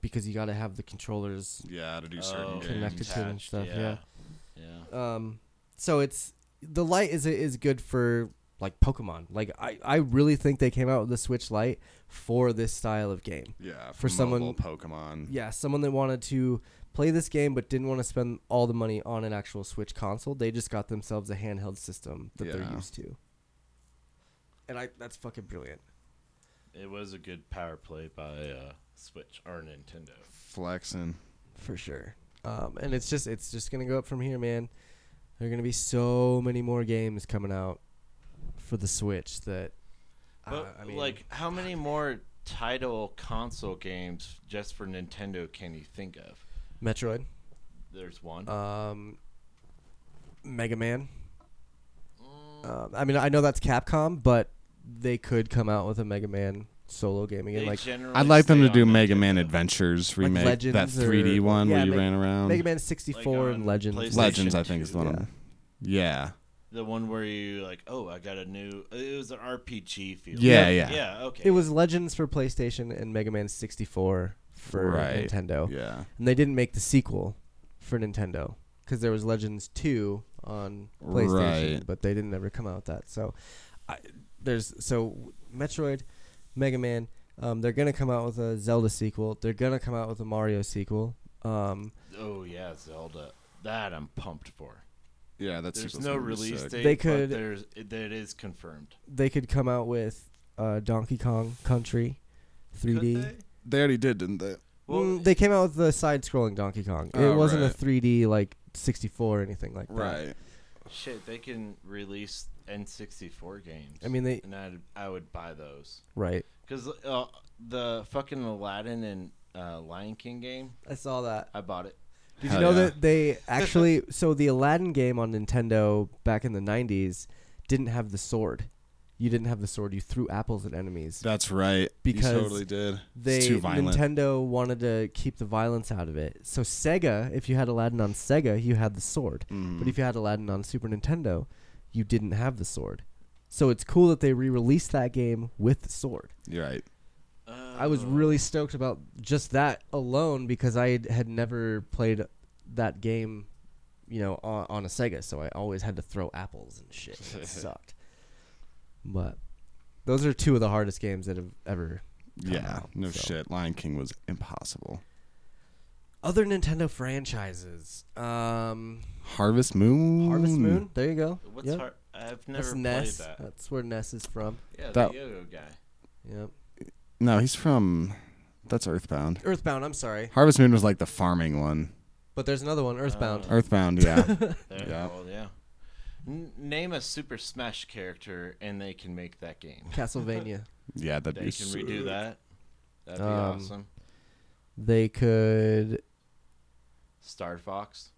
Speaker 1: because you got to have the controllers
Speaker 3: Yeah, to do
Speaker 2: Oh,
Speaker 3: certain
Speaker 1: Connected
Speaker 3: games.
Speaker 1: to and stuff, yeah.
Speaker 2: yeah.
Speaker 1: Um, so it's the light is is good for like Pokemon. Like I, I really think they came out with the Switch Lite for this style of game.
Speaker 3: Yeah, for,
Speaker 1: For someone-
Speaker 3: mobile Pokemon.
Speaker 1: Yeah, someone that wanted to play this game but didn't want to spend all the money on an actual Switch console, they just got themselves a handheld system that they're
Speaker 3: Yeah.
Speaker 1: used to. And I that's fucking brilliant.
Speaker 2: It was a good power play by uh, Switch or Nintendo.
Speaker 3: Flexing.
Speaker 1: for sure. Um, and it's just it's just gonna go up from here, man. There are gonna be so many more games coming out for the Switch that.
Speaker 2: But
Speaker 1: uh, I mean,
Speaker 2: like, how many more title console games just for Nintendo can you think of?
Speaker 1: Metroid,
Speaker 2: There's one.
Speaker 1: um, Mega Man.
Speaker 2: Mm.
Speaker 1: Um, I mean, I know that's Capcom, but they could come out with a Mega Man solo game again,
Speaker 2: They
Speaker 1: like
Speaker 2: generally
Speaker 3: I'd like them
Speaker 2: stay
Speaker 3: to do
Speaker 2: on
Speaker 3: Mega
Speaker 2: Nintendo.
Speaker 3: Man Adventures remake,
Speaker 1: Legends
Speaker 3: that
Speaker 1: or-
Speaker 3: 3D one
Speaker 1: yeah,
Speaker 3: where you
Speaker 1: Meg-
Speaker 3: ran around.
Speaker 1: Mega Man 64
Speaker 2: Like on
Speaker 1: and Legends.
Speaker 2: PlayStation.
Speaker 3: Legends, I think, is the one.
Speaker 1: Yeah.
Speaker 3: I'm- Yeah,
Speaker 2: The one where you like, oh, I got a new. It was an RPG feel.
Speaker 3: Yeah, yeah.
Speaker 2: yeah. Okay.
Speaker 1: It was Legends for PlayStation and Mega Man 64 for
Speaker 3: Right.
Speaker 1: Nintendo.
Speaker 3: yeah,
Speaker 1: and they didn't make the sequel for Nintendo because there was Legends Two on PlayStation,
Speaker 3: Right.
Speaker 1: but they didn't ever come out with that. So I, there's so Metroid, Mega Man. Um, they're gonna come out with a Zelda sequel. They're gonna come out with a Mario sequel. Um,
Speaker 2: Oh yeah, Zelda. That I'm pumped for.
Speaker 3: yeah. That's
Speaker 2: there's no release date.
Speaker 1: They
Speaker 2: but
Speaker 1: could-
Speaker 2: There's it, that is confirmed.
Speaker 1: they could come out with uh, Donkey Kong Country, 3D.
Speaker 2: Could
Speaker 1: Mm,
Speaker 2: they?
Speaker 3: They already did, didn't they?
Speaker 1: They?
Speaker 2: Well,
Speaker 1: came out with the side-scrolling Donkey Kong. it
Speaker 3: Oh,
Speaker 1: wasn't
Speaker 3: right.
Speaker 1: a 3D like 64 or anything like that.
Speaker 3: Right.
Speaker 2: shit, they can release N64 games.
Speaker 1: I mean, they
Speaker 2: and I'd, I would buy those
Speaker 1: right.
Speaker 2: because uh, the fucking Aladdin and uh, Lion King game,
Speaker 1: I saw that.
Speaker 2: I bought it.
Speaker 1: Did
Speaker 3: Hell
Speaker 1: you know
Speaker 3: yeah.
Speaker 1: that they actually so the Aladdin game on Nintendo back in the 90s didn't have the sword. You didn't have the sword. You threw apples at enemies.
Speaker 3: That's right.
Speaker 1: Because
Speaker 3: you totally did.
Speaker 1: They
Speaker 3: it's too violent.
Speaker 1: Nintendo wanted to keep the violence out of it. So Sega, if you had Aladdin on Sega, you had the sword.
Speaker 3: Mm.
Speaker 1: But if you had Aladdin on Super Nintendo, you didn't have the sword. So it's cool that they re-released that game with the sword.
Speaker 3: You're right.
Speaker 1: I was really stoked about just that alone because I had- had never played that game, you know, on, on a Sega, so I always had to throw apples and shit. and It sucked. But those are two of the hardest games that have ever. Come
Speaker 3: Yeah.
Speaker 1: out,
Speaker 3: no
Speaker 1: so.
Speaker 3: shit. Lion King was impossible.
Speaker 1: Other Nintendo franchises. Um,
Speaker 3: Harvest Moon.
Speaker 1: Harvest Moon. There you go.
Speaker 2: What's
Speaker 1: Yep.
Speaker 2: hard? I've never
Speaker 1: That's E
Speaker 2: played
Speaker 1: Ness.
Speaker 2: that.
Speaker 1: That's where Ness is from.
Speaker 2: yeah,
Speaker 3: that-
Speaker 2: the yo-yo guy.
Speaker 1: Yep.
Speaker 3: No, he's from. That's Earthbound.
Speaker 1: Earthbound. I'm sorry,
Speaker 3: Harvest Moon was like the farming one.
Speaker 1: but there's another one. Earthbound.
Speaker 2: Oh.
Speaker 3: Earthbound, yeah.
Speaker 2: There,
Speaker 3: Yeah.
Speaker 2: well, yeah. N- name a Super Smash character, and they can make that game.
Speaker 1: Castlevania.
Speaker 3: yeah, that'd
Speaker 2: They
Speaker 3: be
Speaker 2: can redo
Speaker 3: sick.
Speaker 2: that. That'd be
Speaker 1: Um,
Speaker 2: awesome.
Speaker 1: They could.
Speaker 2: Star Fox.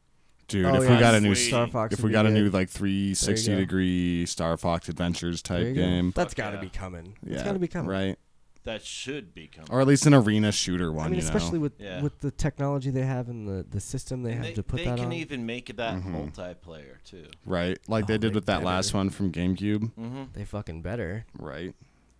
Speaker 3: Dude,
Speaker 1: Oh,
Speaker 3: if
Speaker 1: yeah,
Speaker 3: we got a new
Speaker 2: sweet.
Speaker 1: Star Fox.
Speaker 3: if
Speaker 1: would
Speaker 3: we
Speaker 1: be
Speaker 3: got a
Speaker 1: good.
Speaker 3: new like 360
Speaker 1: go.
Speaker 3: degree Star Fox Adventures
Speaker 1: There
Speaker 3: type
Speaker 1: you go.
Speaker 3: game,
Speaker 1: That's
Speaker 2: Fuck
Speaker 1: got to
Speaker 2: yeah.
Speaker 1: be coming.
Speaker 3: yeah,
Speaker 1: It's got to be coming.
Speaker 3: right?
Speaker 2: that should be coming.
Speaker 3: or at least an arena shooter one.
Speaker 1: I mean,
Speaker 3: you know?
Speaker 1: especially with
Speaker 2: Yeah.
Speaker 1: with the technology they have and the, the system they
Speaker 2: And
Speaker 1: have
Speaker 2: they,
Speaker 1: to put
Speaker 2: they
Speaker 1: that
Speaker 2: can
Speaker 1: on.
Speaker 2: even make that
Speaker 3: Mm-hmm.
Speaker 2: multiplayer too.
Speaker 3: right, like they
Speaker 1: Oh,
Speaker 3: did
Speaker 1: they
Speaker 3: with that
Speaker 1: better.
Speaker 3: last one from GameCube.
Speaker 2: Mm-hmm.
Speaker 1: they fucking better.
Speaker 3: Right,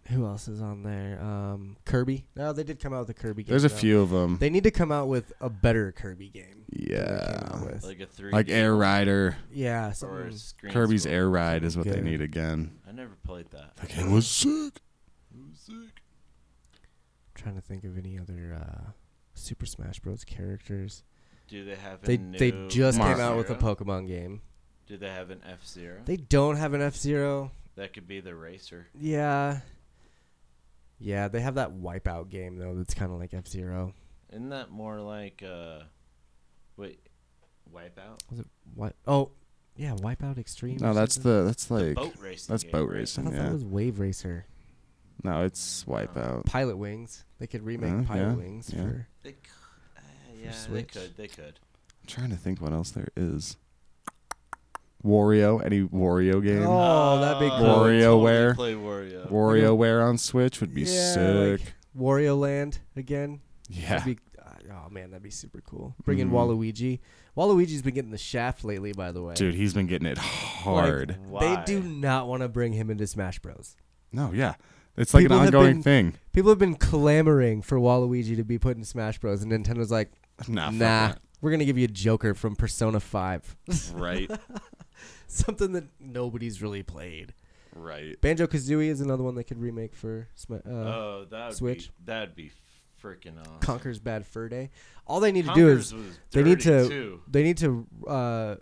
Speaker 1: Who else is on there? Um, Kirby. No, they did come out with a Kirby game.
Speaker 3: there's a
Speaker 1: though.
Speaker 3: few of them.
Speaker 1: They need to come out with a better Kirby game. than they came out
Speaker 3: yeah,
Speaker 1: with.
Speaker 2: Like a three.
Speaker 3: like Air Rider,
Speaker 1: yeah.
Speaker 2: or a
Speaker 1: something-
Speaker 2: screen
Speaker 3: Kirby's
Speaker 2: scroll.
Speaker 3: Air Ride is what they
Speaker 1: Good.
Speaker 3: need again.
Speaker 2: I never played that.
Speaker 3: That game was sick.
Speaker 1: trying to think of any other uh, Super Smash Bros. characters.
Speaker 2: Do they have? A
Speaker 1: They
Speaker 2: new
Speaker 1: they just came out with a
Speaker 2: F-Zero?
Speaker 1: Pokemon game.
Speaker 2: Do they have an F Zero?
Speaker 1: They don't have an F Zero.
Speaker 2: That could be the racer.
Speaker 1: Yeah. Yeah, they have that Wipeout game though. That's kind of like F Zero.
Speaker 2: Isn't that more like uh, wait, Wipeout?
Speaker 1: Was it what? Oh, yeah, Wipeout Extreme. or
Speaker 3: No, that's
Speaker 1: something?
Speaker 3: the that's like
Speaker 2: boat racing.
Speaker 3: that's
Speaker 2: game,
Speaker 3: boat
Speaker 2: right?
Speaker 1: I
Speaker 3: racing.
Speaker 1: thought
Speaker 3: Yeah,
Speaker 1: that was Wave Racer.
Speaker 3: no, it's Wipeout.
Speaker 1: Pilot Wings. They could remake
Speaker 3: Uh,
Speaker 1: Pilot
Speaker 3: yeah,
Speaker 1: Wings
Speaker 3: yeah.
Speaker 1: for.
Speaker 2: They, c- uh, yeah, they
Speaker 1: Switch.
Speaker 2: could. They could.
Speaker 3: I'm trying to think what else there is. Wario, any Wario game?
Speaker 1: Oh, that'd be
Speaker 2: Uh,
Speaker 1: cool.
Speaker 3: WarioWare.
Speaker 2: Totally play Wario.
Speaker 3: WarioWare on Switch would be
Speaker 1: Yeah,
Speaker 3: sick.
Speaker 1: like Wario Land again.
Speaker 3: yeah.
Speaker 1: That'd be, oh man, that'd be super cool. Bring in
Speaker 3: Mhm.
Speaker 1: Waluigi. Waluigi's been getting the shaft lately, by the way.
Speaker 3: Dude, he's been getting it
Speaker 1: Like,
Speaker 3: hard.
Speaker 2: Why?
Speaker 1: They do not want to bring him into Smash Bros.
Speaker 3: no, yeah. It's like an
Speaker 1: People have
Speaker 3: ongoing
Speaker 1: been-
Speaker 3: thing.
Speaker 1: People have been clamoring for Waluigi to be put in Smash Bros. And Nintendo's like,
Speaker 3: Nah. fuck
Speaker 1: nah,
Speaker 3: that.
Speaker 1: we're gonna give you Joker from Persona Five,
Speaker 3: Right.
Speaker 1: something that nobody's really played.
Speaker 3: right.
Speaker 1: Banjo Kazooie is another one they could remake for Sma- uh,
Speaker 2: Oh, that
Speaker 1: Switch.
Speaker 2: Be, that'd be freaking awesome.
Speaker 1: Conker's Bad Fur Day. All they need to do is
Speaker 2: Conker's was
Speaker 1: they need to-
Speaker 2: dirty, too.
Speaker 1: they need to uh,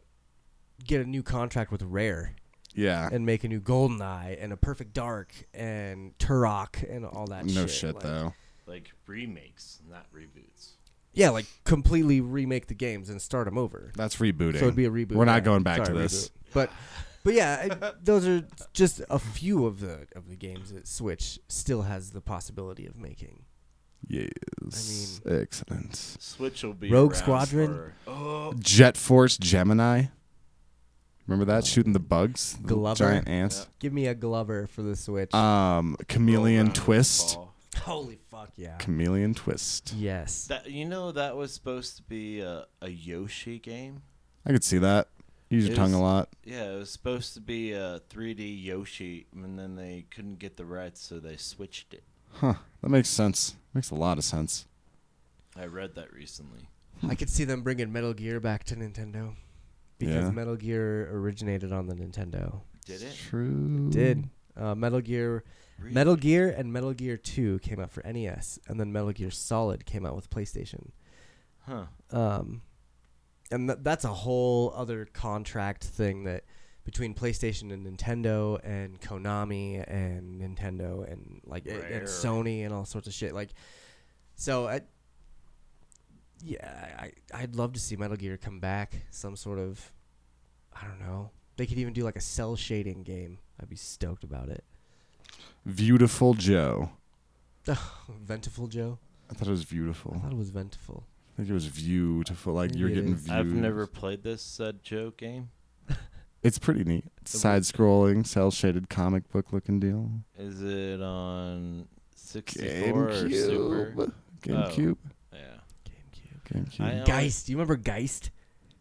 Speaker 1: get a new contract with Rare
Speaker 3: Yeah.
Speaker 1: and make a new GoldenEye and a Perfect Dark and Turok and all that.
Speaker 3: no
Speaker 1: shit,
Speaker 3: shit,
Speaker 1: Like-
Speaker 3: though.
Speaker 2: like remakes, not reboots.
Speaker 1: Yeah, like completely remake the games and start them over.
Speaker 3: That's rebooting.
Speaker 1: So it'd be a reboot.
Speaker 3: We're not
Speaker 1: yeah.
Speaker 3: going back
Speaker 1: Sorry,
Speaker 3: to this.
Speaker 1: reboot. But but yeah, I, those are just a few of the of the games that Switch still has the possibility of making.
Speaker 3: yes. Excellent.
Speaker 2: Switch will be
Speaker 1: Rogue
Speaker 2: around
Speaker 1: Squadron?
Speaker 2: for- oh,
Speaker 3: Jet Force Gemini. Remember
Speaker 2: Oh.
Speaker 3: that? Shooting the bugs? The
Speaker 1: Glover?
Speaker 3: giant ants?
Speaker 1: Give me a Glover for the Switch.
Speaker 3: Um, Chameleon
Speaker 2: Roll Around in the
Speaker 3: Twist.
Speaker 2: Fall.
Speaker 1: Holy fuck yeah.
Speaker 3: Chameleon Twist.
Speaker 1: Yes.
Speaker 2: That you know that was supposed to be a, a Yoshi game.
Speaker 3: I could see that. Use your
Speaker 2: It
Speaker 3: tongue
Speaker 2: was-
Speaker 3: a lot.
Speaker 2: Yeah, it was supposed to be a 3D Yoshi, and then they couldn't get the rights, so they switched it.
Speaker 3: Huh. That makes sense. Makes a lot of sense.
Speaker 2: I read that recently.
Speaker 1: I could see them bringing Metal Gear back to Nintendo because
Speaker 3: Yeah.
Speaker 1: Metal Gear originated on the Nintendo.
Speaker 2: Did it?
Speaker 3: True.
Speaker 1: Did uh, Metal Gear,
Speaker 2: Really?
Speaker 1: Metal Gear, and Metal Gear Two came out for NES, and then Metal Gear Solid came out with PlayStation.
Speaker 2: Huh.
Speaker 1: Um, and th- that's a whole other contract thing that between PlayStation and Nintendo and Konami and Nintendo and like a-
Speaker 2: Rare.
Speaker 1: and Sony and all sorts of shit. Like, so I, yeah, I I'd love to see Metal Gear come back. Some sort of, I don't know. They could even do like a cell shading game. I'd be stoked about it.
Speaker 3: Beautiful Joe.
Speaker 1: Ventiful Joe.
Speaker 3: I thought it was
Speaker 1: I
Speaker 3: beautiful.
Speaker 1: thought it was Ventiful.
Speaker 3: I think it was beautiful. Like you're
Speaker 1: Maybe it
Speaker 3: getting
Speaker 1: is.
Speaker 3: views.
Speaker 2: I've never played this said Joe game.
Speaker 3: It's pretty neat. Side scrolling, cell shaded comic book looking deal.
Speaker 2: Is it on 64 or Super?
Speaker 3: GameCube. GameCube.
Speaker 2: Yeah.
Speaker 1: GameCube.
Speaker 2: I
Speaker 3: GameCube.
Speaker 2: know.
Speaker 1: Geist. Do you remember Geist?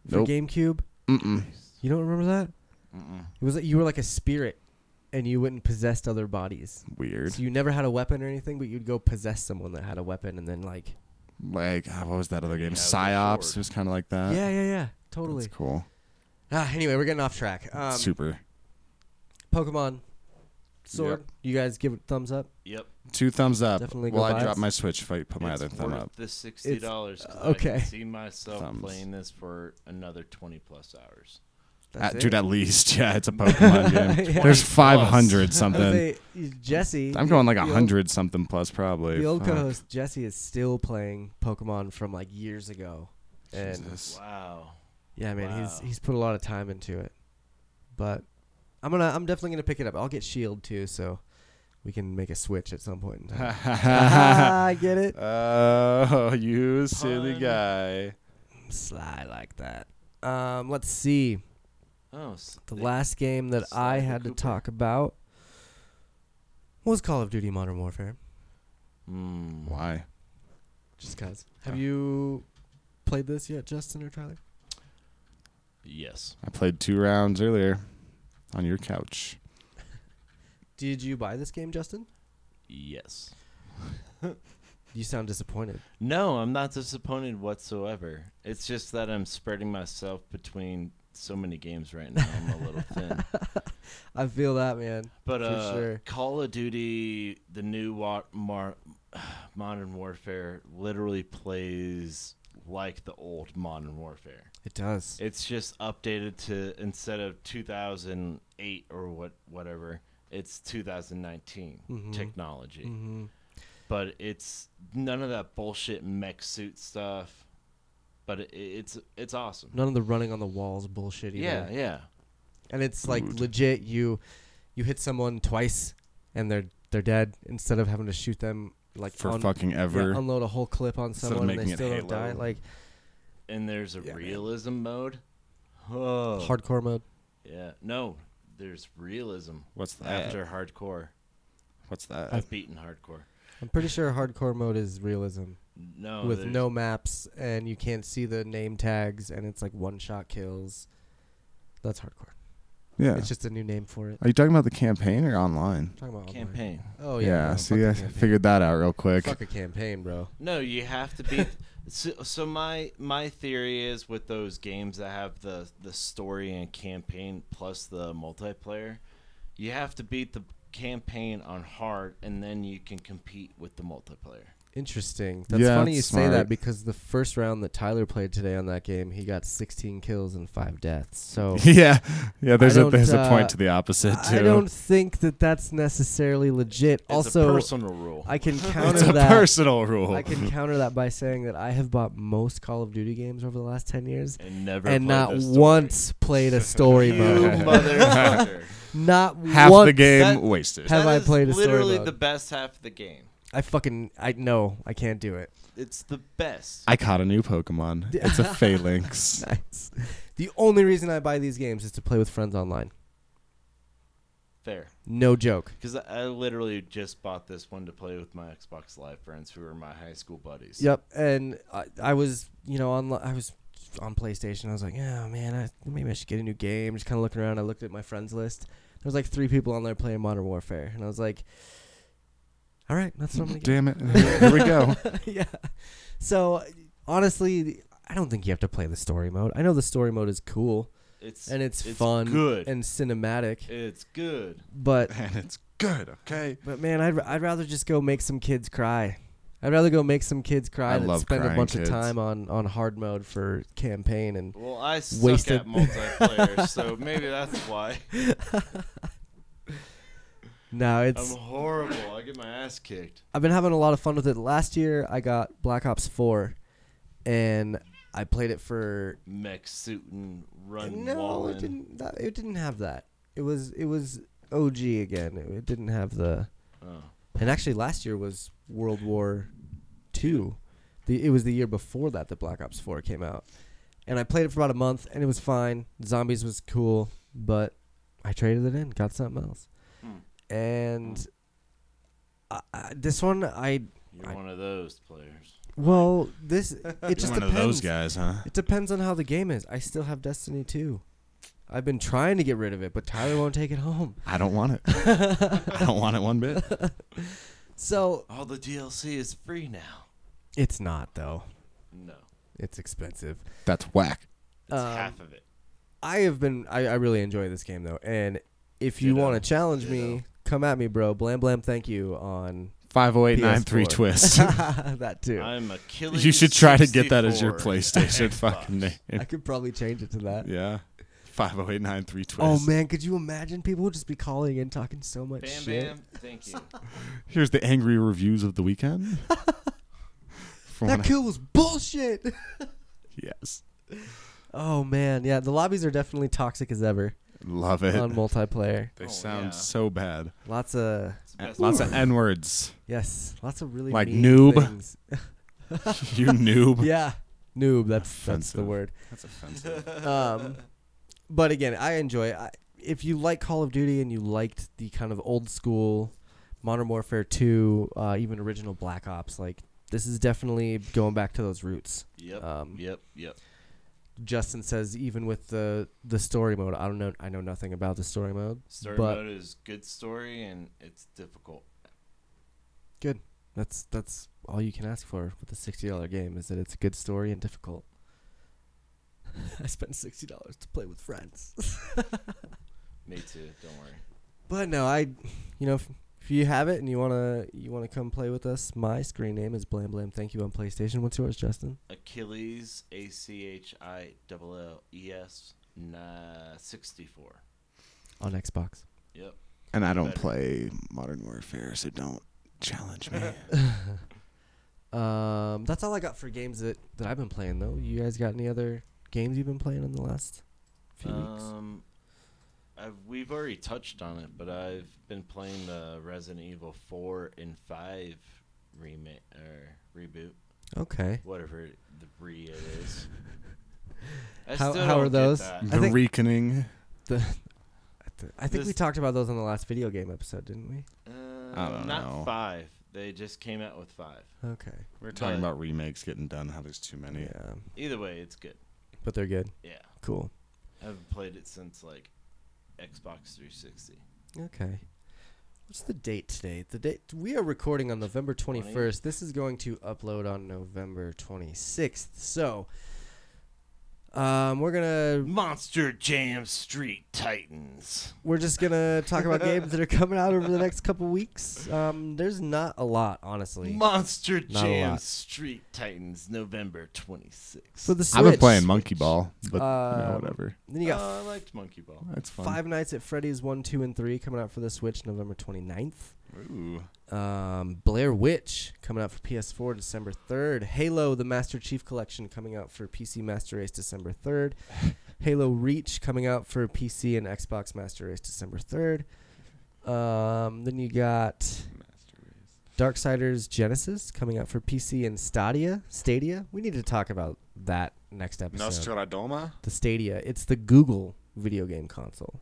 Speaker 1: For
Speaker 3: Nope.
Speaker 1: GameCube.
Speaker 3: Mm-mm.
Speaker 1: You don't remember that?
Speaker 2: Mm-mm.
Speaker 1: It was like you were like a spirit, and you went and possessed other bodies.
Speaker 3: Weird.
Speaker 1: So you never had a weapon or anything, but you'd go possess someone that had a weapon, and then like,
Speaker 3: Like ah, what was that other game?
Speaker 2: Yeah, with the
Speaker 3: Psyops.
Speaker 2: sword.
Speaker 3: It was kind of like that.
Speaker 1: yeah, yeah, yeah, totally.
Speaker 3: Uh, That's cool.
Speaker 1: Ah, anyway, we're getting off track. Um,
Speaker 3: Super.
Speaker 1: Pokemon Sword. You guys give it thumbs up.
Speaker 2: Yep.
Speaker 3: Two thumbs up.
Speaker 1: definitely
Speaker 3: Well,
Speaker 1: go
Speaker 3: I
Speaker 1: buy
Speaker 3: drop
Speaker 1: it.
Speaker 3: my Switch. If I put my
Speaker 2: it's
Speaker 3: other thumb
Speaker 2: worth
Speaker 3: up.
Speaker 2: The sixty dollars.
Speaker 1: okay.
Speaker 2: I can see myself
Speaker 3: Thumbs.
Speaker 2: playing this for another twenty plus hours.
Speaker 1: That's
Speaker 3: At-
Speaker 1: it.
Speaker 3: Uh, dude, at least yeah, it's a Pokemon game.
Speaker 1: Yeah.
Speaker 3: There's 500
Speaker 1: I would
Speaker 3: something.
Speaker 1: say, y- Jesse.
Speaker 3: I'm
Speaker 1: the-
Speaker 3: going like
Speaker 1: the
Speaker 3: a
Speaker 1: old-
Speaker 3: hundred something plus probably.
Speaker 1: The old
Speaker 3: Fuck.
Speaker 1: co-host Jesse is still playing Pokemon from like years ago, and
Speaker 3: Jesus.
Speaker 2: Wow.
Speaker 1: yeah, man, he's
Speaker 2: Wow.
Speaker 1: he's put a lot of time into it. But I'm gonna I'm definitely gonna pick it up. I'll get Shield E too, so we can make a switch at some point in time. Ah, I get it.
Speaker 3: Oh, you silly
Speaker 2: Pun.
Speaker 3: guy.
Speaker 1: Sly like that. Um, let's see.
Speaker 2: Oh, s-
Speaker 1: The
Speaker 2: they-
Speaker 1: last game that I
Speaker 2: Sly the
Speaker 1: had to
Speaker 2: Cooper.
Speaker 1: talk about was Call of Duty Modern Warfare.
Speaker 2: Mm.
Speaker 3: Why?
Speaker 1: Just cause. Ah. Have you played this yet, Justin or Tyler?
Speaker 2: Yes.
Speaker 3: I played two rounds earlier on your couch.
Speaker 1: Did you buy this game, Justin?
Speaker 2: Yes.
Speaker 1: You sound disappointed.
Speaker 2: No, I'm not disappointed whatsoever. It's just that I'm spreading myself between so many games right now. I'm a little thin.
Speaker 1: I feel that, man.
Speaker 2: But
Speaker 1: For
Speaker 2: uh,
Speaker 1: sure.
Speaker 2: Call of Duty, the new wa- mar- Modern Warfare, literally plays like the old Modern Warfare.
Speaker 1: It does.
Speaker 2: It's just updated to instead of 2008 or what whatever, it's 2019
Speaker 1: Mhm.
Speaker 2: technology.
Speaker 1: hmm
Speaker 2: But it's none of that bullshit mech suit stuff. But it, it's it's awesome.
Speaker 1: None of the running on the walls bullshit either.
Speaker 2: yeah, yeah.
Speaker 1: And it's like
Speaker 3: Mm.
Speaker 1: legit you you hit someone twice and they're they're dead instead of having to shoot them like
Speaker 3: For
Speaker 1: on-
Speaker 3: fucking
Speaker 1: yeah,
Speaker 3: ever.
Speaker 1: unload a whole clip on
Speaker 3: Instead of
Speaker 1: someone and they
Speaker 3: making it
Speaker 1: still don't die.
Speaker 3: Halo.
Speaker 1: Like
Speaker 2: And there's a
Speaker 1: Yeah, man.
Speaker 2: realism mode. Oh.
Speaker 1: hardcore mode.
Speaker 2: Yeah. No, there's realism
Speaker 3: What's that?
Speaker 2: after hardcore.
Speaker 3: What's that?
Speaker 2: I've beaten hardcore.
Speaker 1: I'm pretty sure hardcore mode is realism
Speaker 3: Oh,
Speaker 2: No,
Speaker 1: with
Speaker 2: there's-
Speaker 1: no maps and you can't see the name tags and it's like one shot kills. That's hardcore.
Speaker 3: yeah.
Speaker 1: It's just a new name for it.
Speaker 3: Are you talking about the campaign or online?
Speaker 1: talking about online.
Speaker 2: campaign.
Speaker 1: Oh yeah. no, fuck
Speaker 3: see,
Speaker 1: the
Speaker 3: I
Speaker 1: campaign.
Speaker 3: figured that out real quick.
Speaker 1: Fuck a campaign, bro.
Speaker 2: No, you have to beat. so, so my my theory is with those games that have the the story and campaign plus the multiplayer, you have to beat the campaign on hard, and then you can compete with the multiplayer.
Speaker 1: Interesting. That's
Speaker 3: Yeah,
Speaker 1: funny you
Speaker 3: that's
Speaker 1: say that
Speaker 3: smart.
Speaker 1: because the first round that Tyler played today on that game, he got 16 kills and five deaths. So
Speaker 3: yeah, yeah. There's a
Speaker 1: don't,
Speaker 3: there's a
Speaker 1: uh,
Speaker 3: point to the opposite too.
Speaker 1: I don't think that that's necessarily legit.
Speaker 2: It's a
Speaker 1: also,
Speaker 2: personal rule.
Speaker 1: I can
Speaker 3: it's
Speaker 1: counter
Speaker 3: a
Speaker 1: that.
Speaker 3: personal rule.
Speaker 1: I can counter that by saying that I have bought most Call of Duty games over the last 10 years
Speaker 2: and never
Speaker 1: and
Speaker 2: played
Speaker 1: not
Speaker 2: the story.
Speaker 1: once played a story
Speaker 2: You
Speaker 1: mode.
Speaker 2: motherfucker.
Speaker 1: Not
Speaker 3: Half
Speaker 1: once.
Speaker 3: the game
Speaker 2: That-
Speaker 3: wasted.
Speaker 1: Have
Speaker 2: That
Speaker 1: I
Speaker 2: is
Speaker 1: played a story
Speaker 2: literally
Speaker 1: mode?
Speaker 2: the best half of the game.
Speaker 1: I fucking I no, I can't do it.
Speaker 2: It's the best.
Speaker 3: I caught a new Pokemon. It's a Phalanx.
Speaker 1: Nice. The only reason I buy these games is to play with friends online.
Speaker 2: Fair.
Speaker 1: No joke.
Speaker 2: Because I, I literally just bought this one to play with my Xbox Live friends who are my high school buddies.
Speaker 1: Yep, and I, I was, you know, on I was on PlayStation. I was like, yeah, man, I, maybe I should get a new game. Just kind of looking around. I looked at my friends list. There was like three people on there playing Modern Warfare, and I was like, all right, that's what I'm gonna
Speaker 3: Damn it! Here we go.
Speaker 1: get. yeah. So honestly, I don't think you have to play the story mode. I know the story mode is cool
Speaker 2: It's
Speaker 1: and it's,
Speaker 2: it's
Speaker 1: fun
Speaker 2: good.
Speaker 1: and cinematic,
Speaker 2: it's good.
Speaker 1: but
Speaker 3: And it's good. Okay.
Speaker 1: but man, I'd I'd rather just go make some kids cry. I'd rather go make some kids cry
Speaker 3: I
Speaker 1: than
Speaker 3: love
Speaker 1: spend a
Speaker 3: crying
Speaker 1: bunch
Speaker 3: kids.
Speaker 1: of time on on hard mode for campaign and
Speaker 2: Well, I suck
Speaker 1: Wasted.
Speaker 2: at multiplayer, so maybe that's why
Speaker 1: no,
Speaker 2: I'm
Speaker 1: it's
Speaker 2: horrible. I get my ass kicked.
Speaker 1: I've been having a lot of fun with it. Last year I got Black Ops 4 and I played it for
Speaker 2: Mech suit and run
Speaker 1: No, it
Speaker 2: walling.
Speaker 1: didn't that, it didn't have that. It was it was OG again. It, it didn't have the
Speaker 2: Oh.
Speaker 1: And actually last year was World War 2. The it was the year before that that Black Ops 4 came out. And I played it for about a month and it was fine. Zombies was cool, but I traded it in, got something else.
Speaker 2: Hmm.
Speaker 1: And I, I, this one I
Speaker 2: You're
Speaker 1: I-
Speaker 2: one of those players.
Speaker 1: well, this it just
Speaker 3: one
Speaker 1: depends.
Speaker 3: of those guys, huh?
Speaker 1: It depends on how the game is. I still have Destiny 2. I've been trying to get rid of it, but Tyler won't take it home.
Speaker 3: I don't want it. I don't want it one bit.
Speaker 1: So
Speaker 2: All the DLC is free now.
Speaker 1: it's not though.
Speaker 2: No,
Speaker 1: It's expensive.
Speaker 3: That's whack.
Speaker 2: it's
Speaker 1: Um,
Speaker 2: half of it.
Speaker 1: I have been. I, I really enjoy this game though, and if you
Speaker 2: Ditto.
Speaker 1: want to challenge me,
Speaker 2: Ditto.
Speaker 1: come at me, bro. Blam blam. Thank you on
Speaker 3: Five oh eight nine three
Speaker 1: PS4.
Speaker 3: twist.
Speaker 1: that too. I,
Speaker 2: I'm Achilles.
Speaker 3: you should try to get that as your
Speaker 2: 64
Speaker 3: PlayStation
Speaker 2: Xbox.
Speaker 3: fucking name.
Speaker 1: could probably change it to that.
Speaker 3: Yeah. Five oh eight nine three twist.
Speaker 1: Oh man, could you imagine? People would just be calling in talking so much
Speaker 2: Bam,
Speaker 1: shit.
Speaker 2: bam. Thank you.
Speaker 3: Here's the angry reviews of the weekend. From
Speaker 1: That
Speaker 3: when I-
Speaker 1: kill was bullshit.
Speaker 3: yes.
Speaker 1: Oh man, yeah. The lobbies are definitely toxic as ever
Speaker 3: Love it.
Speaker 1: on multiplayer.
Speaker 3: they
Speaker 2: Oh,
Speaker 3: sound
Speaker 2: yeah.
Speaker 3: so bad.
Speaker 1: Lots of
Speaker 2: It's the best
Speaker 3: Lots
Speaker 2: part.
Speaker 3: of N words.
Speaker 1: yes, lots of really
Speaker 3: Like
Speaker 1: mean
Speaker 3: noob?
Speaker 1: Things.
Speaker 3: you noob.
Speaker 1: Yeah, noob. That's that's the
Speaker 3: Offensive.
Speaker 1: word.
Speaker 3: That's offensive.
Speaker 1: um, but again, I enjoy. It. I, if you like Call of Duty and you liked the kind of old school Modern Warfare 2, uh, even original Black Ops. Like, this is definitely going back to those roots.
Speaker 2: Yep.
Speaker 1: Um,
Speaker 2: yep. Yep.
Speaker 1: Justin says even with the the story mode, I don't know. I know nothing about the story mode.
Speaker 2: Story
Speaker 1: but-
Speaker 2: mode is good story and it's difficult.
Speaker 1: That's that's all you can ask for with a sixty dollar game is that it's a good story and difficult. I spent sixty dollars to play with friends.
Speaker 2: Me too. Don't worry.
Speaker 1: But no, I, you know, if, if you have it and you wanna you wanna come play with us, my screen name is Blam Blam. Thank you on PlayStation. What's yours, Justin?
Speaker 2: Achilles A C H I L L E S nah, 64.
Speaker 1: On Xbox.
Speaker 2: Yep.
Speaker 3: And I don't
Speaker 2: Better.
Speaker 3: play Modern Warfare, so don't challenge me.
Speaker 1: Um, that's all I got for games that that I've been playing though. You guys got any other games you've been playing in the last few weeks?
Speaker 2: Um, I've, we've already touched on it, but I've been playing the Resident Evil 4 and 5 remake or reboot,
Speaker 1: Okay.
Speaker 2: whatever the re it is. I
Speaker 1: How-
Speaker 2: still
Speaker 1: how are
Speaker 2: don't get
Speaker 1: those?
Speaker 2: that.
Speaker 1: I
Speaker 3: the
Speaker 1: think-
Speaker 3: Reckoning.
Speaker 1: I think we
Speaker 2: This-
Speaker 1: talked about those on the last video game episode, didn't we?
Speaker 2: Uh,
Speaker 3: don't
Speaker 2: not
Speaker 3: know.
Speaker 2: five. They just came out with five.
Speaker 1: Okay.
Speaker 3: We were talking
Speaker 2: But-
Speaker 3: about remakes getting done, how there's too many.
Speaker 1: Yeah.
Speaker 2: Either way, it's good.
Speaker 1: But they're good.
Speaker 2: Yeah,
Speaker 1: Cool.
Speaker 2: I haven't played it since like Xbox 360.
Speaker 1: Okay. What's the date today? The date we are recording on November 21st. This is going to upload on November 26th. So um, we're gonna
Speaker 2: Monster Jam Street Titans.
Speaker 1: we're just gonna talk about games that are coming out over the next couple weeks. Um, there's not a lot, honestly.
Speaker 2: Monster
Speaker 1: Not a
Speaker 2: Jam
Speaker 1: lot.
Speaker 2: Street Titans, November 26th.
Speaker 1: so the Switch.
Speaker 3: I've been playing Monkey Ball, but you know,
Speaker 1: Um,
Speaker 3: whatever.
Speaker 1: Then you got Uh,
Speaker 2: Oh, I liked Monkey Ball.
Speaker 3: That's fun.
Speaker 1: Five Nights at Freddy's 1, 2, and 3 coming out for the Switch November 29th.
Speaker 3: Ooh.
Speaker 1: Um, Blair Witch coming out for PS4 December 3rd. Halo the Master Chief Collection coming out for PC Master Race December 3rd. Halo Reach coming out for PC and Xbox Master Race December 3rd. Um, then you got Darksiders Genesis coming out for PC and Stadia. Stadia? We need to talk about that next episode.
Speaker 4: Nostradoma?
Speaker 1: The Stadia. It's the Google video game console.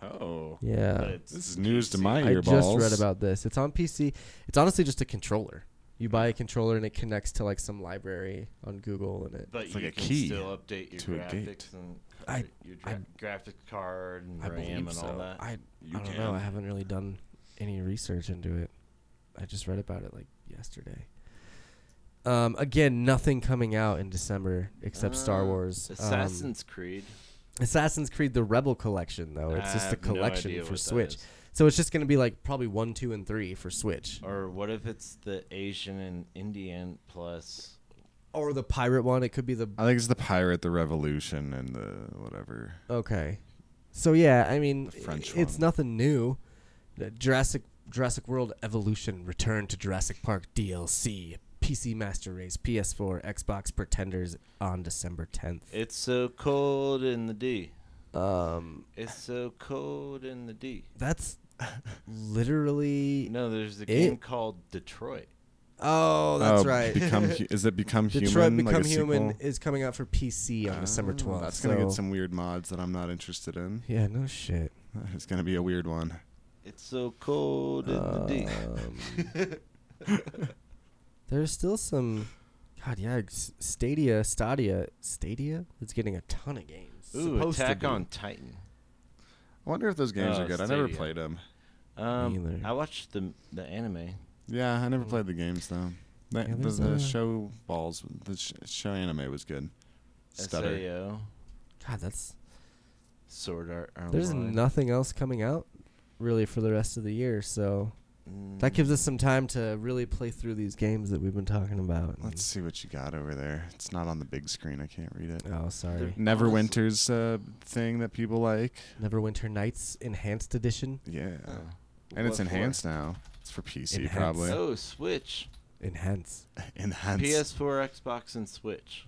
Speaker 4: Oh.
Speaker 1: Yeah.
Speaker 2: But it's
Speaker 3: This is news to
Speaker 2: PC.
Speaker 3: my
Speaker 1: I
Speaker 3: earballs.
Speaker 1: just read about this. It's on PC. It's honestly just a controller. You buy a controller and it connects to like some library on Google and it.
Speaker 2: But
Speaker 3: It's
Speaker 2: you
Speaker 3: like a
Speaker 2: can
Speaker 3: key
Speaker 2: still update your
Speaker 3: to a gate.
Speaker 2: graphics and
Speaker 1: I-
Speaker 2: uh, your dra- graphic card and
Speaker 1: I
Speaker 2: RAM
Speaker 1: believe
Speaker 2: and
Speaker 1: so.
Speaker 2: all that.
Speaker 1: I,
Speaker 4: You
Speaker 1: I don't know. I haven't really done any research into it. I just read about it like yesterday. Um, again, nothing coming out in December except Star
Speaker 2: Uh,
Speaker 1: Wars. Um,
Speaker 2: Assassin's Creed.
Speaker 1: Assassin's Creed: The Rebel Collection, though Oh, it's
Speaker 2: I
Speaker 1: just a
Speaker 2: have no
Speaker 1: collection
Speaker 2: idea what
Speaker 1: for
Speaker 2: that
Speaker 1: Switch.
Speaker 2: is.
Speaker 1: So it's just going to be like probably one, two, and three for Switch,
Speaker 2: Or what if it's the Asian and Indian plus?
Speaker 1: or the pirate one. It could be the
Speaker 3: I think it's the pirate, the revolution, and the whatever.
Speaker 1: Okay. So yeah, I mean,
Speaker 3: The French
Speaker 1: it's
Speaker 3: one.
Speaker 1: nothing new. The Jurassic Jurassic World Evolution Return to Jurassic Park DLC, PC Master Race, PS4, Xbox Pretenders on December 10th.
Speaker 2: It's so cold in the D.
Speaker 1: Um
Speaker 2: It's so cold in the D.
Speaker 1: that's literally
Speaker 2: No, there's a
Speaker 1: It-
Speaker 2: game called Detroit.
Speaker 1: Oh, that's
Speaker 3: Oh,
Speaker 1: right.
Speaker 3: Become hu- is it become
Speaker 1: Detroit
Speaker 3: human?
Speaker 1: Become
Speaker 3: like a
Speaker 1: Human
Speaker 3: sequel?
Speaker 1: is coming out for PC on December
Speaker 3: Oh,
Speaker 1: 12th.
Speaker 3: That's gonna get
Speaker 1: so-
Speaker 3: some weird mods that I'm not interested in.
Speaker 1: Yeah, no shit.
Speaker 3: It's gonna be a weird one.
Speaker 2: It's so cold in the
Speaker 1: Uh,
Speaker 2: D.
Speaker 1: Um, there's still some. God, yeah, s- Stadia, Stadia, Stadia. It's getting a ton of games.
Speaker 2: Ooh,
Speaker 1: Supposed to
Speaker 2: Attack
Speaker 1: be.
Speaker 2: on Titan.
Speaker 3: I wonder if those games
Speaker 2: Oh,
Speaker 3: are good. I never
Speaker 2: Stadia.
Speaker 3: played them.
Speaker 2: Um,
Speaker 1: Neither.
Speaker 2: I watched the the anime.
Speaker 3: Yeah, I never played the games though. The,
Speaker 1: Hmm. Yeah,
Speaker 3: the,
Speaker 1: there's
Speaker 3: the
Speaker 1: a-
Speaker 3: show balls, the sh- show anime was good. Stutter.
Speaker 2: SAO,
Speaker 1: God, that's.
Speaker 2: Sword Art Online.
Speaker 1: There's nothing else coming out, really, for the rest of the year. So that
Speaker 2: Mm,
Speaker 1: gives us some time to really play through these games that we've been talking about.
Speaker 3: Let's see what you got over there. It's not on the big screen. I can't read it.
Speaker 1: Oh, sorry.
Speaker 3: Neverwinter's uh, thing that people like.
Speaker 1: Neverwinter Nights Enhanced Edition.
Speaker 3: Yeah,
Speaker 2: oh.
Speaker 3: and it's
Speaker 2: What for?
Speaker 3: enhanced now. It's for PC
Speaker 1: Enhanced.
Speaker 3: probably.
Speaker 2: Oh, Switch.
Speaker 1: Enhance.
Speaker 3: Enhanced.
Speaker 2: PS4, Xbox, and Switch.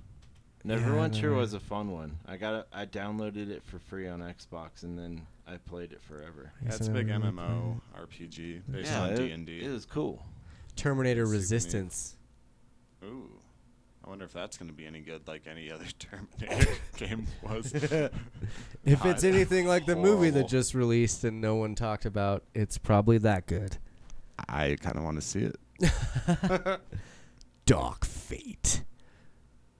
Speaker 1: Yeah, I
Speaker 2: Neverwinter
Speaker 1: remember.
Speaker 2: was a fun one. I got it- I downloaded it for free on Xbox and then I played it forever.
Speaker 1: I guess
Speaker 3: That's
Speaker 1: I
Speaker 3: a big
Speaker 1: never really
Speaker 3: MMO RPG based
Speaker 2: Yeah,
Speaker 3: on
Speaker 2: it-
Speaker 3: D and D.
Speaker 2: It was cool.
Speaker 1: played it. Terminator
Speaker 3: Super neat.
Speaker 1: Resistance.
Speaker 3: Ooh. I wonder if that's going to be any good like any other Terminator game was.
Speaker 1: If
Speaker 3: God,
Speaker 1: it's anything like the movie that
Speaker 3: horrible.
Speaker 1: just released and no one talked about, it's probably that good.
Speaker 3: I kind of want to see it.
Speaker 1: Dark Fate.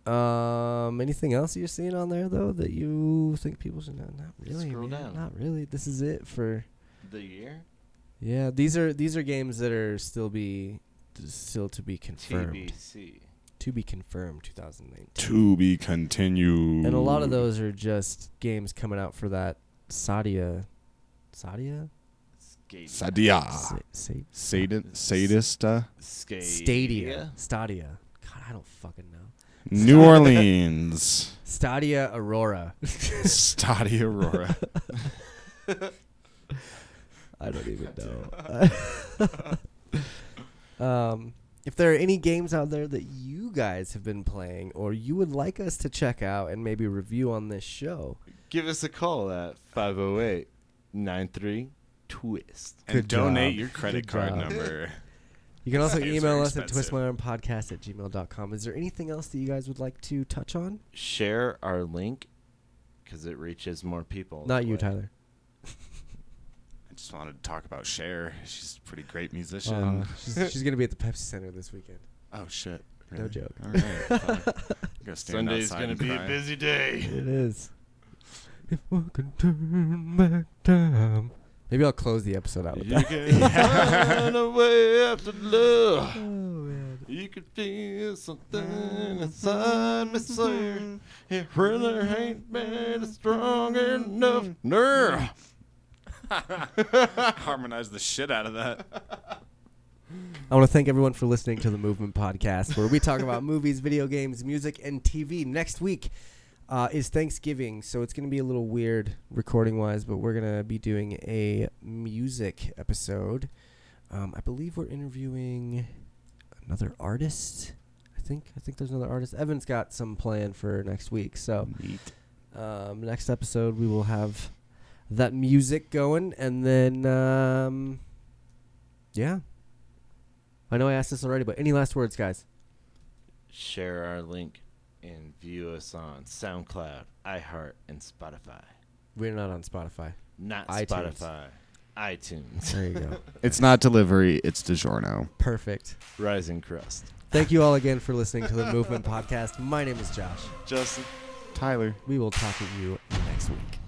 Speaker 1: Um, anything else you're seeing on there though that you think people should know? Not really.
Speaker 2: Scroll
Speaker 1: man,
Speaker 2: down.
Speaker 1: Not really. This is it for.
Speaker 2: The year?
Speaker 1: Yeah, these are these are games that are still be still to be confirmed.
Speaker 2: TBC.
Speaker 1: To be confirmed 2019.
Speaker 3: To be continued.
Speaker 1: And a lot of those are just games coming out for that Sadia Sadia
Speaker 2: Skate.
Speaker 3: Sadia.
Speaker 1: Sa- Sa-
Speaker 3: Sadist. Sadista.
Speaker 2: Skate.
Speaker 1: Stadia. Stadia. God, I don't fucking know.
Speaker 3: New Orleans.
Speaker 1: Stadia Aurora.
Speaker 3: Stadia Aurora.
Speaker 1: I don't even know. um, if there are any games out there that you guys have been playing or you would like us to check out and maybe review on this show,
Speaker 2: Give us a call at 508 93 Twist.
Speaker 3: and
Speaker 1: Good
Speaker 3: donate
Speaker 1: job.
Speaker 3: your credit
Speaker 1: Good
Speaker 3: card
Speaker 1: job.
Speaker 3: number.
Speaker 1: you can also
Speaker 3: Games are
Speaker 1: email us at
Speaker 3: expensive.
Speaker 1: twistmyarmpodcast at gmail.com. Is there anything else that you guys would like to touch on?
Speaker 2: Share our link because it reaches more people.
Speaker 1: Not
Speaker 2: that
Speaker 1: you,
Speaker 2: way.
Speaker 1: Tyler.
Speaker 3: I just wanted to talk about Cher. She's a pretty great musician.
Speaker 1: Uh, she's she's going to be at the Pepsi Center this weekend.
Speaker 3: oh shit.
Speaker 1: No joke.
Speaker 3: All right. fuck. I'm gonna stand
Speaker 2: Sunday's
Speaker 3: outside
Speaker 2: going to
Speaker 3: and
Speaker 2: be
Speaker 3: cry.
Speaker 2: a busy day.
Speaker 1: It is. If one can turn back time. Maybe I'll close the episode out with
Speaker 2: You
Speaker 1: that.
Speaker 2: can run away after love. Mm-hmm.
Speaker 1: Oh, man.
Speaker 2: You could feel something inside me, sir. It really ain't been strong enough. No.
Speaker 3: Harmonize the shit out of that.
Speaker 1: I want to thank everyone for listening to the Movement Podcast, where we talk about movies, video games, music, and TV. Next week uh, is Thanksgiving, so it's going to be a little weird recording wise, but we're going to be doing a music episode. Um, I believe we're interviewing another artist. I think I think there's another artist. Evan's got some plan for next week, so um, next episode we will have that music going, and then um, yeah. I know I asked this already, but any last words, guys?
Speaker 2: Share our link and view us on SoundCloud, iHeart, and Spotify.
Speaker 1: We're not on Spotify.
Speaker 2: Not
Speaker 1: iTunes.
Speaker 2: Spotify. iTunes.
Speaker 1: There you go.
Speaker 3: It's not delivery. It's DiGiorno.
Speaker 1: Perfect.
Speaker 2: Rising Crust.
Speaker 1: Thank you all again for listening to the Movement Podcast. My name is Josh.
Speaker 2: Justin.
Speaker 3: Tyler.
Speaker 1: We will talk with you next week.